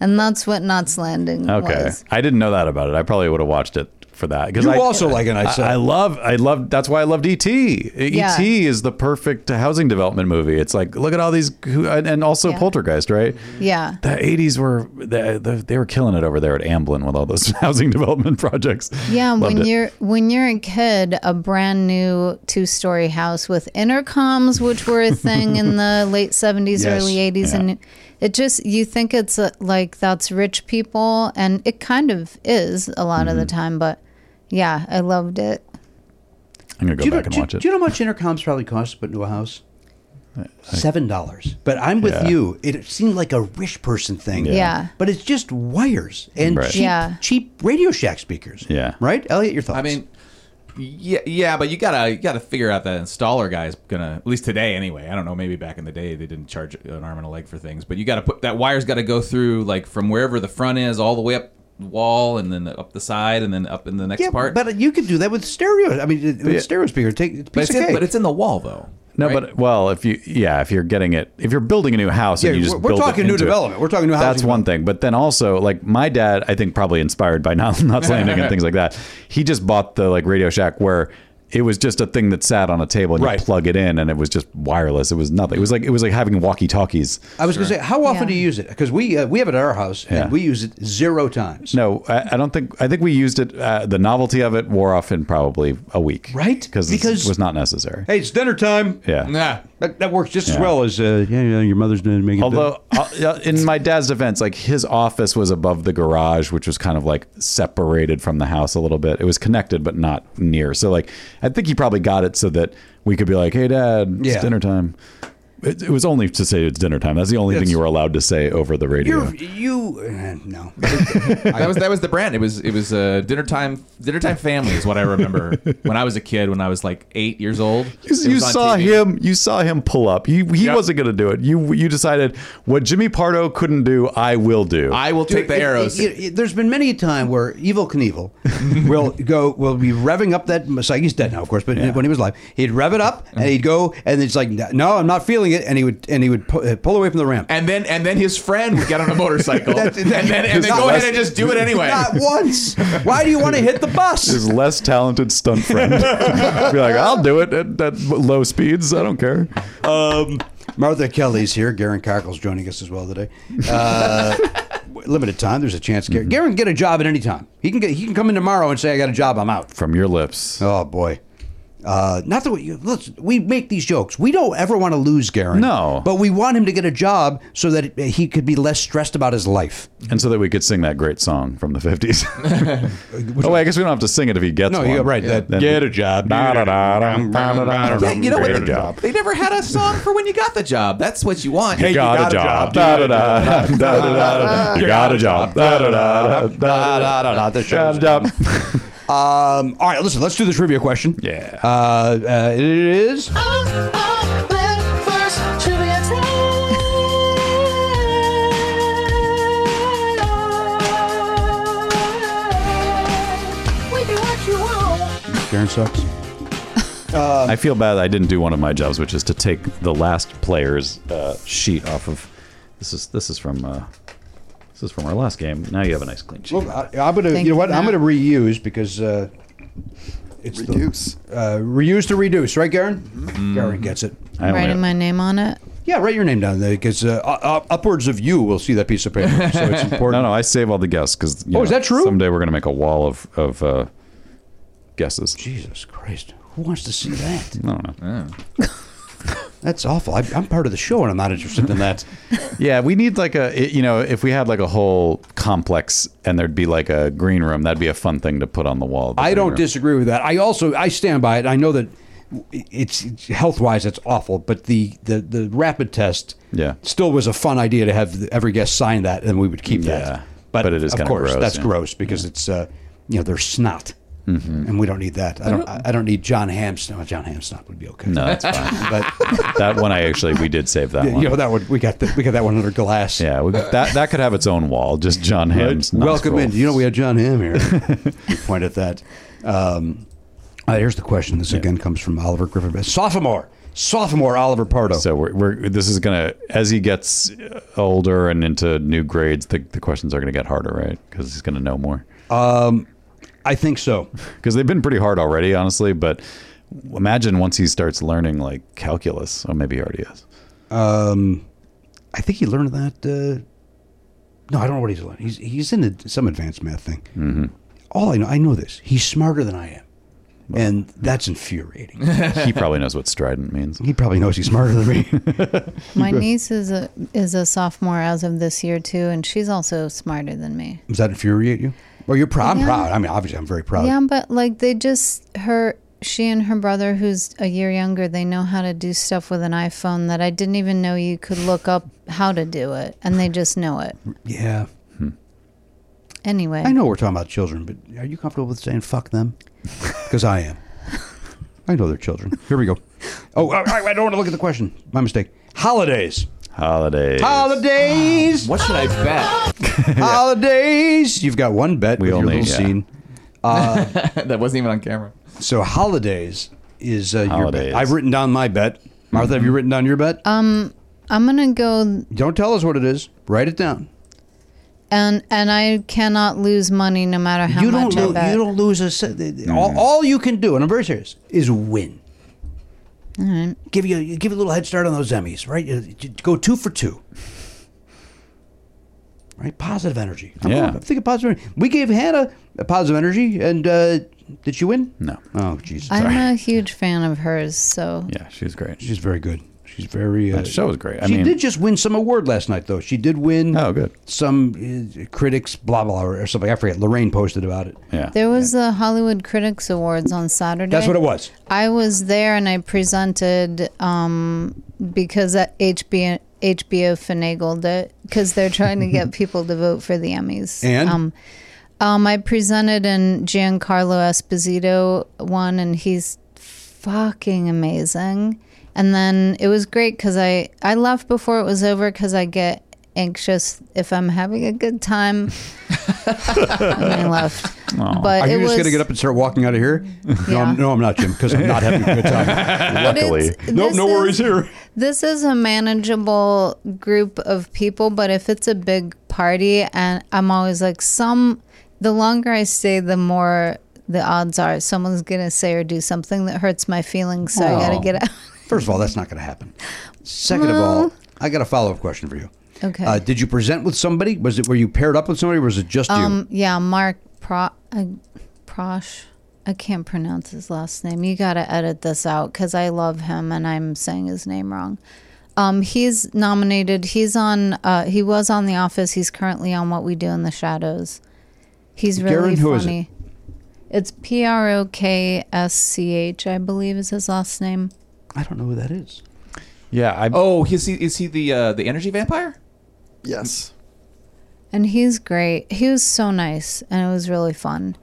S8: and that's what Knots Landing
S5: Okay.
S8: was.
S5: I didn't know that about it. I probably would have watched it for that because
S1: You
S5: I
S1: also like uh, it, I'd
S5: I-
S1: say.
S5: I love I love that's why I loved E ET.
S8: Yeah.
S5: ET is the perfect housing development movie. It's like look at all these who- and and also
S8: Yeah.
S5: Poltergeist, right?
S8: Yeah.
S5: The 80s were the, the, they were killing it over there at Amblin with all those [LAUGHS] housing development projects.
S8: Yeah,
S5: Loved
S8: when
S5: it.
S8: you're when you're a kid, a brand new two story house with intercoms, which were a thing
S5: [LAUGHS]
S8: in the late seventies,
S1: Yes,
S8: early eighties, and it just you think it's uh like that's rich people, and it kind of is a lot of the
S5: Mm-hmm.
S8: time. But yeah, I loved it.
S5: I'm going to
S1: Do you,
S5: go
S1: know,
S5: back and
S1: do-
S5: watch it.
S1: do you know how much intercoms probably cost to put into a house? Seven dollars. But I'm with
S5: Yeah.
S1: you. It seemed like a rich person thing.
S5: Yeah.
S8: Yeah.
S1: But it's just wires and
S5: Right.
S1: cheap,
S8: Yeah.
S1: cheap Radio Shack speakers.
S5: Yeah.
S1: Right, Elliot, your thoughts?
S6: I mean, yeah, yeah, but you gotta you gotta figure out that installer guy's gonna at least today anyway. I don't know, maybe back in the day they didn't charge an arm and a leg for things, but you gotta put that wire's got to go through like from wherever the front is all the way up the wall and then up the side and then up in the next
S1: yeah,
S6: part.
S1: but you could do that with stereo. I mean, with stereo speaker. Take it's a
S6: But
S1: piece
S6: it's,
S1: of
S6: in,
S1: cake.
S6: but it's in the wall though.
S5: No,
S6: right?
S5: but well, if you yeah, if you're getting it, if you're building a new house
S1: Yeah,
S5: and you just
S1: we're- we're
S5: build it
S1: talking new
S5: into it,
S1: development. We're talking new
S5: That's
S1: housing
S5: one thing, but then also like my dad, I think probably inspired by [LAUGHS] not
S1: [LAUGHS]
S5: not landing and things like that. He just bought the like Radio Shack where it was just a thing that sat on a table and
S1: Right.
S5: you plug it in and it was just wireless. It was nothing. It was like it was like having walkie talkies.
S1: I was going to say, how often
S8: Yeah.
S1: do you use it? Because we uh, we have it at our house
S5: Yeah.
S1: and we use it zero times.
S5: No, I, I don't think. I think we used it. Uh, the novelty of it wore off in probably a week,
S1: Right?
S5: Because
S1: Because-
S5: it was not necessary.
S1: Hey, it's dinner time.
S5: Yeah.
S6: nah.
S1: That, that works just as
S5: Yeah.
S1: well as uh, yeah, yeah, your mother's doing making.
S5: Although uh, yeah, in my dad's defense, like his office was above the garage, which was kind of like separated from the house a little bit. It was connected, but not near. So like, I think he probably got it so that we could be like, "Hey, Dad, it's
S1: Yeah.
S5: dinner time." It, it was only to say it's dinner time. That's the only thing you were allowed to say over the radio.
S1: you're you uh, no.
S6: that was that was the brand. It was it was uh, dinner time dinner time family is what I
S5: [LAUGHS]
S6: remember when I was a kid when I was like eight years old.
S5: You,
S6: It
S5: you
S6: was on
S5: saw
S6: TV.
S5: him. You saw him pull up. He, he
S6: Yep.
S5: wasn't going to do it. You you decided what Jimmy Pardo couldn't do, I will do.
S6: I will take the
S1: It-
S6: arrows.
S1: it- it- there's been many a time where
S5: [LAUGHS]
S1: Evil Knievel will go, will be revving
S5: Mm-hmm.
S1: up that. So he's dead now, of course, but when he was alive, he'd rev it up and he'd go, and it's like, no, I'm not feeling pulling it, and he would and he would pu- uh, pull away from the ramp.
S6: and then and then his friend would get on a [LAUGHS] motorcycle,
S1: That's-
S6: and then and then
S1: Not
S6: go ahead
S1: less-
S6: and just do it anyway.
S1: Not once. Why do you want to hit the bus?
S5: His less talented stunt
S6: [LAUGHS]
S5: friend. Be like, I'll do it at, at low speeds. I don't care.
S1: Martha Kelly's here. Garen Cockle's joining us as well today. Uh, [LAUGHS] limited time. There's a chance. Garen, Garen can get a job at any time. He can get. He can come in tomorrow and say, "I got a job. I'm out."
S5: From your lips.
S1: Oh boy. Uh, not that we let's, we make these jokes. We don't ever want to lose Garen.
S5: No.
S1: but we want him to get a job so that he could be less stressed about his life.
S5: And so that we could sing that great song from the 50s. oh, wait, I guess we don't have to sing it if he gets
S1: No,
S5: one.
S1: you- right, that-
S5: Then-
S1: Get a job.
S5: Da-da-da-dum, da-da-da-dum,
S6: Yeah, you know
S5: get
S6: what?
S5: a job.
S6: They never had a song for when you got the job. That's what you want.
S5: You got a job. Da-da-da, da-da-da-da. You got a job. Da-da-da-da, da-da-da-da.
S1: That's
S5: Got a job.
S1: Um, all right, listen. Let's do this trivia question.
S5: [LAUGHS] Yeah.
S1: Uh, uh, it is. Garen sucks.
S5: I feel bad I didn't do one of my jobs, which is to take the last player's uh, sheet off of. This is this is from uh, this is from our last game. Now you have a nice clean sheet.
S1: Well, I, I'm gonna.
S8: Thank
S1: you know what?
S8: you,
S1: I'm
S8: Matt.
S1: gonna reuse because uh, it's the-
S9: Reduce.
S1: uh, reuse to reduce, right, Garen? Garen gets it.
S5: I only-
S8: Writing my name on it.
S1: Yeah, write your name down there because uh, uh, upwards of you will see that piece of paper, so it's
S5: no,
S1: important.
S5: no, I save all the guests because.
S1: Oh, is that true?
S5: Someday we're gonna make a wall of of uh, guesses.
S1: Jesus Christ, who wants to see that?
S5: I don't know.
S1: That's awful. I, I'm part of the show and I'm not interested
S5: [LAUGHS]
S1: in that.
S5: Yeah, we need like a it- you know if we had like a whole complex and there'd be like a green room, that'd be a fun thing to put on the wall. the
S1: I
S5: green
S1: don't
S5: room.
S1: disagree with that. I also I stand by it. I know that it's, it's health wise it's awful, but the, the the rapid test
S5: Yeah.
S1: still was a fun idea to have every guest sign that and we would keep
S5: Yeah.
S1: that.
S5: But it is
S1: of
S5: kinda
S1: course
S5: gross,
S1: that's
S5: yeah. Mm-hmm.
S1: gross because it's uh, you know they're snot. And we don't need that. I don't. I I don't need John Ham's. No, John Ham's snot would be okay.
S5: No, that's
S1: [LAUGHS]
S5: fine.
S1: but
S5: that one I actually we did save that one.
S1: you know that would we got the, we got that one under glass.
S5: yeah, we, that that could have its own wall. Just John Hamm's.
S1: Welcome in.
S5: nostril.
S1: You know, we had John Hamm here. We point at that. Um, all right, here's the question. This again comes from Oliver Griffin. Sophomore. Sophomore Oliver Pardo.
S5: So we're, we're this is gonna as he gets older and into new grades, the, the questions are gonna get harder, right? Because he's gonna know more.
S1: I think so.
S5: Because they've been pretty hard already, honestly. But imagine once he starts learning like calculus, or maybe he already is.
S1: Um, I think he learned that. Uh, no, I don't know what he's learning. He's, he's in a, some advanced math thing. Mm-hmm. All I know, I know this. He's smarter than I am. And that's infuriating.
S5: [LAUGHS] He probably knows what strident means.
S1: he probably knows he's smarter than me.
S5: [LAUGHS]
S8: My niece is a is a sophomore as of this year too, and she's also smarter than me.
S1: Does that infuriate you? Well, you're proud. I'm
S8: Yeah.
S1: proud. I mean, obviously, I'm very proud.
S8: Yeah, but like they just her she and her brother who's a year younger, they know how to do stuff with an iPhone that I didn't even know you could look up how to do it and they just know it.
S1: yeah.
S8: Anyway.
S1: I know we're talking about children, but are you comfortable with saying fuck
S5: [LAUGHS]
S1: them? Because I am. I know they're children. Here we go. Oh, I, I- I don't want to look at the question. My mistake. Holidays.
S5: Holidays.
S1: Holidays.
S6: What should I bet?
S1: Holidays. You've got one bet.
S5: We
S1: with
S5: only-
S1: your little
S5: yeah.
S1: scene.
S6: [LAUGHS] that wasn't even on camera.
S1: So holidays is uh, your
S5: Holidays. Um,
S1: bet. I've written down my bet. Martha, have you written down your bet?
S8: I'm gonna go
S1: don't tell us what it is. Write it down.
S8: and and I cannot lose money no matter how
S1: you don't.
S8: much
S1: Lo-
S8: I bet.
S1: you don't lose a. se- th- th- All,
S5: Mm-hmm.
S1: all you can do, and I'm very serious, is win. Give you you give you a little head start on those Emmys, right? You- you Go two for two. Right, positive energy. I'm
S5: Yeah.
S1: going- I'm thinking positive energy. We gave Hannah a positive energy, and uh, did she win?
S5: No.
S1: Oh, Jesus!
S8: I'm a huge fan of hers, so
S5: Yeah, she's great.
S1: She's very good. She's very. Uh,
S5: That show was great. I
S1: she
S5: mean-
S1: did just win some award last night, though. She did win.
S5: Oh, good.
S1: Some uh, critics, blah blah, or something. I forget. Lorraine posted about it.
S5: yeah.
S8: There was the Hollywood Critics Awards on Saturday.
S1: That's what it was.
S8: I was there and I presented um, because that HBO HBO finagled it because they're trying to
S1: [LAUGHS]
S8: get people to vote for the Emmys.
S1: And?
S8: um, um, I presented and Giancarlo Esposito won, and he's fucking amazing. And then it was great because I
S1: [LAUGHS]
S8: I left before it was over because I get anxious if I'm having a good time. when I left. But
S1: Are
S8: it
S1: you
S8: was
S1: just going to get up and start walking out of here? No,
S8: Yeah.
S1: I'm, no, I'm not, Jim, because I'm not having a good
S8: [LAUGHS]
S1: time.
S8: but it's-
S5: Luckily.
S1: no,
S8: this
S1: no
S8: is-
S1: worries here.
S8: This is a manageable group of people, but if it's a big party, and I'm always like, some, the longer I stay, the more the odds are someone's going to say or do something that hurts my feelings. So I got
S6: Oh.
S8: to get out.
S1: First of all, that's not going to happen. Second of all, I got a follow up question for you.
S8: Okay.
S1: Uh, did you present with somebody? Was it were you paired up with somebody, or was it just you?
S8: Um, yeah, Mark Pro, uh, Prosh. I can't pronounce his last name. You got to edit this out because I love him and I'm saying his name wrong. Um, he's nominated. He's on. Uh, he was on The Office. He's currently on What We Do in the Shadows. He's really
S1: Darren, who is it?
S8: funny. It's P R O K S C H, I believe, is his last name.
S1: I don't know who that is.
S5: Yeah, I,
S6: Oh, is he is he the uh, the energy vampire?
S7: Yes.
S8: And he's great. He was so nice, and it was really fun.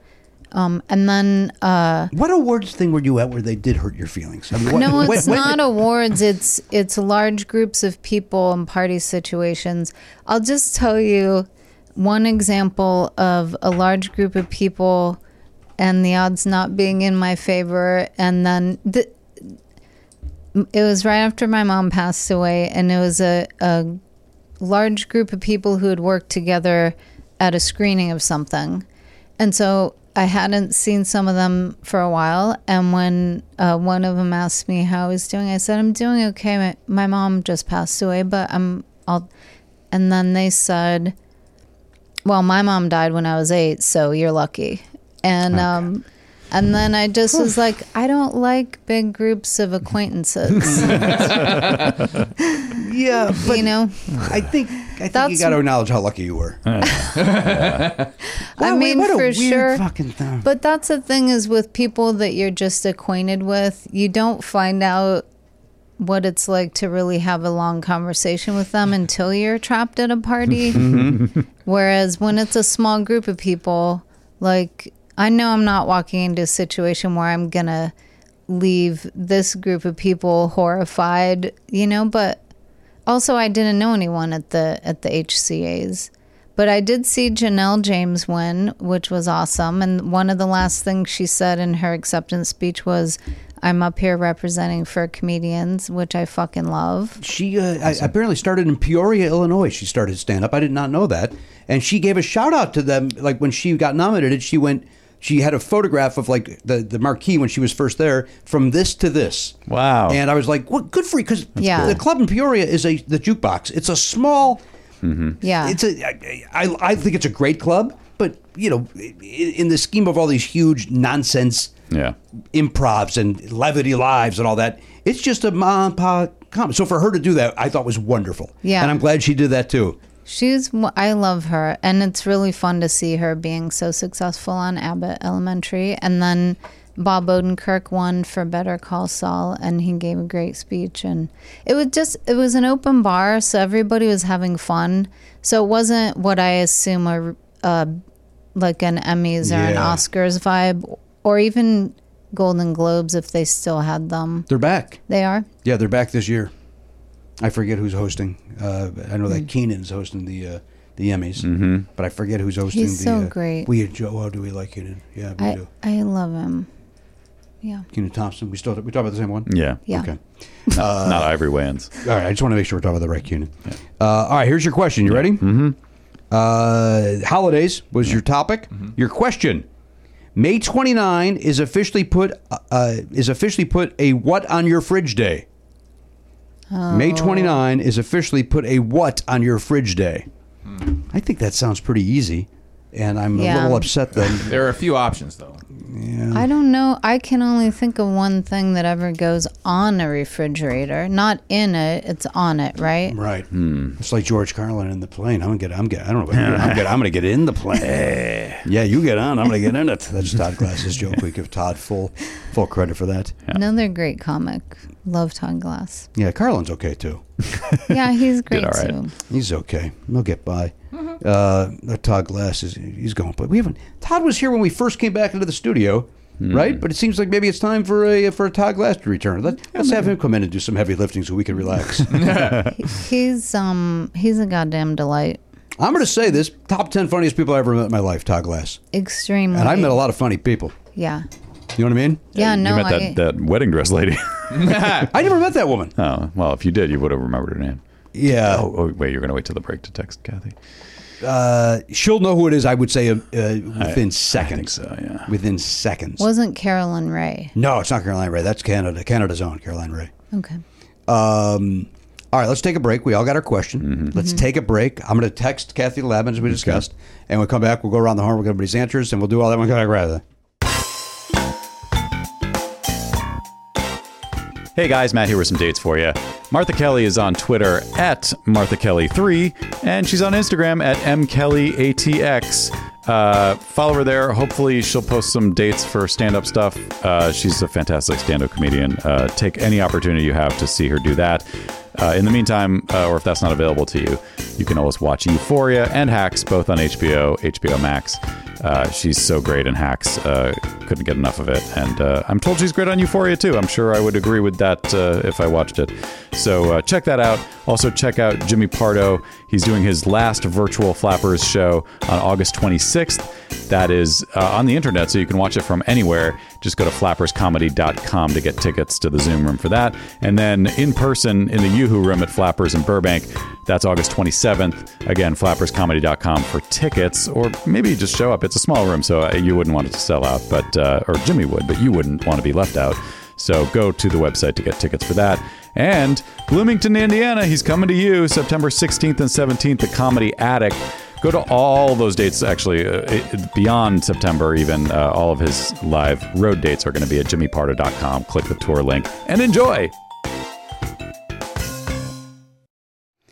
S8: Um, and then uh,
S1: What awards thing were you at where they did hurt your feelings? I mean, what-
S8: No,
S1: when-
S8: it's
S1: when-
S8: not awards. It's it's large groups of people and party situations. I'll just tell you one example of a large group of people and the odds not being in my favor, and then the, it was right after my mom passed away, and it was a, a large group of people who had worked together at a screening of something. And so I hadn't seen some of them for a while. And when uh, one of them asked me how I was doing, I said, I'm doing okay. My, my mom just passed away, but I'm all. And then they said, Well, my mom died when I was eight, so you're lucky. And, um, and then I just was like, I don't like big groups of acquaintances.
S1: yeah, but
S8: you know,
S1: I think I think you
S8: That's-
S1: got to acknowledge how lucky you
S8: [LAUGHS]
S1: were.
S8: I
S1: What a-
S8: mean,
S1: what a
S8: for
S1: weird
S8: sure.
S1: fucking thing.
S8: But that's the thing is with people that you're just acquainted with, you don't find out what it's like to really have a long conversation with them until you're trapped at a party. Whereas when it's a small group of people, like I know I'm not walking into a situation where I'm gonna leave this group of people horrified, you know, but also I didn't know anyone at the at the HCAs. But I did see Janelle James win, which was awesome. And one of the last things she said in her acceptance speech was, I'm up here representing for comedians, which I fucking love.
S1: She uh, I, apparently started in Peoria, Illinois. She started stand up. I did not know that. And she gave a shout out to them. Like when she got nominated, she went. She had a photograph of like the the marquee when she was first there, from this to this.
S5: Wow.
S1: And I was like, "What? Good for you!" Because
S8: Yeah.
S1: the club in Peoria is a the jukebox. It's a small.
S8: Yeah.
S1: It's a. I, I I think it's a great club, but you know, i- in the scheme of all these huge nonsense
S5: yeah.
S1: improvs and levity lives and all that. It's just a mom and pop comedy. So for her to do that, I thought was wonderful.
S8: Yeah.
S1: and I'm glad she did that too.
S8: She's, I love her. And it's really fun to see her being so successful on Abbott Elementary. And then Bob Odenkirk won for Better Call Saul, and he gave a great speech. And it was just, it was an open bar, so everybody was having fun. So it wasn't what I assume a, uh, like an Emmys or an
S1: Yeah.
S8: Oscars vibe, or even Golden Globes if they still had them.
S1: They're back.
S8: They are.
S1: Yeah, they're back this year. I forget who's hosting. Uh, I know
S8: Hmm.
S1: that Keenan's hosting the uh, the Emmys, mm-hmm. but I forget who's hosting.
S8: He's
S1: the,
S8: so
S1: uh,
S8: great.
S1: We Joe, oh, do we like Keenan? Yeah, we
S8: I,
S1: do.
S8: I love him. Yeah.
S1: Keenan Thompson. We still we talk about the same one.
S5: Yeah.
S8: Yeah.
S1: Okay.
S5: Not Ivory Wayans.
S1: All right, I just want to make sure we're talking about the right unit. Uh, all right, here's your question. You ready? Mm-hmm. Uh, holidays was your topic. Your question: May 29 is officially put uh, is officially put a what on your fridge day. May 29 is officially put a what on your fridge day. I think that sounds pretty easy, and I'm a
S8: Yeah.
S1: little upset that
S6: There are a few options though.
S8: I don't know. I can only think of one thing that ever goes on a refrigerator, not in it. It's on it, right?
S1: Right. It's like George Carlin in the plane. I'm gonna get. I'm get. I don't know. About you. Hmm. [LAUGHS] I'm, get, I'm gonna get in the [LAUGHS] plane. yeah, you get on. I'm gonna get in it. That's Todd Glass's joke. We give Todd full full credit for that.
S8: Another great comic. Love Todd Glass.
S1: Yeah, Carlin's okay too.
S5: [LAUGHS]
S8: Yeah, he's great
S5: all right.
S8: too.
S1: He's okay. He'll get by. Uh, Todd Glass is he's going, but we haven't. Todd was here when we first came back into the studio, right? But it seems like maybe it's time for a for Todd Glass to return. Let, let's have him come in and [LAUGHS] do some heavy lifting so we can relax.
S8: He's um he's a goddamn delight.
S1: I'm going to say this top 10 funniest people I ever met in my life, Todd Glass.
S10: Extremely.
S1: And I met a lot of funny people.
S10: Yeah.
S1: You know what I mean?
S10: Yeah, no,
S5: Uh, you met
S10: I-
S5: that, that wedding dress lady. [LAUGHS]
S1: I never met that woman.
S5: oh, well, if you did, you would have remembered her name.
S1: Yeah.
S5: Oh, oh wait, you're going to wait till the break to text Kathy.
S1: She'll know who it is, I would say, uh, uh, within seconds.
S5: so, yeah.
S1: Within seconds.
S10: wasn't Carolyn Ray.
S1: no, it's not Caroline Ray. That's Canada. Canada's own Caroline Ray.
S10: Okay.
S1: Um, all right, let's take a break. We all got our question. Let's take a break. I'm going to text Kathy Labman, as we discussed, and we'll come back. We'll go around the horn. We'll get everybody's answers, and we'll do all that one guy rather.
S5: Hey guys, Matt here with some dates for you. Martha Kelly is on Twitter at Martha Kelly3, and she's on Instagram at MKellyATX. Uh, follow her there. Hopefully, she'll post some dates for stand up stuff. Uh, she's a fantastic stand up comedian. Uh, take any opportunity you have to see her do that. Uh, in the meantime, uh, or if that's not available to you, you can always watch Euphoria and Hacks, both on HBO, HBO Max. Uh, she's so great in Hacks. Uh, couldn't get enough of it. And uh, I'm told she's great on Euphoria, too. I'm sure I would agree with that uh, if I watched it. So uh, check that out. Also, check out Jimmy Pardo. He's doing his last virtual Flappers show on August 26th. That is uh, on the internet, so you can watch it from anywhere. Just go to flapperscomedy.com to get tickets to the Zoom room for that. And then in person in the Yoo-Hoo room at Flappers in Burbank, that's August 27th. Again, flapperscomedy.com for tickets, or maybe just show up. It's a small room, so uh, you wouldn't want it to sell out, but uh, or Jimmy would, but you wouldn't want to be left out. So go to the website to get tickets for that. And Bloomington, Indiana, he's coming to you September 16th and 17th at Comedy Attic. Go to all those dates, actually, uh, it- beyond September, even. Uh, all of his live road dates are going to be at jimmypardo.com. Click the tour link and enjoy.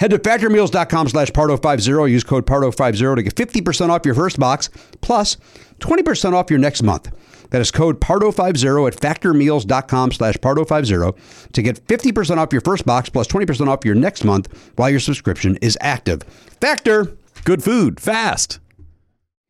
S1: Head to factormeals.com slash pardo50. Use code pardo50 to get 50% off your first box plus 20% off your next month. That is code pardo50 at factormeals.com slash pardo50 to get 50% off your first box plus 20% off your next month while your subscription is active. Factor!
S5: Good food, fast.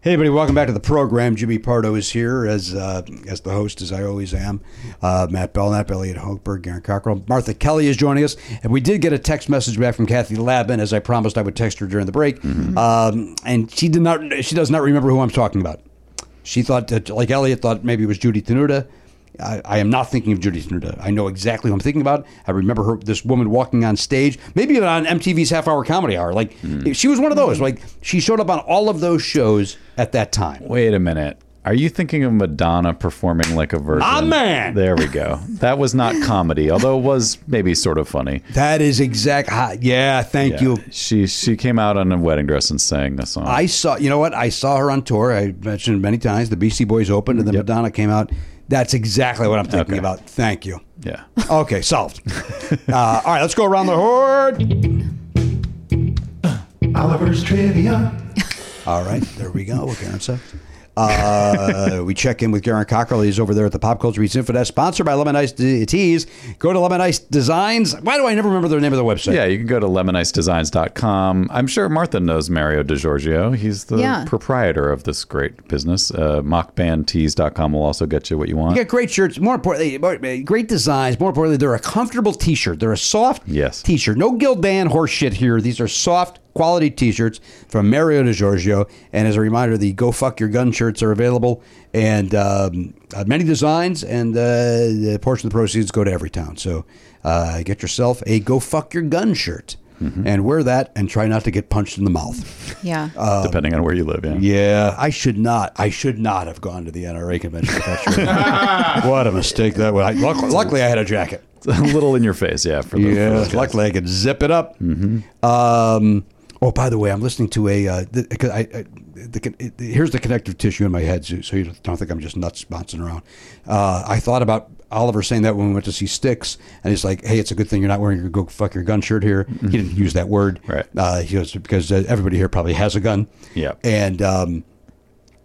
S1: Hey, everybody, welcome back to the program. Jimmy Pardo is here as uh, as the host, as I always am. Uh, Matt Belknap, Elliot Hochberg, Garen Cockrell. Martha Kelly is joining us. And we did get a text message back from Kathy Labin, as I promised I would text her during the break. Um, and she did not. she does not remember who I'm talking about. She thought, that, like Elliot thought, maybe it was Judy Tenuta. I, I am not thinking of Judy Tenuta. I know exactly who I'm thinking about. I remember her, this woman walking on stage, maybe even on MTV's Half Hour Comedy Hour. Like she was one of those. Like she showed up on all of those shows at that time.
S5: Wait a minute. Are you thinking of Madonna performing like a virgin?
S1: Ah, man!
S5: There we go. That was not comedy, although it was maybe sort of funny.
S1: That is exact. ah, Yeah, thank
S5: Yeah.
S1: you.
S5: She she came out in a wedding dress and sang a song.
S1: I saw. You know what? I saw her on tour. I mentioned many times. The Beastie Boys opened, and then Madonna came out. That's exactly what I'm thinking
S5: Okay.
S1: about. Thank you.
S5: yeah.
S1: Okay, solved. uh, all right, let's go around the horn.
S2: [LAUGHS] Oliver's Trivia.
S1: All right, there we go. What Karen said. Uh, we check in with Garen Cockrell. He's over there at the Pop Culture Beats Info Desk, sponsored by Lemon Ice D- Tees. Go to Lemon Ice Designs. Why do I never remember their name of their website?
S5: Yeah, you can go to lemonicedesigns.com. I'm sure Martha knows Mario DiGiorgio. He's the
S10: Yeah.
S5: proprietor of this great business. Uh, mockbandtees.com will also get you what you want.
S1: You got great shirts. More importantly, more- eh, great designs. More importantly, they're a comfortable T-shirt. They're a soft
S5: Yes.
S1: T-shirt. No Gildan horse shit here. These are soft quality T-shirts from Mario DiGiorgio. And as a reminder, the "Go Fuck Your Gun" shirts are available, and um, uh, many designs. And uh, a portion of the proceeds go to every town. So uh, get yourself a "Go Fuck Your Gun" shirt. And wear that and try not to get punched in the mouth.
S8: [LAUGHS]
S10: Yeah.
S1: Uh,
S5: depending on where you live. Yeah.
S1: Yeah, I should not. I should not have gone to the NRA convention. with that shirt. what a mistake that was. I, luck, luckily, I had a jacket.
S5: It's [LAUGHS] a little in your face. Yeah. For the, for
S1: Yeah,
S5: those guys. Mm-hmm.
S1: luckily I could zip it up. Um, oh, by the way, I'm listening to a. Uh, the, I, I, the, con- it- here's the connective tissue in my head, so so you don't think I'm just nuts bouncing around. Uh, I thought about Oliver saying that when we went to see Sticks, and he's like, "Hey, it's a good thing you're not wearing your go fuck your gun shirt here." He didn't use that word,
S5: Mm-hmm. Right.
S1: Uh, he goes because uh, everybody here probably has a gun.
S5: Yeah.
S1: and. Um,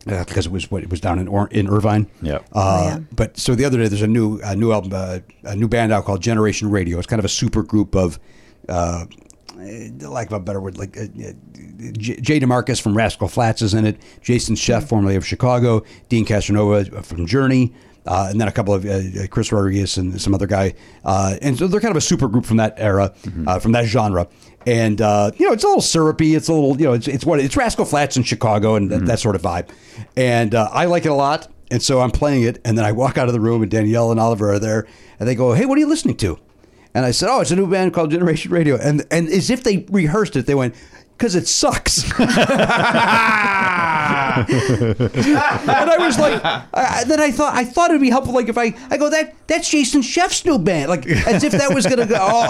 S1: uh, because it was what it was down in or- in Irvine.
S5: Yeah.
S1: Uh, But so the other day, there's a new a new album, uh, a new band out called Generation Radio. It's kind of a super group of, uh, eh, lack of a better word, like uh, eh, J- Jay DeMarcus from Rascal Flats is in it. Jason Chef, formerly of Chicago, Dean Castronova from Journey. Uh, and then a couple of uh, uh, Chris Rodriguez and some other guy, uh, and so they're kind of a super group from that era, uh, from that genre. And uh, you know, it's a little syrupy. It's a little, you know, it's, it's what it's Rascal Flats in Chicago and that, that sort of vibe. And uh, I like it a lot. And so I'm playing it, and then I walk out of the room, and Danielle and Oliver are there, and they go, "Hey, what are you listening to?" And I said, "Oh, it's a new band called Generation Radio." And and as if they rehearsed it, they went, "Cause it sucks." [LAUGHS] and I was like, I, I- then I thought I thought it'd be helpful, like if I I go that that's Jason Chef's new band, like as if that was gonna go. Oh,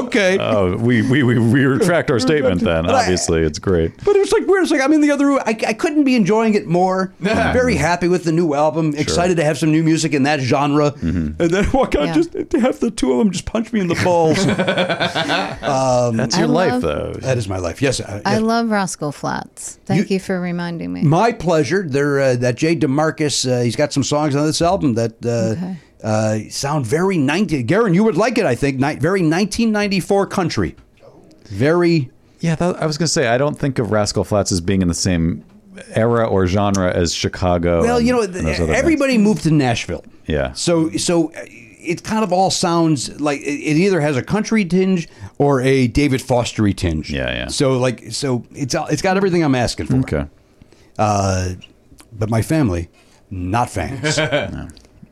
S1: oh, okay.
S5: Oh, we, we, we, we retract our statement then.
S1: But I-
S5: Obviously, it's great.
S1: But it was like weird. It's like I'm in the other room. I, I couldn't be enjoying it more. I'm very happy with the new album. Excited to have some new music in that genre. And then walk out.
S10: Yeah.
S1: Just have the two of them just punch me in the balls. um,
S5: That's your
S10: I
S5: life,
S10: love-
S5: though.
S1: that is my life. Yes. uh,
S10: I
S1: yes.
S10: love Roscoe Flats. Thank
S1: You-
S10: you, for reminding me.
S1: my pleasure. There, uh, that Jay DeMarcus. Uh, he's got some songs on this album that. Uh,
S10: Okay.
S1: Uh, sound very 90. Garen, you would like it, I think. Ni- very 1994 country. Very.
S5: Yeah, that, I was gonna say I don't think of Rascal Flats as being in the same era or genre as Chicago.
S1: Well,
S5: and-
S1: you know,
S5: and those other
S1: everybody moved to Nashville.
S5: Yeah.
S1: So, so uh, it kind of all sounds like it it either has a country tinge or a David Fostery tinge.
S5: Yeah, yeah.
S1: So, like, so it's it's got everything I'm asking for.
S5: bands. Okay.
S1: Uh, but my family,
S5: [LAUGHS]
S1: not fans.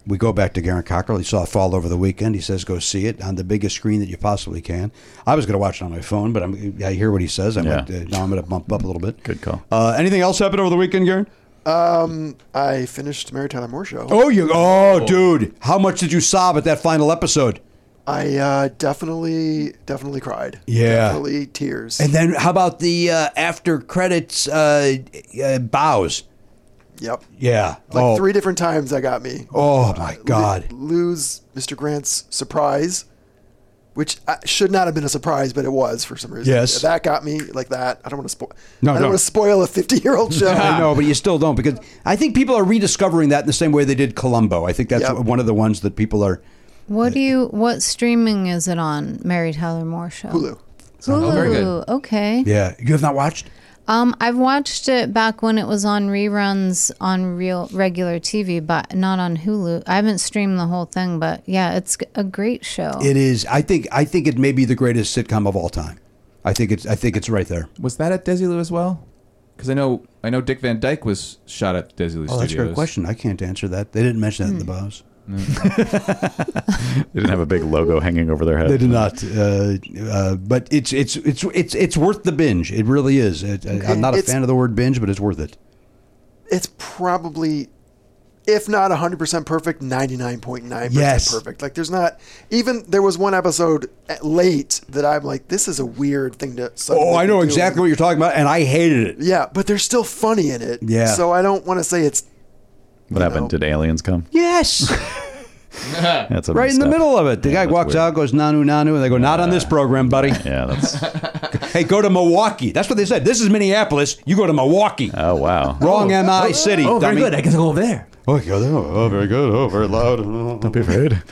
S1: We go back to Garen Cockrell. He saw it fall over the weekend. He says, "Go see it on the biggest screen that you possibly can." I was going to watch it on my phone, but I'm, I hear what he says. I might,
S5: Yeah.
S1: uh, now I'm going to bump up a little bit.
S5: Good call.
S1: Uh, anything else happened over the weekend, Garen?
S7: I finished Mary Tyler Moore show.
S1: Oh, you! Oh, dude, how much did you sob at that final episode?
S7: I uh, definitely, definitely cried.
S1: Yeah.
S7: definitely tears.
S1: And then how about the uh, after credits uh, uh, bows?
S7: yep,
S1: Yeah.
S7: like
S1: oh.
S7: three different times that got me.
S1: Oh my God.
S7: lose Mr. Grant's surprise, which uh, should not have been a surprise, but it was for some reason.
S1: Yes.
S7: that got me like that. I don't want to spoil.
S1: No,
S7: I don't
S1: no.
S7: want to spoil
S1: [LAUGHS]
S7: a fifty-year-old show.
S1: I know, but you still don't because I think people are rediscovering that in the same way they did Columbo. I think that's
S7: Yep.
S1: one of the ones that people are.
S10: What do you? What streaming is it on? Mary Tyler Moore Show.
S7: Hulu.
S5: Oh,
S10: Hulu.
S6: very good.
S10: Okay.
S1: Yeah, you have not watched.
S10: Um, I've watched it back when it was on reruns on real regular TV, but not on Hulu. I haven't streamed the whole thing, but yeah, it's g- a great show.
S1: It is. I think. I think it may be the greatest sitcom of all time. I think it's. I think it's right there.
S6: Was that at Desilu as well? Because I know I know Dick Van Dyke was shot at Desilu Studios.
S1: Oh, that's a great question. I can't answer that. They didn't mention that in the bows.
S5: They didn't have a big logo hanging over their head.
S1: They did not. Uh, uh, but it's it's it's it's it's worth the binge. It really is. It, I'm not a
S7: It's-
S1: fan of the word binge, but it's worth it.
S7: It's probably, if not hundred percent perfect, ninety-nine point nine percent
S1: Yes.
S7: perfect. Like there's not even there was one episode at- late that I'm like, this is a weird thing to.
S1: Oh,
S7: suddenly
S1: I
S7: be
S1: know
S7: doing.
S1: exactly what you're talking about, and I hated it.
S7: Yeah, but they're still funny in it.
S1: Yeah.
S7: So I don't want to say it's
S5: What happened?
S7: know.
S5: Did aliens come?
S1: Yes,
S5: That's a
S1: [LAUGHS] right in the
S5: misstep.
S1: middle of it. The
S5: Yeah,
S1: guy
S5: that's
S1: walks
S5: weird.
S1: out, goes nanu nanu, and they go, "Not on this program, buddy."
S5: Yeah, that's.
S1: Hey, go to Milwaukee. That's what they said. This is Minneapolis. You go to Milwaukee.
S5: Oh wow.
S1: Wrong MI city. Oh, very good. I guess go over there. Oh, go there. Oh, very good. Oh, very loud. Don't be afraid.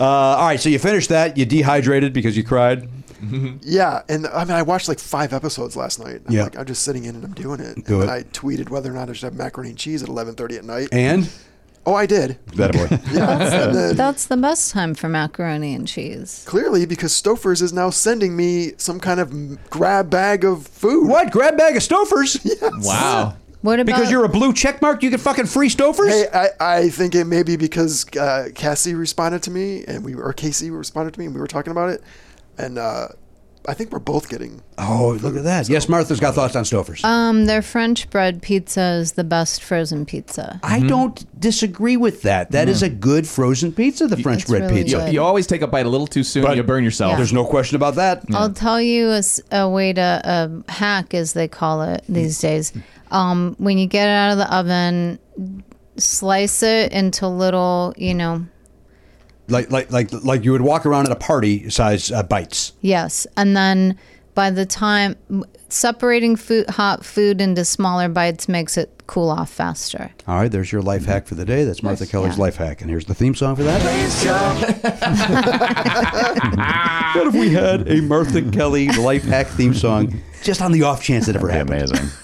S1: uh, all right, so you finished that. You dehydrated because you cried.
S7: Yeah, and I mean, I watched like five episodes last night. I'm
S1: Yeah.
S7: like, I'm just sitting in and I'm doing it.
S1: Do
S7: and
S1: it.
S7: then I tweeted whether or not I should have macaroni and cheese at 11:30 at night.
S1: And
S7: oh, I did.
S1: that boy.
S7: Yeah. and then
S10: That's the best time for macaroni and cheese.
S7: clearly, because Stouffer's is now sending me some kind of m- grab bag of food.
S1: What? Grab bag of Stofers?
S6: Wow.
S10: What about
S1: Because you're a blue check mark, you get fucking free Stofers?
S7: Hey, I, I think it may be because uh, Cassie responded to me, and we were- or Casey responded to me, and we were talking about it, and uh, I think we're both getting.
S1: oh, look at that. Yes, Martha's got thoughts on Stofers.
S10: um, their French bread pizza is the best frozen pizza.
S1: I don't disagree with that. That is a good frozen pizza, the French
S10: It's
S1: red
S10: really
S1: pizza.
S10: good.
S6: You always take a bite a little too soon, you burn yourself.
S1: There's no question about that.
S10: I'll tell you a, s- a way to um, hack, as they call it these days. Um, when you get it out of the oven, slice it into little, you know,
S1: Like, like, like, like you would walk around at a party size uh, bites.
S10: yes, and then by the time m- separating food, hot food into smaller bites makes it cool off faster.
S1: All right, there's your life hack for the day. That's Martha Keller's
S10: Yeah.
S1: life hack. And here's the theme song for that. [LAUGHS]
S5: What have we had?
S1: A Martha Kelly life hack theme song, just on the off chance it ever
S5: That'd be
S1: happened.
S5: amazing.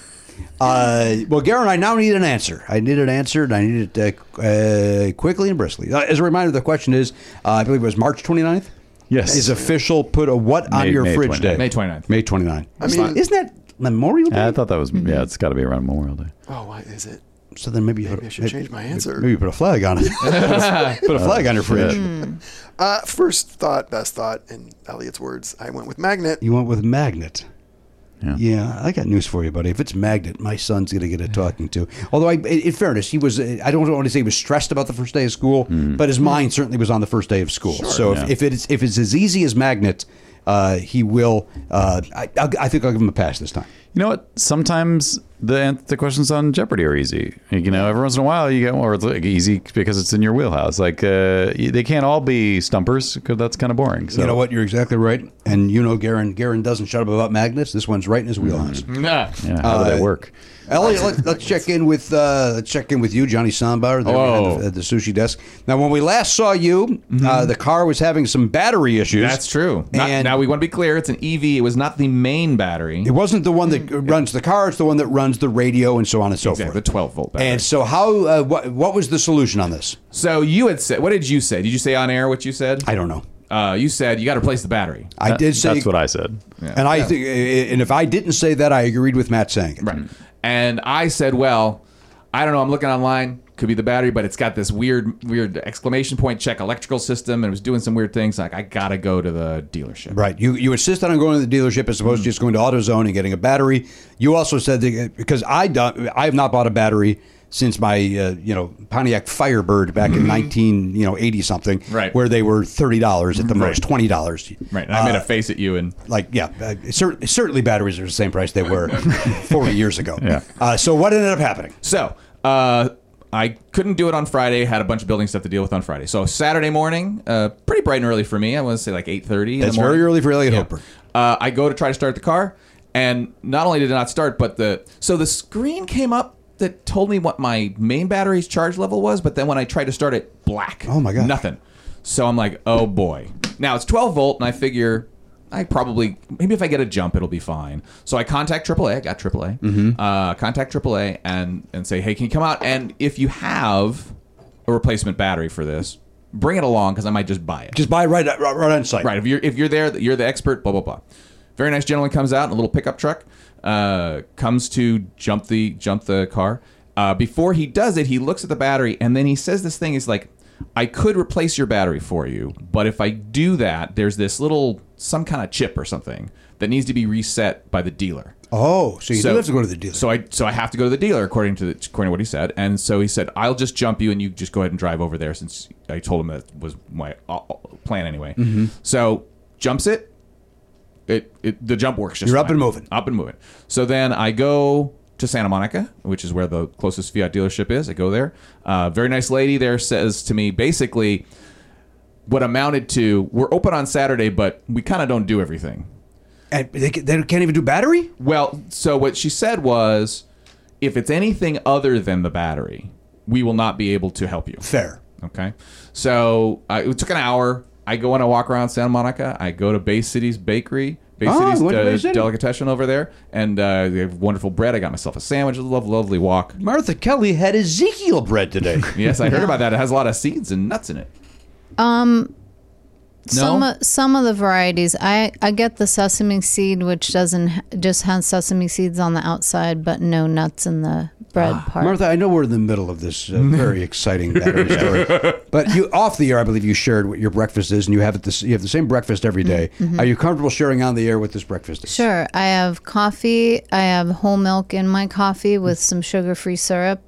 S1: Uh, well, Garen, I now need an answer. I need an answer, and I need it uh, uh, quickly and briskly. Uh, as a reminder, the question is uh, I believe it was March 29th.
S5: Yes.
S1: Is official put a what on
S5: May-
S1: your
S5: May
S1: fridge
S5: 29th.
S1: day?
S6: May 29th.
S1: May 29th.
S7: I mean-
S1: isn't that Memorial Day?
S5: Yeah, I thought that was. Yeah, it's got to be around Memorial Day.
S7: Oh, why is it?
S1: so then maybe, you
S7: Maybe
S1: put,
S7: I should change my answer.
S1: Maybe you put a flag on it. [LAUGHS] put a flag on your fridge.
S7: Uh, first thought, best thought, in Elliot's words, I went with magnet.
S1: You went with magnet.
S5: Yeah.
S1: I got news for you, buddy. If it's magnet, my son's going to get a talking to. Although, I, in in fairness, he was—I don't want to say he was stressed about the first day of school, but his mind certainly was on the first day of school. so,
S5: Yeah.
S1: if, if it's if it's as easy as magnet, uh, he will. Uh, I, I'll, I think I'll give him a pass this time.
S5: You know what? Sometimes the the questions on Jeopardy are easy. You know, every once in a while you get one where it's like easy because it's in your wheelhouse. Like uh, they can't all be stumpers because that's kind of boring. So
S1: You know what? You're exactly right, Mm-hmm. [LAUGHS] and you know, Garen. Garen doesn't shut up about magnets. This one's right in his wheelhouse.
S6: Nah.
S1: uh,
S5: Yeah, how do they work?
S1: Elliot, let, let's check in with uh, let's check in with you, Johnny Sombauer, there
S6: Oh.
S1: at, the, at the sushi desk. Now, when we last saw you, uh, the car was having some battery issues.
S6: Mm-hmm. That's true. Not-
S1: And-
S6: now we want to be clear. It's an EV. It was not the main battery.
S1: It wasn't the one that runs the car; it's the one that runs the radio and so on and so
S6: Mm-hmm. Exactly,
S1: forth.
S6: the 12 volt battery.
S1: And so, how? Uh, what, what was the solution on this?
S6: so you had said, what did you say? Did you say on air what you said?
S1: I don't know.
S6: Uh, you said you got to replace the battery.
S1: I did say
S5: That's what I said.
S1: And I think, and if I didn't say that, I agreed with Matt saying it.
S6: Right. And I said, well, I don't know. I'm looking online. Could be the battery, but it's got this weird, weird exclamation point check electrical system, and it was doing some weird things. Like I gotta go to the dealership.
S1: Right. You you insisted on going to the dealership as
S6: Hmm.
S1: opposed to just going to AutoZone and getting a battery. You also said that because I don't, I have not bought a battery since my uh, you know Pontiac Firebird back in nineteen you know eighty something,
S6: Hmm. Right.
S1: Where they were thirty dollars at the most, twenty dollars.
S6: Right. And I
S1: Uh,
S6: made a face at you, and
S1: Like yeah, uh, cer- certainly batteries are the same price they
S6: [LAUGHS]
S1: were forty years ago.
S5: Yeah.
S1: Uh, so what ended up happening?
S6: So uh, I couldn't do it on Friday. Had a bunch of building stuff to deal with on Friday. So Saturday morning, uh, pretty bright and early for me. I want to say like eight thirty.
S1: That's very early for Elliot
S6: Yeah.
S1: Hopper.
S6: Uh, I go to try to start the car, and not only did it not start, but the so the screen came up that told me what my main battery's charge level was. But then when I tried to start it, black.
S1: Oh, my gosh.
S6: Nothing. So I'm like, oh boy. Now it's 12 volt, and I figure. I probably maybe if I get a jump, it'll be fine. So I contact AAA. I got AAA.
S1: Mm-hmm.
S6: Uh, contact AAA and and say, hey, can you come out? And if you have a replacement battery for this, bring it along because I might just buy it.
S1: Just buy right right, right on site.
S6: Right. If you're if you're there, you're the expert. Blah blah blah. Very nice gentleman comes out in a little pickup truck. Uh, comes to jump the jump the car. Uh, before he does it, he looks at the battery and then he says this thing. He's like, "I could replace your battery for you, but if I do that, there's this little some kind of chip or something that needs to be reset by the dealer."
S1: Oh, so you do have to go to the dealer.
S6: So I so I have to go to the dealer according to the, according to what he said. And so he said, "I'll just jump you, and you just go ahead and drive over there." Since I told him that was my uh, uh, plan anyway.
S1: Mm-hmm.
S6: So jumps it. It, it the jump works. Just
S1: You're up
S6: fine.
S1: and moving.
S6: Up and moving. So then I go to Santa Monica, which is where the closest Fiat dealership is. I go there. Uh, very nice lady there says to me, basically, what amounted to we're open on Saturday, but we kind of don't do everything.
S1: and they, they can't even do battery.
S6: Well, so what she said was, if it's anything other than the battery, we will not be able to help you.
S1: Fair.
S6: Okay. So uh, it took an hour. I go on a walk around Santa Monica. I go to Bay City's bakery. Bay
S1: Oh,
S6: City's uh,
S1: I went to Bay City.
S6: delicatessen over there, and uh, they have wonderful bread. I got myself a sandwich. Love, lovely walk.
S1: Martha Kelly had Ezekiel bread today.
S6: Yes, I heard about that. It has a lot of seeds and nuts in it. Um, no?
S8: Some of- some of the varieties, I I get the sesame seed, which doesn't ha- just has sesame seeds on the outside, but no nuts in the bread part.
S1: [LAUGHS] Martha, I know we're in the middle of this [LAUGHS] uh, very exciting battery story, but you off the air, I believe you shared what your breakfast is, and you have it. This, you have the same breakfast every day. Are you comfortable sharing on the air what this breakfast is?
S8: Sure. I have coffee. I have whole milk in my coffee with some sugar free syrup.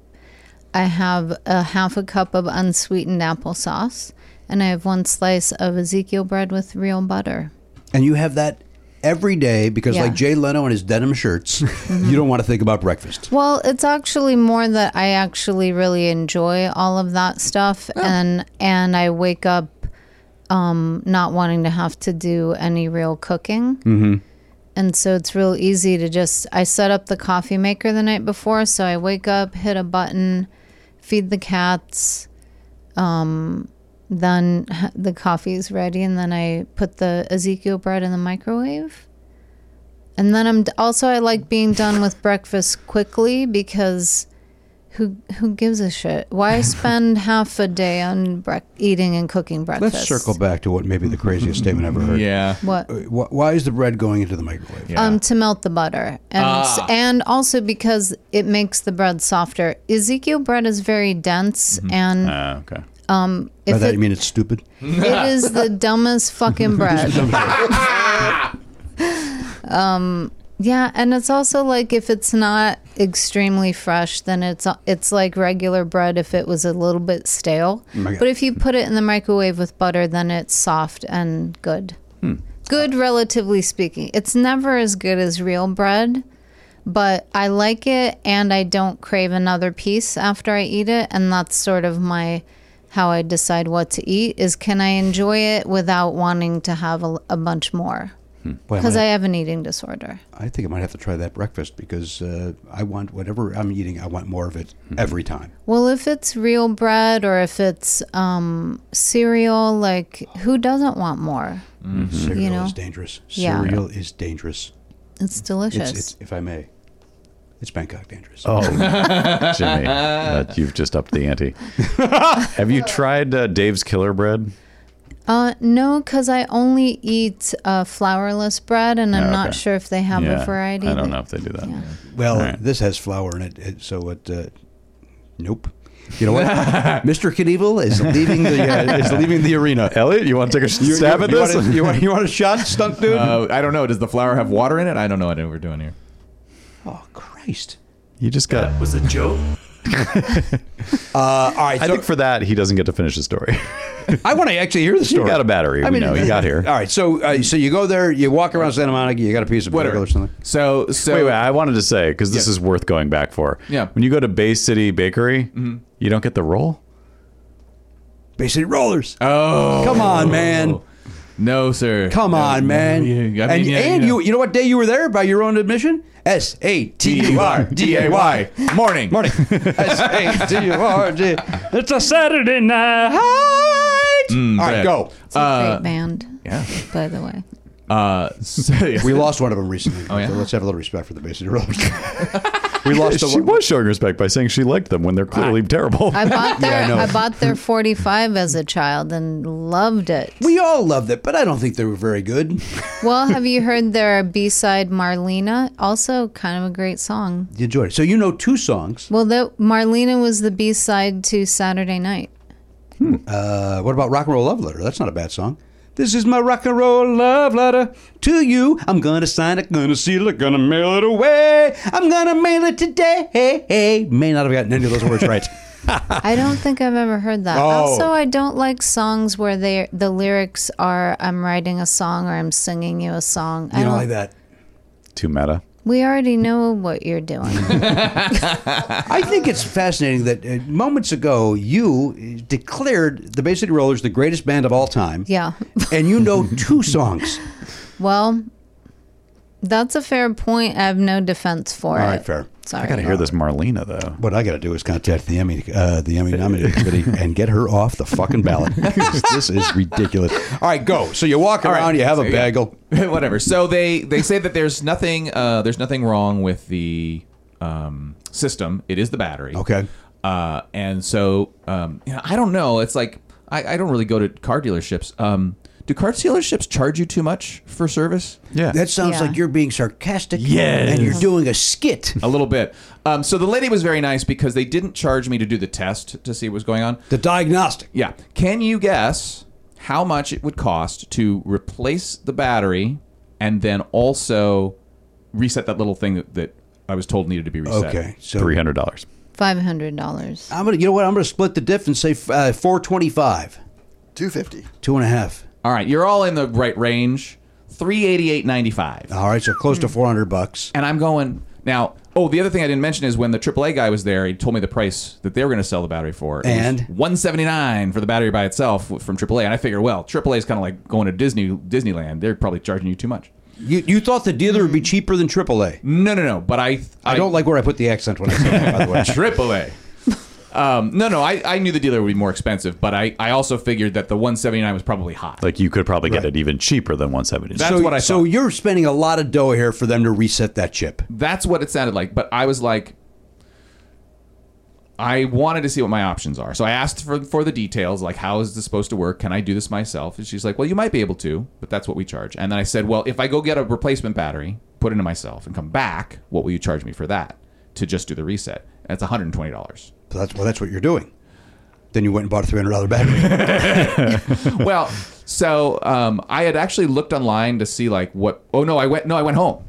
S8: I have a half a cup of unsweetened applesauce. And I have one slice of Ezekiel bread with real butter.
S1: And you have that every day because,
S8: Yeah.
S1: like Jay Leno and his denim [LAUGHS] shirts, you don't want to think about breakfast.
S8: Well, it's actually more that I actually really enjoy all of that stuff and and I wake up um, not wanting to have to do any real cooking. Mm-hmm. And so it's real easy to just I set up the coffee maker the night before, so I wake up, hit a button, feed the cats, um, then h- the coffee's ready, and then I put the Ezekiel bread in the microwave. And then I'm also I like being done with breakfast quickly because who who gives a shit?
S1: [LAUGHS]
S8: Why spend half a day on brec eating and cooking breakfast?
S1: Let's circle back to what may be the craziest statement I've ever heard. Uh,
S6: yeah.
S8: What?
S1: Wh- Why is the bread going into the microwave?
S6: Yeah.
S8: Um, to melt the butter, and s- and also because it makes the bread softer. Ezekiel bread is very dense, and
S5: Ah, okay.
S1: By
S8: if
S1: that
S8: it,
S1: you mean it's stupid.
S8: it is the dumbest fucking bread. Um, Yeah, and it's also like if it's not extremely fresh, then it's it's like regular bread if it was a little bit stale.
S1: God.
S8: But if you put it in the microwave with butter, then it's soft and good. Good, relatively speaking. It's never as good as real bread, but I like it and I don't crave another piece after I eat it, and that's sort of my how I decide what to eat is can I enjoy it without wanting to have a, a bunch more.
S1: Boy, I
S10: because
S1: might-
S10: I have an eating disorder.
S1: I think I might have to try that breakfast because uh, I want whatever I'm eating, I want more of it
S10: Mm-hmm.
S1: every time.
S10: Well, if it's real bread or if it's um, cereal, like who doesn't want more?
S1: Cereal
S10: Mm-hmm. You know?
S1: is dangerous.
S10: Yeah.
S1: Cereal is dangerous.
S10: It's delicious.
S1: It's, it's, if I may, it's Bangkok dangerous.
S5: Oh, [LAUGHS] Jimmy, that you've just upped the
S1: [LAUGHS]
S5: ante. Have you tried uh, Dave's Killer Bread?
S10: uh, no, because I only eat uh, flourless bread, and I'm
S5: Oh,
S10: not
S5: okay.
S10: sure if they have
S5: yeah,
S10: a variety.
S5: I don't
S10: that-
S5: know if they do that.
S10: Yeah.
S1: Well,
S5: Right.
S1: this has flour in it, it- so it. Uh, nope. You know what?
S5: [LAUGHS]
S1: Mr. Knievel is leaving the uh, is leaving the arena.
S5: Elliot, you want to take a
S1: You-
S5: stab
S1: you,
S5: at
S1: you
S5: this?
S1: Want a, you, want, you want a shot, stunt dude?
S6: Uh, I don't know. Does the flour have water in it? I don't know what we're doing here.
S1: oh Christ!
S5: you just got.
S4: Was a joke?
S1: Uh, all right,
S5: I
S1: so-
S5: think for that, he doesn't get to finish the story. [LAUGHS]
S1: I want to actually hear the story.
S5: got a battery. We know. You got
S1: [LAUGHS]
S5: here.
S1: All right, so uh, so you go there, you walk around Santa Monica, you got a piece of bagel or something.
S6: So, so
S5: wait, wait. I wanted to say because this
S6: Yeah.
S5: is worth going back for.
S6: Yeah. Mm-hmm.
S5: When you go to Bay City Bakery, you don't get the roll.
S1: Bay City Rollers.
S6: Oh,
S1: Come on, man.
S6: No, sir.
S1: Come
S6: No,
S1: on,
S6: no,
S1: man.
S6: yeah, I mean,
S1: and
S6: yeah,
S1: and
S6: yeah.
S1: you E you know what day you were there by your own admission? S A T U E R D A Y.
S6: [LAUGHS] Morning.
S1: Morning. S A T U R D.
S6: [LAUGHS]
S1: It's a Saturday night. All right,
S6: Brad.
S1: go.
S10: It's a
S5: Uh,
S10: great band,
S6: Yeah.
S10: by the way.
S6: [LAUGHS] Uh, so,
S1: We lost one of them recently.
S6: Oh, yeah?
S1: So let's have a little respect for the Bay City Rollers.
S5: [LAUGHS]
S1: we lost the
S5: She was showing respect by saying she liked them when they're clearly terrible.
S1: [LAUGHS]
S10: I bought their
S1: I know.
S10: I, bought their 45 as a child and loved it.
S1: [LAUGHS] We all loved it, but I don't think they were very good.
S10: Well, have you heard their B-side Marlena? Also kind of a great song.
S1: You enjoyed it. So you know two songs.
S10: Well, that Marlena was the B-side to Saturday Night.
S1: Uh, what about Rock and Roll Love Letter? That's not a bad song. This is my rock and roll love letter to you. I'm gonna sign it, gonna seal it, gonna mail it away. I'm gonna mail it today. May not have gotten any of those words [LAUGHS] right.
S10: I don't think I've ever heard that.
S1: [LAUGHS] Oh.
S10: Also, I don't like songs where they the lyrics are I'm writing a song or I'm singing you a song. I
S1: You don't like that.
S5: [LAUGHS] Too meta.
S10: We already know what you're doing.
S1: [LAUGHS] [LAUGHS] I think it's fascinating that uh, moments ago you uh, declared the Bay City Rollers the greatest band of all time.
S10: Yeah.
S1: [LAUGHS] And you know two songs.
S10: well, that's a fair point. I have no defense for
S1: All
S10: it.
S1: right, fair.
S10: Sorry.
S5: I hear this Marlena though.
S1: What I got to do is contact the Emmy, uh, the Emmy nominated [LAUGHS] committee, and get her off the fucking ballot. 'Cause this is [LAUGHS] ridiculous. All right, go. So you walk
S6: right.
S1: around, you have
S6: So,
S1: a
S6: yeah.
S1: bagel.
S6: [LAUGHS] whatever. So they they say that there's nothing uh, there's nothing wrong with the um, system. It is the battery.
S1: Okay.
S6: Uh, and so um, you know, I don't know. It's like I, I don't really go to car dealerships. Um, do car dealerships charge you too much for service?
S5: Yeah.
S1: That
S10: Yeah.
S1: sounds like you're being sarcastic.
S6: Yes.
S1: And you're doing a skit.
S5: [LAUGHS]
S6: A little bit. Um, so the lady was very nice because they didn't charge me to do the test to see what was going on.
S1: The diagnostic.
S6: Yeah. Can you guess how much it would cost to replace the battery and then also reset that little thing that, that I was told needed to be reset?
S1: Okay. So
S5: Three hundred dollars.
S10: $500.
S1: I'm gonna. You know what? I'm gonna split the diff and say uh, four twenty-five,
S7: 250.
S1: two and a half.
S6: All right. You're all in the right range. Three eighty eight ninety five.
S1: All right. So close to four hundred bucks.
S6: And I'm going now. Oh, the other thing I didn't mention is when the AAA guy was there, he told me the price that they were going to sell the battery for. It was
S1: And?
S6: 179 for the battery by itself from AAA. And I figured, well, AAA is kind of like going to Disney Disneyland. They're probably charging you too much.
S1: You you thought the dealer would be cheaper than AAA?
S6: No, no, no. But I,
S1: I, don't like where I put the accent when I say that. By the way.
S6: triple
S1: [LAUGHS]
S6: A. Um, no, no, I, I knew the dealer would be more expensive, but I, I also figured that the 179 was probably hot.
S5: Like you could probably get it even cheaper than one seventy.
S6: That's
S1: so,
S6: what I
S1: so
S6: thought.
S1: you're spending a lot of dough here for them to reset that chip.
S6: That's what it sounded like, but I was like, I wanted to see what my options are. So I asked for, for the details, like, how is this supposed to work? Can I do this myself? And she's like, well, you might be able to, but that's what we charge. And then I said, well, if I go get a replacement battery, put it in myself, and come back, what will you charge me for that to just do the reset? And it's $120.
S1: So that's well, that's what you're doing. Then you went and bought a three hundred dollar battery.
S6: well, so um, I had actually looked online to see like what. Oh no, I went. No, I went home.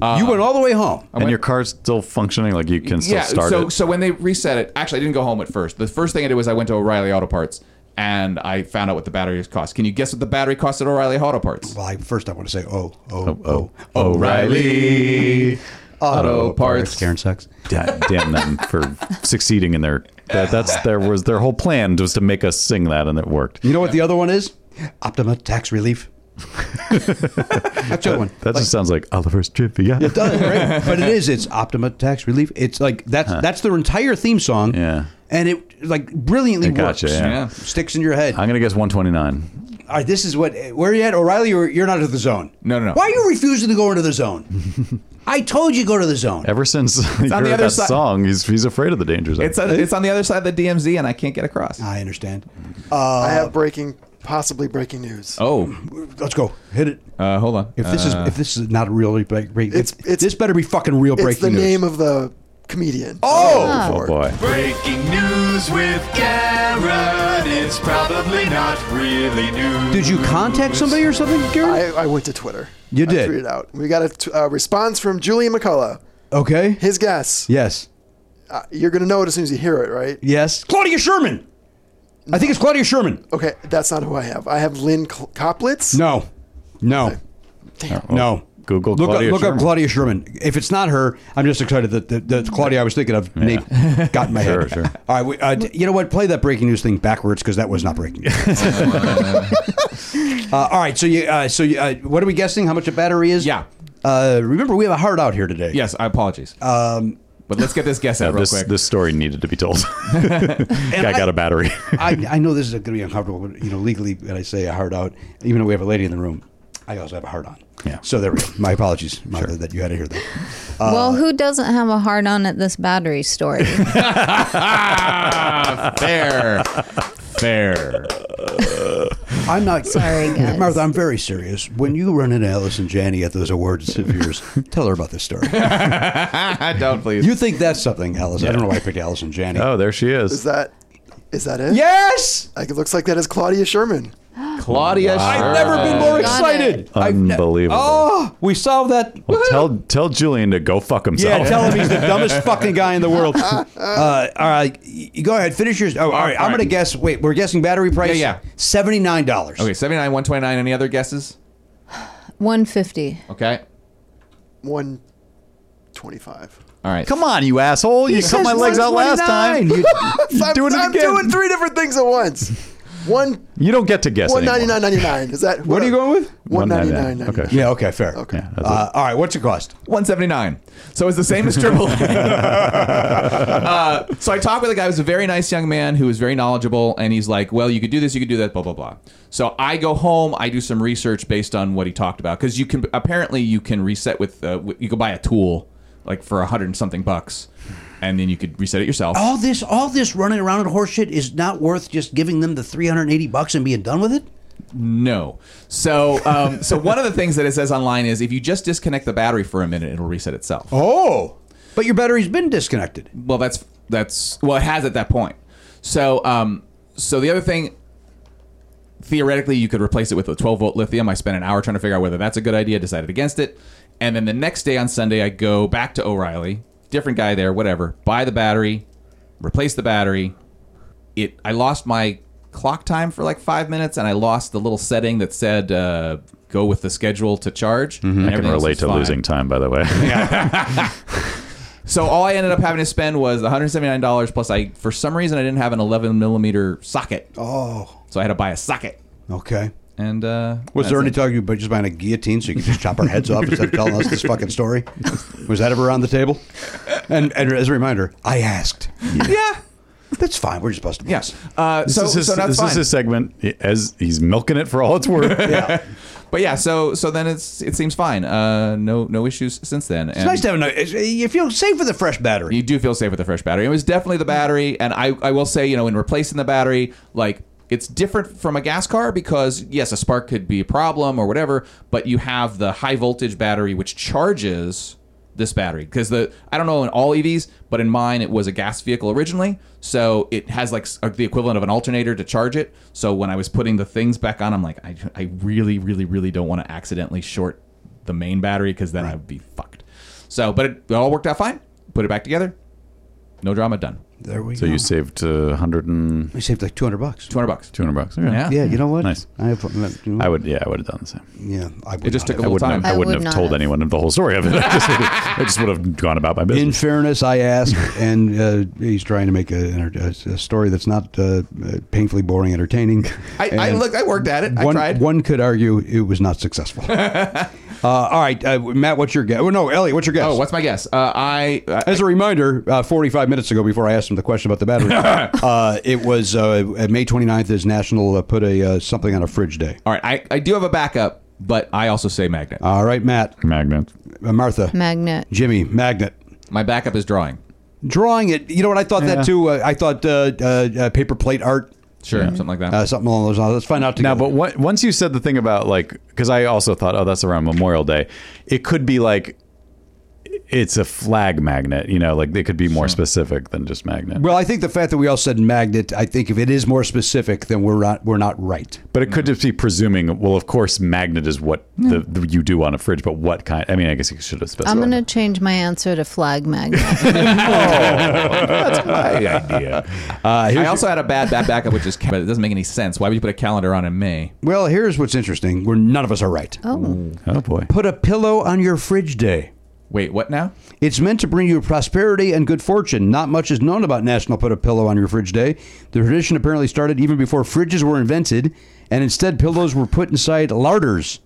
S1: you went all the way home.
S5: and your car's still functioning. Like you can still
S6: yeah.
S5: start
S6: so
S5: it.
S6: so when they reset it, actually, I didn't go home at first. The first thing I did was I went to O'Reilly Auto Parts and I found out what the batteries cost. Can you guess what the battery cost at O'Reilly Auto Parts?
S1: Well, I, first I want to say, oh, oh,
S5: oh.
S1: oh,
S6: O'Reilly Auto
S1: Karen sucks.
S5: Da- damn them for succeeding in their that, that's there was their whole plan was to make us sing that and it worked
S1: You know what the other one is? Optima tax relief. That's a good one.
S5: That just sounds like Oliver's trivia.
S1: It does, right? but it is. It's Optima Tax Relief. It's like that's that's their entire theme song.
S5: Yeah.
S1: And it like brilliantly
S5: It
S1: works.
S5: gotcha, yeah.
S6: Yeah.
S1: Sticks in your head.
S5: I'm gonna guess 129.
S1: All right, this is what. Where are you at, O'Reilly? You're, you're not at the zone.
S6: No, no, no.
S1: Why are you refusing to go into the zone? I told you go to the zone.
S5: Ever since [LAUGHS] he
S6: on
S5: heard
S6: the other
S5: that
S6: side.
S5: song, he's he's afraid of the danger zone.
S6: It's on, it's on the other side of the DMZ, and I can't get across.
S1: I understand. Uh.
S7: I have breaking, possibly breaking news.
S6: Oh,
S1: Let's go. Hit it.
S6: uh, hold on.
S1: If this
S6: Uh,
S1: is if this is not a real break, break
S7: It's-
S1: if-
S7: it's-
S1: this better be fucking real
S7: it's
S1: breaking
S7: the
S1: news.
S7: name of the comedian.
S1: oh,
S5: oh boy.
S4: Breaking news with Garrett. It's probably not really news.
S1: did you contact somebody or something, Gary?
S7: I, I went to Twitter.
S1: You
S7: I
S1: did.
S7: tweeted out. We got a t- uh, response from Julian McCullough.
S1: okay.
S7: His guess.
S1: Yes.
S7: Uh, you're gonna know it as soon as you hear it, right?
S1: Yes. Claudia Sherman. I think it's Claudia Sherman.
S7: Okay, that's not who I have. I have Lynn Cl- Coplitz.
S1: No. No. No.
S5: Uh, oh, Google
S1: look
S5: Claudia
S1: up, look
S5: Sherman.
S1: up Claudia Sherman. If it's not her, I'm just excited that the, the Claudia I was thinking of name [LAUGHS] got in my
S5: Sure,
S1: head.
S5: sure.
S1: All right, we, uh, d- you know what? Play that breaking news thing backwards because that was not
S5: [LAUGHS]
S1: breaking news. uh, all right, so you, uh, so you, uh, what are we guessing? How much a battery is?
S6: Yeah.
S1: Uh, remember, we have a heart out here today.
S6: yes, I apologies.
S1: Um,
S6: but let's get this guess
S5: Yeah,
S6: out real
S5: this
S6: quick.
S5: this story needed to be told. [LAUGHS] Guy got a battery.
S1: I, I know this is going to be uncomfortable, but you know, legally, when I say a heart out, even though we have a lady in the room, I also have a heart on.
S5: Yeah.
S1: So there we go. My apologies, Martha, that you had to hear that. Uh,
S10: well, who doesn't have a hard on at this battery
S1: [LAUGHS]
S10: story?
S6: ah, [LAUGHS] fair, fair. [LAUGHS]
S1: I'm not
S10: Sorry, guys.
S1: [LAUGHS] Martha. I'm very serious. When you run into Alice and Janney at those awards of yours, tell her about this story.
S6: I don't please.
S1: You think that's something, Alice? I don't know why I picked Alice and Janney.
S5: Oh, there she is.
S7: Is that? Is that it?
S1: yes,
S7: Like, it looks like that is Claudia Sherman.
S6: Claudia.
S1: I've
S6: Sherman.
S1: never been
S10: Got
S1: more excited. I've ne-
S5: Unbelievable.
S1: oh, we solved that.
S5: Well, tell tell Julian to go fuck himself.
S1: Yeah, tell him he's the dumbest fucking guy in the world. Uh, all right, y- go ahead, finish yours. Oh, all right,
S6: All
S1: I'm
S6: right.
S1: gonna guess. Wait, we're guessing battery price.
S6: Yeah, yeah.
S1: seventy nine dollars.
S6: Okay, seventy nine, one twenty nine. Any other guesses?
S10: 150.
S6: Okay.
S7: One twenty-five.
S6: All right.
S5: Come on, you asshole! You cut my legs out last time. You,
S7: I'm,
S5: are doing it
S7: I'm
S5: again.
S7: doing three different things at once. One
S5: you don't get to guess
S7: one ninety
S5: anymore.
S7: nine ninety nine. Is that
S1: What are you going with?
S7: One ninety nine.
S5: Okay.
S1: Yeah. Okay. Fair.
S7: Okay.
S5: Yeah, that's
S1: Uh, all right. What's it cost?
S6: 179. So it's the same as triple. [LAUGHS] uh, so I talked with a guy who's a very nice young man who is very knowledgeable, and he's like, "Well, you could do this, you could do that, blah blah blah." So I go home, I do some research based on what he talked about because you can apparently you can reset with uh, w- you can buy a tool like for a hundred and something bucks, and then you could reset it yourself.
S1: All this, all this running around and horseshit is not worth just giving them the three hundred and eighty bucks and being done with it.
S6: No. So um, so one of the things that it says online is if you just disconnect the battery for a minute, it'll reset itself.
S1: Oh, but your battery's been disconnected.
S6: well that's that's well it has at that point so um so the other thing theoretically you could replace it with a 12 volt lithium i spent an hour trying to figure out whether that's a good idea decided against it and then the next day on sunday i go back to o'reilly different guy there whatever buy the battery replace the battery it i lost my clock time for like five minutes and i lost the little setting that said uh, go with the schedule to charge and
S5: Mm-hmm. I can
S6: everything else
S5: relate
S6: was
S5: to
S6: fine.
S5: losing time, by the way.
S6: So all I ended up having to spend was $179 plus I for some reason I didn't have an 11 millimeter socket. Oh. So I had to buy a socket.
S1: Okay.
S6: And uh,
S1: Was there any
S6: that's it.
S1: talk about just buying a guillotine so you could just chop our heads off instead of telling us this fucking story? Was that ever on the table? And, and as a reminder, I asked.
S6: Yeah.
S1: That's fine. We're just busting.
S6: Yeah.
S1: balls.
S6: Uh,
S5: [LAUGHS] this
S6: so
S5: is his,
S6: so that's
S5: this
S6: fine.
S5: is his segment as he's milking it for all it's worth.
S6: [LAUGHS]
S1: Yeah.
S6: but yeah, so so then it's it seems fine. Uh, no no issues since then.
S1: It's nice to have a. nice- You feel safe with a fresh battery.
S6: you do feel safe with a fresh battery. It was definitely the battery, and I, I will say, you know, in replacing the battery, like it's different from a gas car because yes, a spark could be a problem or whatever, but you have the high voltage battery which charges this battery because the I don't know in all EVs, but in mine it was a gas vehicle originally, so it has like s- the equivalent of an alternator to charge it. So when I was putting the things back on, I'm like, I, I really, really, really don't want to accidentally short the main battery because then I'd be fucked. So, but it, it all worked out fine. Put it back together. No drama. Done.
S1: There we
S5: So
S1: go.
S5: you saved uh, 100 and
S1: we saved like 200 bucks.
S6: Two hundred bucks.
S5: 200 bucks. Okay.
S6: Yeah.
S1: Yeah, you know what?
S5: Nice.
S1: I, have, uh, you know,
S5: I would, yeah, I would have done the same.
S1: yeah, I would
S6: It just
S1: not
S6: took a
S5: I
S6: little
S5: wouldn't,
S6: time.
S5: have, I
S10: I
S5: wouldn't
S10: would
S5: have
S10: not
S5: told
S10: have.
S5: anyone the whole story of it. [LAUGHS] I just, would have, I just would have gone about my
S1: In
S5: business.
S1: fairness, I asked, and uh, he's trying to make a, a, a story that's not uh, painfully boring, entertaining.
S6: I, I
S1: And
S6: look. I worked at it. I
S1: one,
S6: tried.
S1: One could argue it was not
S6: [LAUGHS]
S1: successful. uh, all right, uh, Matt, what's your guess? Well, no, Elliot, what's your guess?
S6: Oh, what's my guess? Uh, I uh,
S1: As a reminder, uh, 45 minutes ago, before I asked him the question about the
S6: [LAUGHS]
S1: battery, uh, it was uh, at May 29th is National uh, Put a uh, Something on a Fridge Day.
S6: all right. I, I do have a backup, but I also say magnet.
S1: All right, Matt,
S5: Magnet.
S1: uh, Martha,
S10: Magnet.
S1: Jimmy, Magnet.
S6: my backup is drawing.
S1: Drawing it, you know what? I thought that too. Uh, I thought uh, uh, uh, paper plate art,
S6: Sure, something like that.
S1: uh, something along those lines. Let's find out
S5: Now,
S1: together.
S5: but what, once you said the thing about like, because I also thought, oh, that's around Memorial Day. It could be like, it's a flag magnet, you know, like they could be more specific than just magnet.
S1: well, I think the fact that we all said magnet, I think if it is more specific, then we're not, we're not right.
S5: But it could just be presuming. Well, of course, magnet is what the, the- you do on a fridge, but what kind? I mean, I guess you should have specified.
S10: I'm going to change my answer to flag magnet.
S5: That's my idea.
S1: Uh,
S6: I
S1: here's
S6: also had a bad bad backup, which is ca- but it doesn't make any sense. Why would you put a calendar on in May?
S1: well, here's what's interesting. We're, none of us are right.
S10: Oh,
S5: Oh boy.
S1: Put a pillow on your fridge day.
S6: Wait, what now?
S1: It's meant to bring you prosperity and good fortune. Not much is known about National Put a Pillow on Your Fridge Day. The tradition apparently started even before fridges were invented, and instead pillows were put inside larders.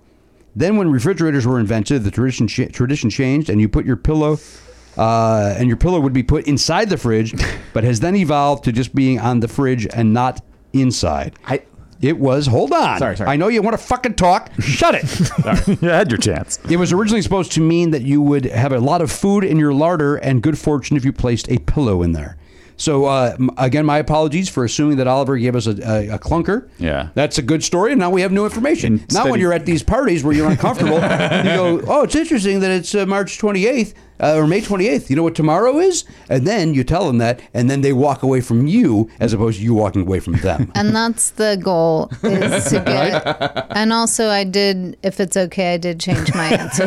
S1: Then, when refrigerators were invented, the tradition cha- tradition changed, and you put your pillow, uh, and your pillow would be put inside the fridge,
S6: [LAUGHS]
S1: but has then evolved to just being on the fridge and not inside.
S6: I-
S1: it was. Hold on.
S6: Sorry, sorry.
S1: I know you want to fucking talk. Shut
S6: [LAUGHS]
S1: it.
S5: you had your chance.
S1: It was originally supposed to mean that you would have a lot of food in your larder and good fortune if you placed a pillow in there. So uh, m- again, my apologies for assuming that Oliver gave us a, a, a clunker.
S5: Yeah.
S1: that's a good story, and now we have new information. now, when
S5: steady-
S1: you're at these parties where you're uncomfortable, you go, "Oh, it's interesting that it's uh, March 28th uh, or May 28th." You know what tomorrow is, and then you tell them that, and then they walk away from you as opposed to you walking away from them. [LAUGHS]
S8: [LAUGHS]
S10: and that's the goal is to get. And also, I did. If it's okay, I did change my
S1: [LAUGHS]
S10: answer.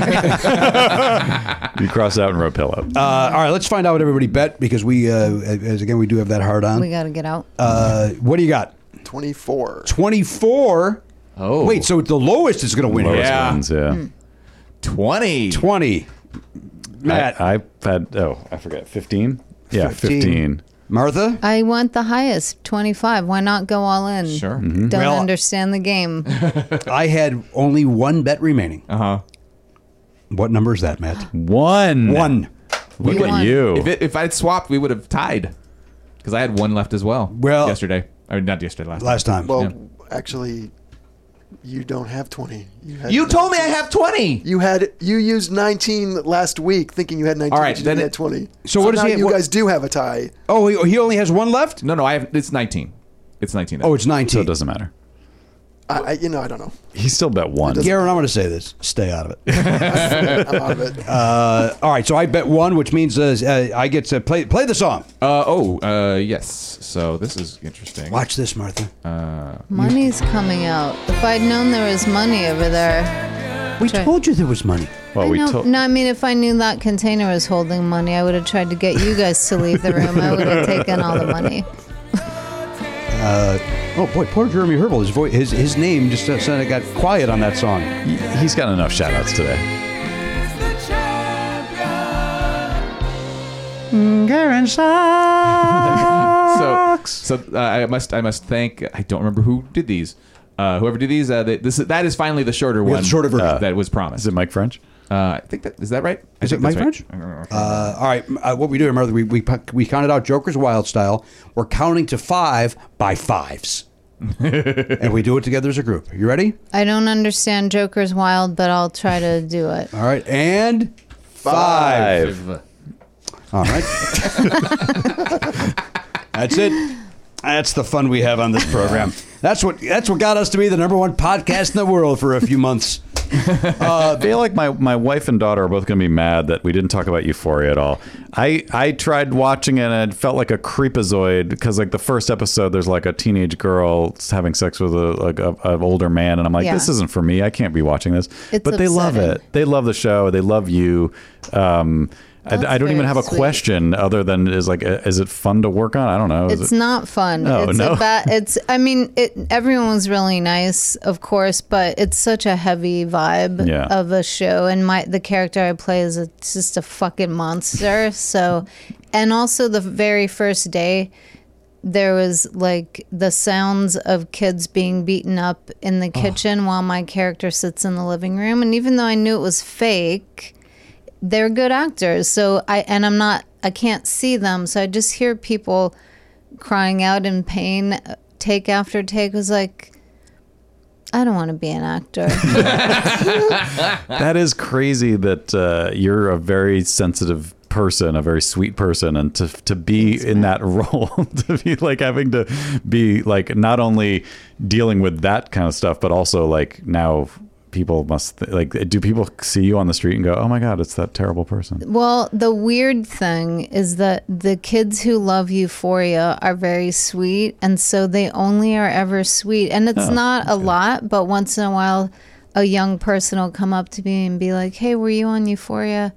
S5: You crossed out and wrote pillow.
S1: Uh, all right, let's find out what everybody bet because we, uh, as again, we do have that hard on.
S10: we got to get out.
S1: Uh, what do you got?
S7: 24.
S1: 24.
S6: Oh.
S1: Wait, so the lowest is going to win here.
S5: Lowest
S6: yeah.
S5: ones, yeah.
S6: Twenty.
S1: 20. Matt.
S5: I, I had oh, I forget. Fifteen. Yeah,
S1: 15.
S5: fifteen. [LAUGHS]
S1: Martha?
S10: I want the highest, 25. Why not go all in?
S6: Sure.
S10: Don't
S1: Well-
S10: understand the
S1: [LAUGHS]
S10: game.
S1: I had only one bet remaining.
S6: Uh huh.
S1: What number is that, Matt?
S5: One.
S1: One.
S5: Look
S10: We
S5: at
S10: won.
S5: you.
S6: If it, if I'd swapped, we would have tied because I had one left as well.
S1: Well-
S6: yesterday. I mean, not yesterday. Last.
S1: Last time.
S7: Well,
S6: Yeah.
S7: actually, you don't have 20. You, had
S6: you told me I have twenty.
S7: You had you used 19 last week, thinking you had 19.
S6: All
S7: All
S6: right,
S7: right,
S6: then
S7: then you
S6: it-
S7: had 20.
S1: So what does
S7: now
S1: he-
S7: You
S1: what-
S7: guys do have a tie.
S1: oh, he, he only has one left?
S6: No, no, I have. It's nineteen. It's nineteen.
S1: Oh, it's
S5: so
S1: 19.
S5: it doesn't matter.
S7: I, I you know I don't know.
S5: He still bet one.
S1: Garen, I'm going to say this. Stay out of it. [LAUGHS]
S7: I'm out of it.
S1: uh, all right, so I bet one, which means uh, uh, I get to play play the song.
S6: Uh, oh, uh, yes. So this is interesting.
S1: Watch this, Martha.
S10: Money's coming out. If I'd known there was money over there,
S1: we
S10: try-
S1: told you there was money.
S5: well,
S10: I
S5: we
S10: know-
S5: told.
S10: no, I mean, if I knew that container was holding money, I would have tried to get you guys to leave the room. I would have taken all the money.
S1: Oh, boy, poor Jeremy Herbal. His, voice, his, his name just uh, suddenly got quiet on that song.
S5: He's got enough shout outs today.
S6: so so uh, I must I must thank I don't remember who did these. Uh, whoever did these, uh, they, this that is finally the shorter
S1: have
S6: one. uh,
S1: the shorter version.
S6: that was promised.
S5: Is it Mike French?
S6: Uh, I think that is that right.
S1: Is it Mike French? Uh, all right, uh, what we do, remember, we, we we counted out Joker's wild style. We're counting to five by
S5: [LAUGHS]
S1: fives, and we do it together as a group. You ready?
S10: I don't understand Joker's Wild, but I'll try to do it.
S1: All right, and five.
S5: Five.
S6: Uh,
S1: All right, that's it. That's the fun we have on this
S5: [LAUGHS]
S1: program. That's what that's what got us to be the number one podcast in the world for a few months.
S5: I feel like my, my wife and daughter are both going to be mad that we didn't talk about Euphoria at all. I, I tried watching it and it felt like a creepazoid because like the first episode, there's like a teenage girl having sex with a like a, an older man, and I'm like,
S10: Yeah.
S5: this isn't for me. I can't be watching this.
S10: It's
S5: but they love
S10: upsetting.
S5: it. They love the show. They love you. Um, I, I don't
S8: very
S5: even have a
S8: sweet.
S5: question other than is like, uh, is it fun to work on? I don't know. Oh, Is
S8: It's
S5: it-
S8: not fun.
S5: No,
S8: it's
S5: no.
S8: a ba- it's I mean, it everyone was really nice, of course, but it's such a heavy vibe
S5: Yeah.
S8: of a show and my the character I play is a, just a fucking
S5: [LAUGHS]
S8: monster. so and also the very first day there was like the sounds of kids being beaten up in the kitchen while my character sits in the living room and even though I knew it was fake, they're good actors. So I and I'm not I can't see them, so I just hear people crying out in pain uh, take after take was like I don't want to be an actor.
S5: that is crazy that uh, you're a very sensitive person, a very sweet person, and to to be in that [LAUGHS] role, to be like having to be like not only dealing with that kind of stuff, but also like now people must like do people see you on the street and go, oh my god, it's that terrible person.
S8: well, the weird thing is that the kids who love Euphoria are very sweet and so they only are ever sweet and it's not a lot, but once in a while a young person will come up to me and be like, "Hey, were you on Euphoria?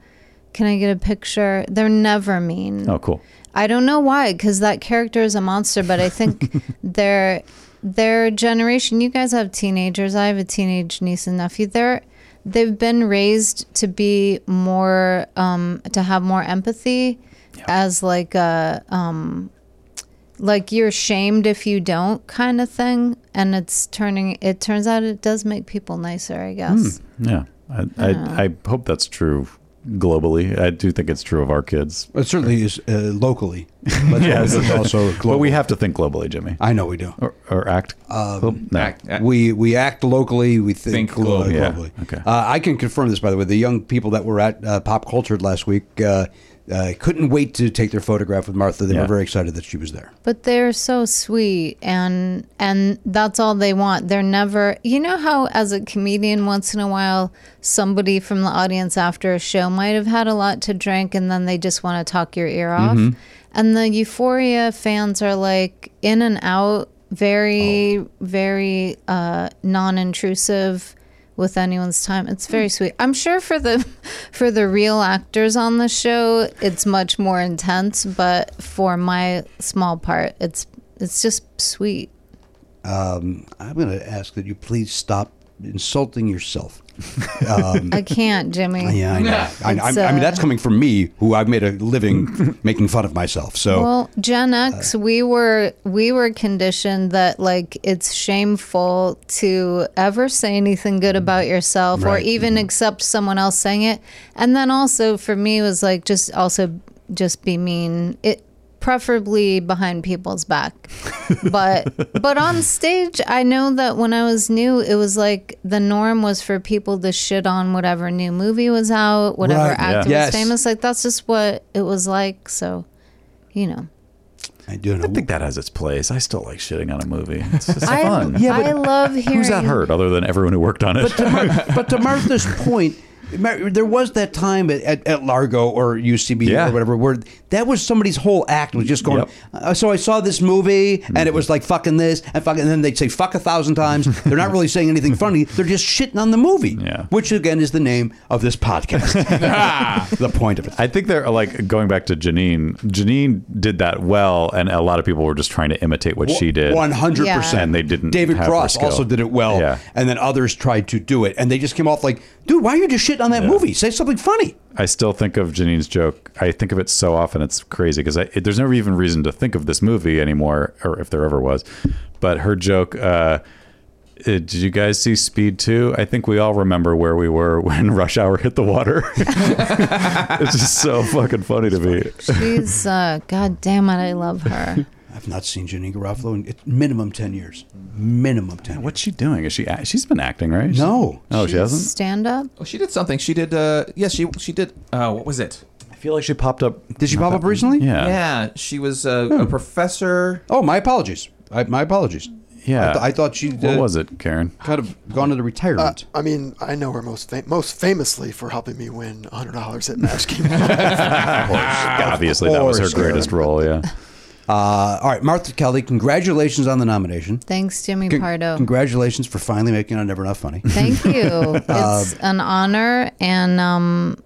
S8: Can I get a picture?" They're never mean.
S5: Oh, cool.
S8: I don't know why, because that character is a monster. But I think their their generation. You guys have teenagers. I have a teenage niece and nephew. They're they've been raised to be more um, to have more empathy, as like a um, like you're shamed if you don't kind of thing. And it's turning. It turns out it does make people nicer. I guess.
S5: Yeah, I I, I hope that's true globally. I do think it's true of our kids.
S1: It certainly is uh, locally.
S5: [LAUGHS]
S1: But
S5: Yes.
S1: it's also global.
S5: But we have to think globally, Jimmy,
S1: I know we do.
S5: or, or act. no.
S6: Act- act-
S1: We we act locally. We think,
S6: Think
S1: glo- globally.
S6: globally.
S5: Yeah, okay.
S1: Uh, I can confirm this, by the way. The young people that were at uh, Pop Cultured last week uh, uh, couldn't wait to take their photograph with Martha. They
S5: Yeah.
S1: were very excited that she was there.
S8: But they're so sweet and and that's all they want. They're never you know how as a comedian once in a while somebody from the audience after a show might have had a lot to drink and then they just want to talk your ear off. And the Euphoria fans are like in and out, very very uh non-intrusive with anyone's time. It's
S1: Hmm.
S8: very sweet. I'm sure for the [LAUGHS] for the real actors on the show, it's much more intense, but for my small part, it's it's just sweet.
S1: I'm going to ask that you please stop insulting yourself.
S8: I can't, Jimmy.
S1: [LAUGHS] Yeah, I know. I,
S8: It's,
S1: I'm- I mean,
S8: uh,
S1: that's coming from me, who I've made a living [LAUGHS] making fun of myself. So
S8: Well, Gen
S1: Uh,
S8: X, we were we were conditioned that like it's shameful to ever say anything good about yourself or
S1: Mm. Right. Mm-hmm.
S8: even accept someone else saying it. And then also for me it was like just also just be mean. It preferably behind people's back. but but on stage I know that when I was new it was like the norm was for people to shit on whatever new movie was out, whatever
S1: Right.
S8: actor
S1: Yeah. Yes.
S8: was famous. Like that's just what it was like, so you know.
S1: I do know.
S5: I think that has its place. I still like shitting on a movie. It's just
S8: [LAUGHS] I,
S5: fun.
S8: I love hearing.
S5: Who's that hurt other than everyone who worked on it? [LAUGHS]
S1: to Mar- but to Martha's point, Mar- there was that time at, at, at Largo or UCB
S5: Yeah.
S1: or whatever where that was somebody's whole act was just going.
S5: Yep.
S1: Uh, so I saw this movie and it was like fucking this and fucking. And then they'd say fuck a
S5: [LAUGHS]
S1: thousand times. They're not really saying anything funny. They're just shitting on the movie.
S5: Yeah.
S1: Which again is the name of this
S5: [LAUGHS]
S1: podcast. the point of it.
S5: I think they're uh, like going back to Janine. Janine did that well, and a lot of people were just trying to imitate what she did.
S1: One hundred
S8: Yeah.
S1: percent.
S5: And they didn't
S1: David
S5: have her
S1: Cross
S5: skill.
S1: also did it well,
S5: Yeah.
S1: and then others tried to do it, and they just came off like, "Dude, why are you just shitting on that movie? Say something funny."
S5: I still think of Janine's joke. I think of it so often; it's crazy because there's never even reason to think of this movie anymore, or if there ever was. But her joke. Uh, uh, did you guys see Speed 2? I think we all remember where we were [LAUGHS] when Rush Hour hit the water. [LAUGHS] it's just so fucking funny to me.
S8: She's uh, God damn it, I
S5: [LAUGHS]
S8: love her.
S1: I've not seen Jenny Garofalo in it, minimum ten years. Minimum ten.
S5: What's she doing? Is she? act- She's been acting, right?
S1: No.
S5: Oh, she hasn't.
S8: Stand up.
S6: Oh, she did something. She did. Uh, yeah, she she did. Uh, what was it?
S5: I feel like she popped up.
S1: Did she pop up recently? Hmm.
S5: Yeah.
S6: yeah, she was uh, a professor.
S1: Oh, my apologies. I, my apologies.
S5: Yeah.
S1: I, th- I thought she.
S5: What was it, Karen?
S1: Kind of gone into
S7: Uh,
S1: retirement.
S7: I mean, I know her most fam- most famously for helping me win hundred dollars at Match Game.
S5: Obviously, that was her
S1: course, Karen.
S5: greatest role. Yeah.
S1: Uh, all right, Martha Kelly. Congratulations on the nomination.
S8: Thanks, Jimmy
S1: Con-
S8: Pardo.
S1: Congratulations for finally making it Never Enough Funny.
S8: Thank you. It's an honor, and um,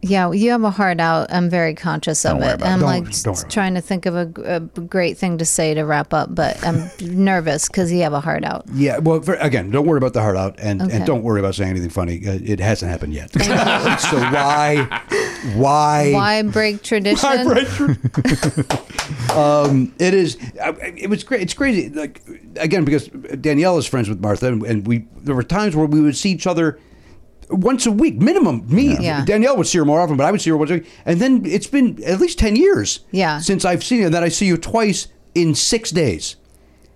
S8: Yeah, you have a heart out. I'm very conscious of
S5: Don't worry
S8: it.
S5: about it.
S8: I'm
S1: Don't-
S8: like
S1: don't worry about it.
S8: trying to think of a, g- a b- great thing to say to wrap up, but I'm [LAUGHS] nervous because you have a heart out.
S1: [LAUGHS] Yeah, well, for, again, don't worry about the heart out, and,
S8: Okay.
S1: and don't worry about saying anything funny. Uh, It hasn't happened
S5: [LAUGHS]
S1: yet. so why, [LAUGHS] why,
S8: Why break tradition?
S1: Hi, Bridget. [LAUGHS] um, it is. I- I- It was great. It's crazy. Like again, because Danielle is friends with Martha, and, and we there were times where we would see each other once a week minimum. Me,
S8: Yeah.
S1: Danielle would see her more often, but I would see her once a week. And then it's been at least ten years.
S8: Yeah.
S1: Since I've seen you, and then I see you twice in six days,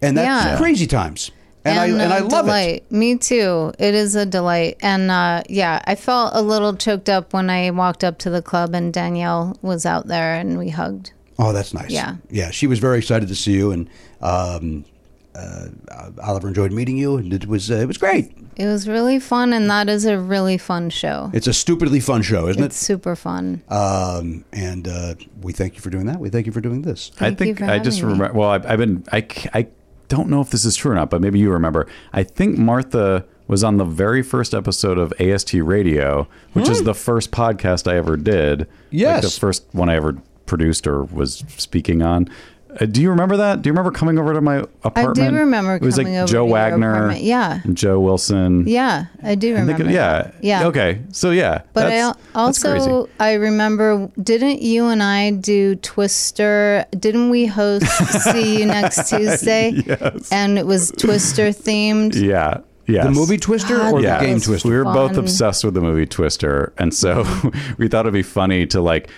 S1: and that's
S8: Yeah.
S1: crazy times. And, I and
S8: a
S1: I love it.
S8: delight. Me too. It is a delight. And uh, yeah, I felt a little choked up when I walked up to the club and Danielle was out there and we hugged.
S1: Oh, that's nice.
S8: Yeah.
S1: Yeah. She was very excited to see you, and um, uh, Oliver enjoyed meeting you, and it was uh, it was great.
S8: It was really fun, and that is a really fun show.
S1: It's a stupidly fun show, isn't
S8: It's super fun.
S1: it? Um, and uh, we thank you for doing that. We thank you for doing this.
S5: I
S8: Thank you
S5: think
S8: for
S5: I just
S8: having me.
S5: remember. Well, I've, I've been. I, c- I don't know if this is true or not, but maybe you remember. I think Martha was on the very first episode of AST Radio, which
S8: Hmm.
S5: is the first podcast I ever did.
S1: Yes.
S5: like the first one I ever produced or was speaking on. Uh, do you remember that? Do you remember coming over to my apartment?
S8: remember
S5: It was
S8: coming
S5: like
S8: over
S5: Joe
S8: to your
S5: Wagner,
S8: apartment. Yeah.
S5: and Joe Wilson.
S8: Yeah, I do
S5: I think-
S8: remember.
S5: yeah,
S8: that. Yeah.
S5: Okay, so yeah,
S8: But I
S5: that's,
S8: al-
S5: that's crazy.
S8: also I remember didn't you and I do Twister? Didn't we host
S5: [LAUGHS]
S8: See You Next Tuesday? yes. And it was Twister themed.
S5: yeah, yeah,
S1: The movie Twister
S8: God,
S1: or
S8: that
S1: the game
S8: was
S1: Twister?
S5: We were both
S8: fun.
S5: obsessed with the movie Twister, and so [LAUGHS] we thought it'd be funny to like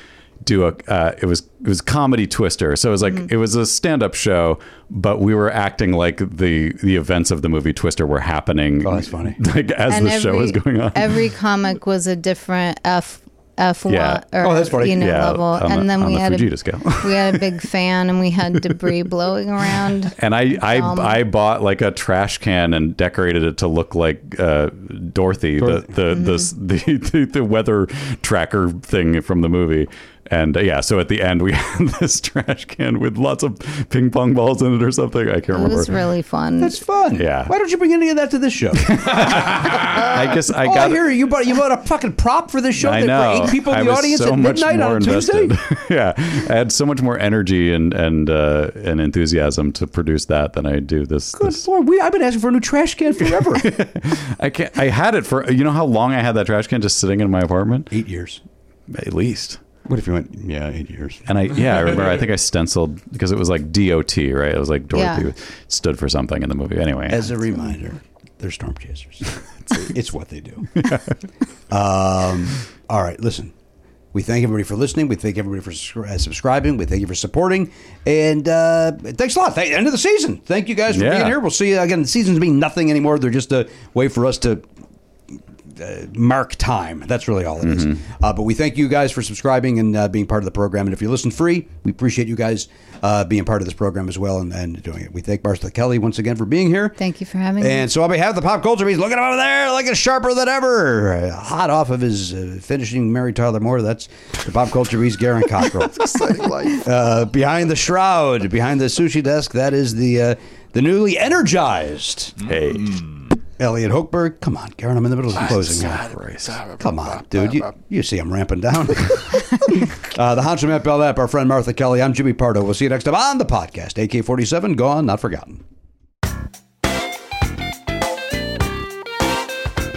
S5: do a. Uh, it was it was comedy Twister, so it was like it was a stand up show, but we were acting like the the events of the movie Twister were happening.
S1: Oh, that's funny.
S5: [LAUGHS] Like as the show was going on.
S8: every comic was a different F F
S5: Yeah.
S8: one or
S1: Oh, that's funny.
S8: you know
S5: Yeah,
S8: level,
S5: on
S8: and
S5: the-
S8: then
S5: on
S8: we
S5: the
S8: had
S5: Fujita
S8: a,
S5: scale.
S8: we
S5: [LAUGHS]
S8: had a big fan, and we had debris blowing around.
S5: and I, I,
S8: Um,
S5: I bought like a trash can and decorated it to look like uh, Dorothy, the the, [LAUGHS]
S8: Mm-hmm.
S5: the, the the the weather tracker thing from the movie. And uh, yeah, so at the end we [LAUGHS] had this trash can with lots of ping pong balls in it or something. I can't
S8: It
S5: remember.
S8: was really fun.
S1: That's fun.
S5: Yeah.
S1: Why don't you bring any of that to
S5: [LAUGHS]
S1: this show?
S5: I guess I
S1: oh,
S5: got.
S1: I hear you bought you bought a fucking prop for this show.
S5: I
S1: that
S5: know.
S1: For eight people in
S5: I
S1: the
S5: was
S1: audience
S5: so
S1: at
S5: much
S1: midnight
S5: more
S1: on a
S5: invested. [LAUGHS]
S1: Tuesday.
S5: yeah, I had so much more energy and and uh, and enthusiasm to produce that than I do this. this
S1: Good Lord, we, I've been asking for a new trash can forever.
S5: I can't. I had it for you know how long I had that trash can just sitting in my apartment.
S1: eight years.
S5: At least.
S1: What if you went? Yeah, eight years.
S5: And I, yeah, I remember. I think I stenciled because it was like DOT, right? It was like Dorothy
S8: Yeah.
S5: stood for something in the movie. Anyway,
S1: As a reminder, they're storm chasers. [LAUGHS] it's what they do. [LAUGHS] um, all right, listen. We thank everybody for listening. We thank everybody for subscri- uh, subscribing. We thank you for supporting. And uh, thanks a lot. Thank, end of the season. Thank you guys for
S5: Yeah.
S1: being here. We'll see you again. The seasons mean nothing anymore. They're just a way for us to mark time. That's really all it is.
S11: Mm-hmm.
S1: Uh, but we thank you guys for subscribing and uh, being part of the program. And if you listen free, we appreciate you guys uh, being part of this program as well and, and doing it. We thank Martha Kelly once again for being here.
S8: Thank you for having me.
S1: And so on behalf of the pop culture beast, look at him over there, looking sharper than ever, Uh, hot off of his uh, finishing Mary Tyler Moore. That's the pop culture beast, Garen
S11: [LAUGHS]
S1: Cockrell.
S11: Exciting life.
S1: Uh, behind the shroud, behind the sushi desk, that is the uh, the newly energized
S5: hey,
S1: Elliot Hochberg. Come on, Garen, I'm in the middle of closing. here.
S5: Christ.
S1: Come on, dude. You, you see I'm ramping down. [LAUGHS] uh, the Honcho Matt Belknap, our friend Martha Kelly. I'm Jimmy Pardo. We'll see you next time on the podcast. AK 47, gone, not forgotten.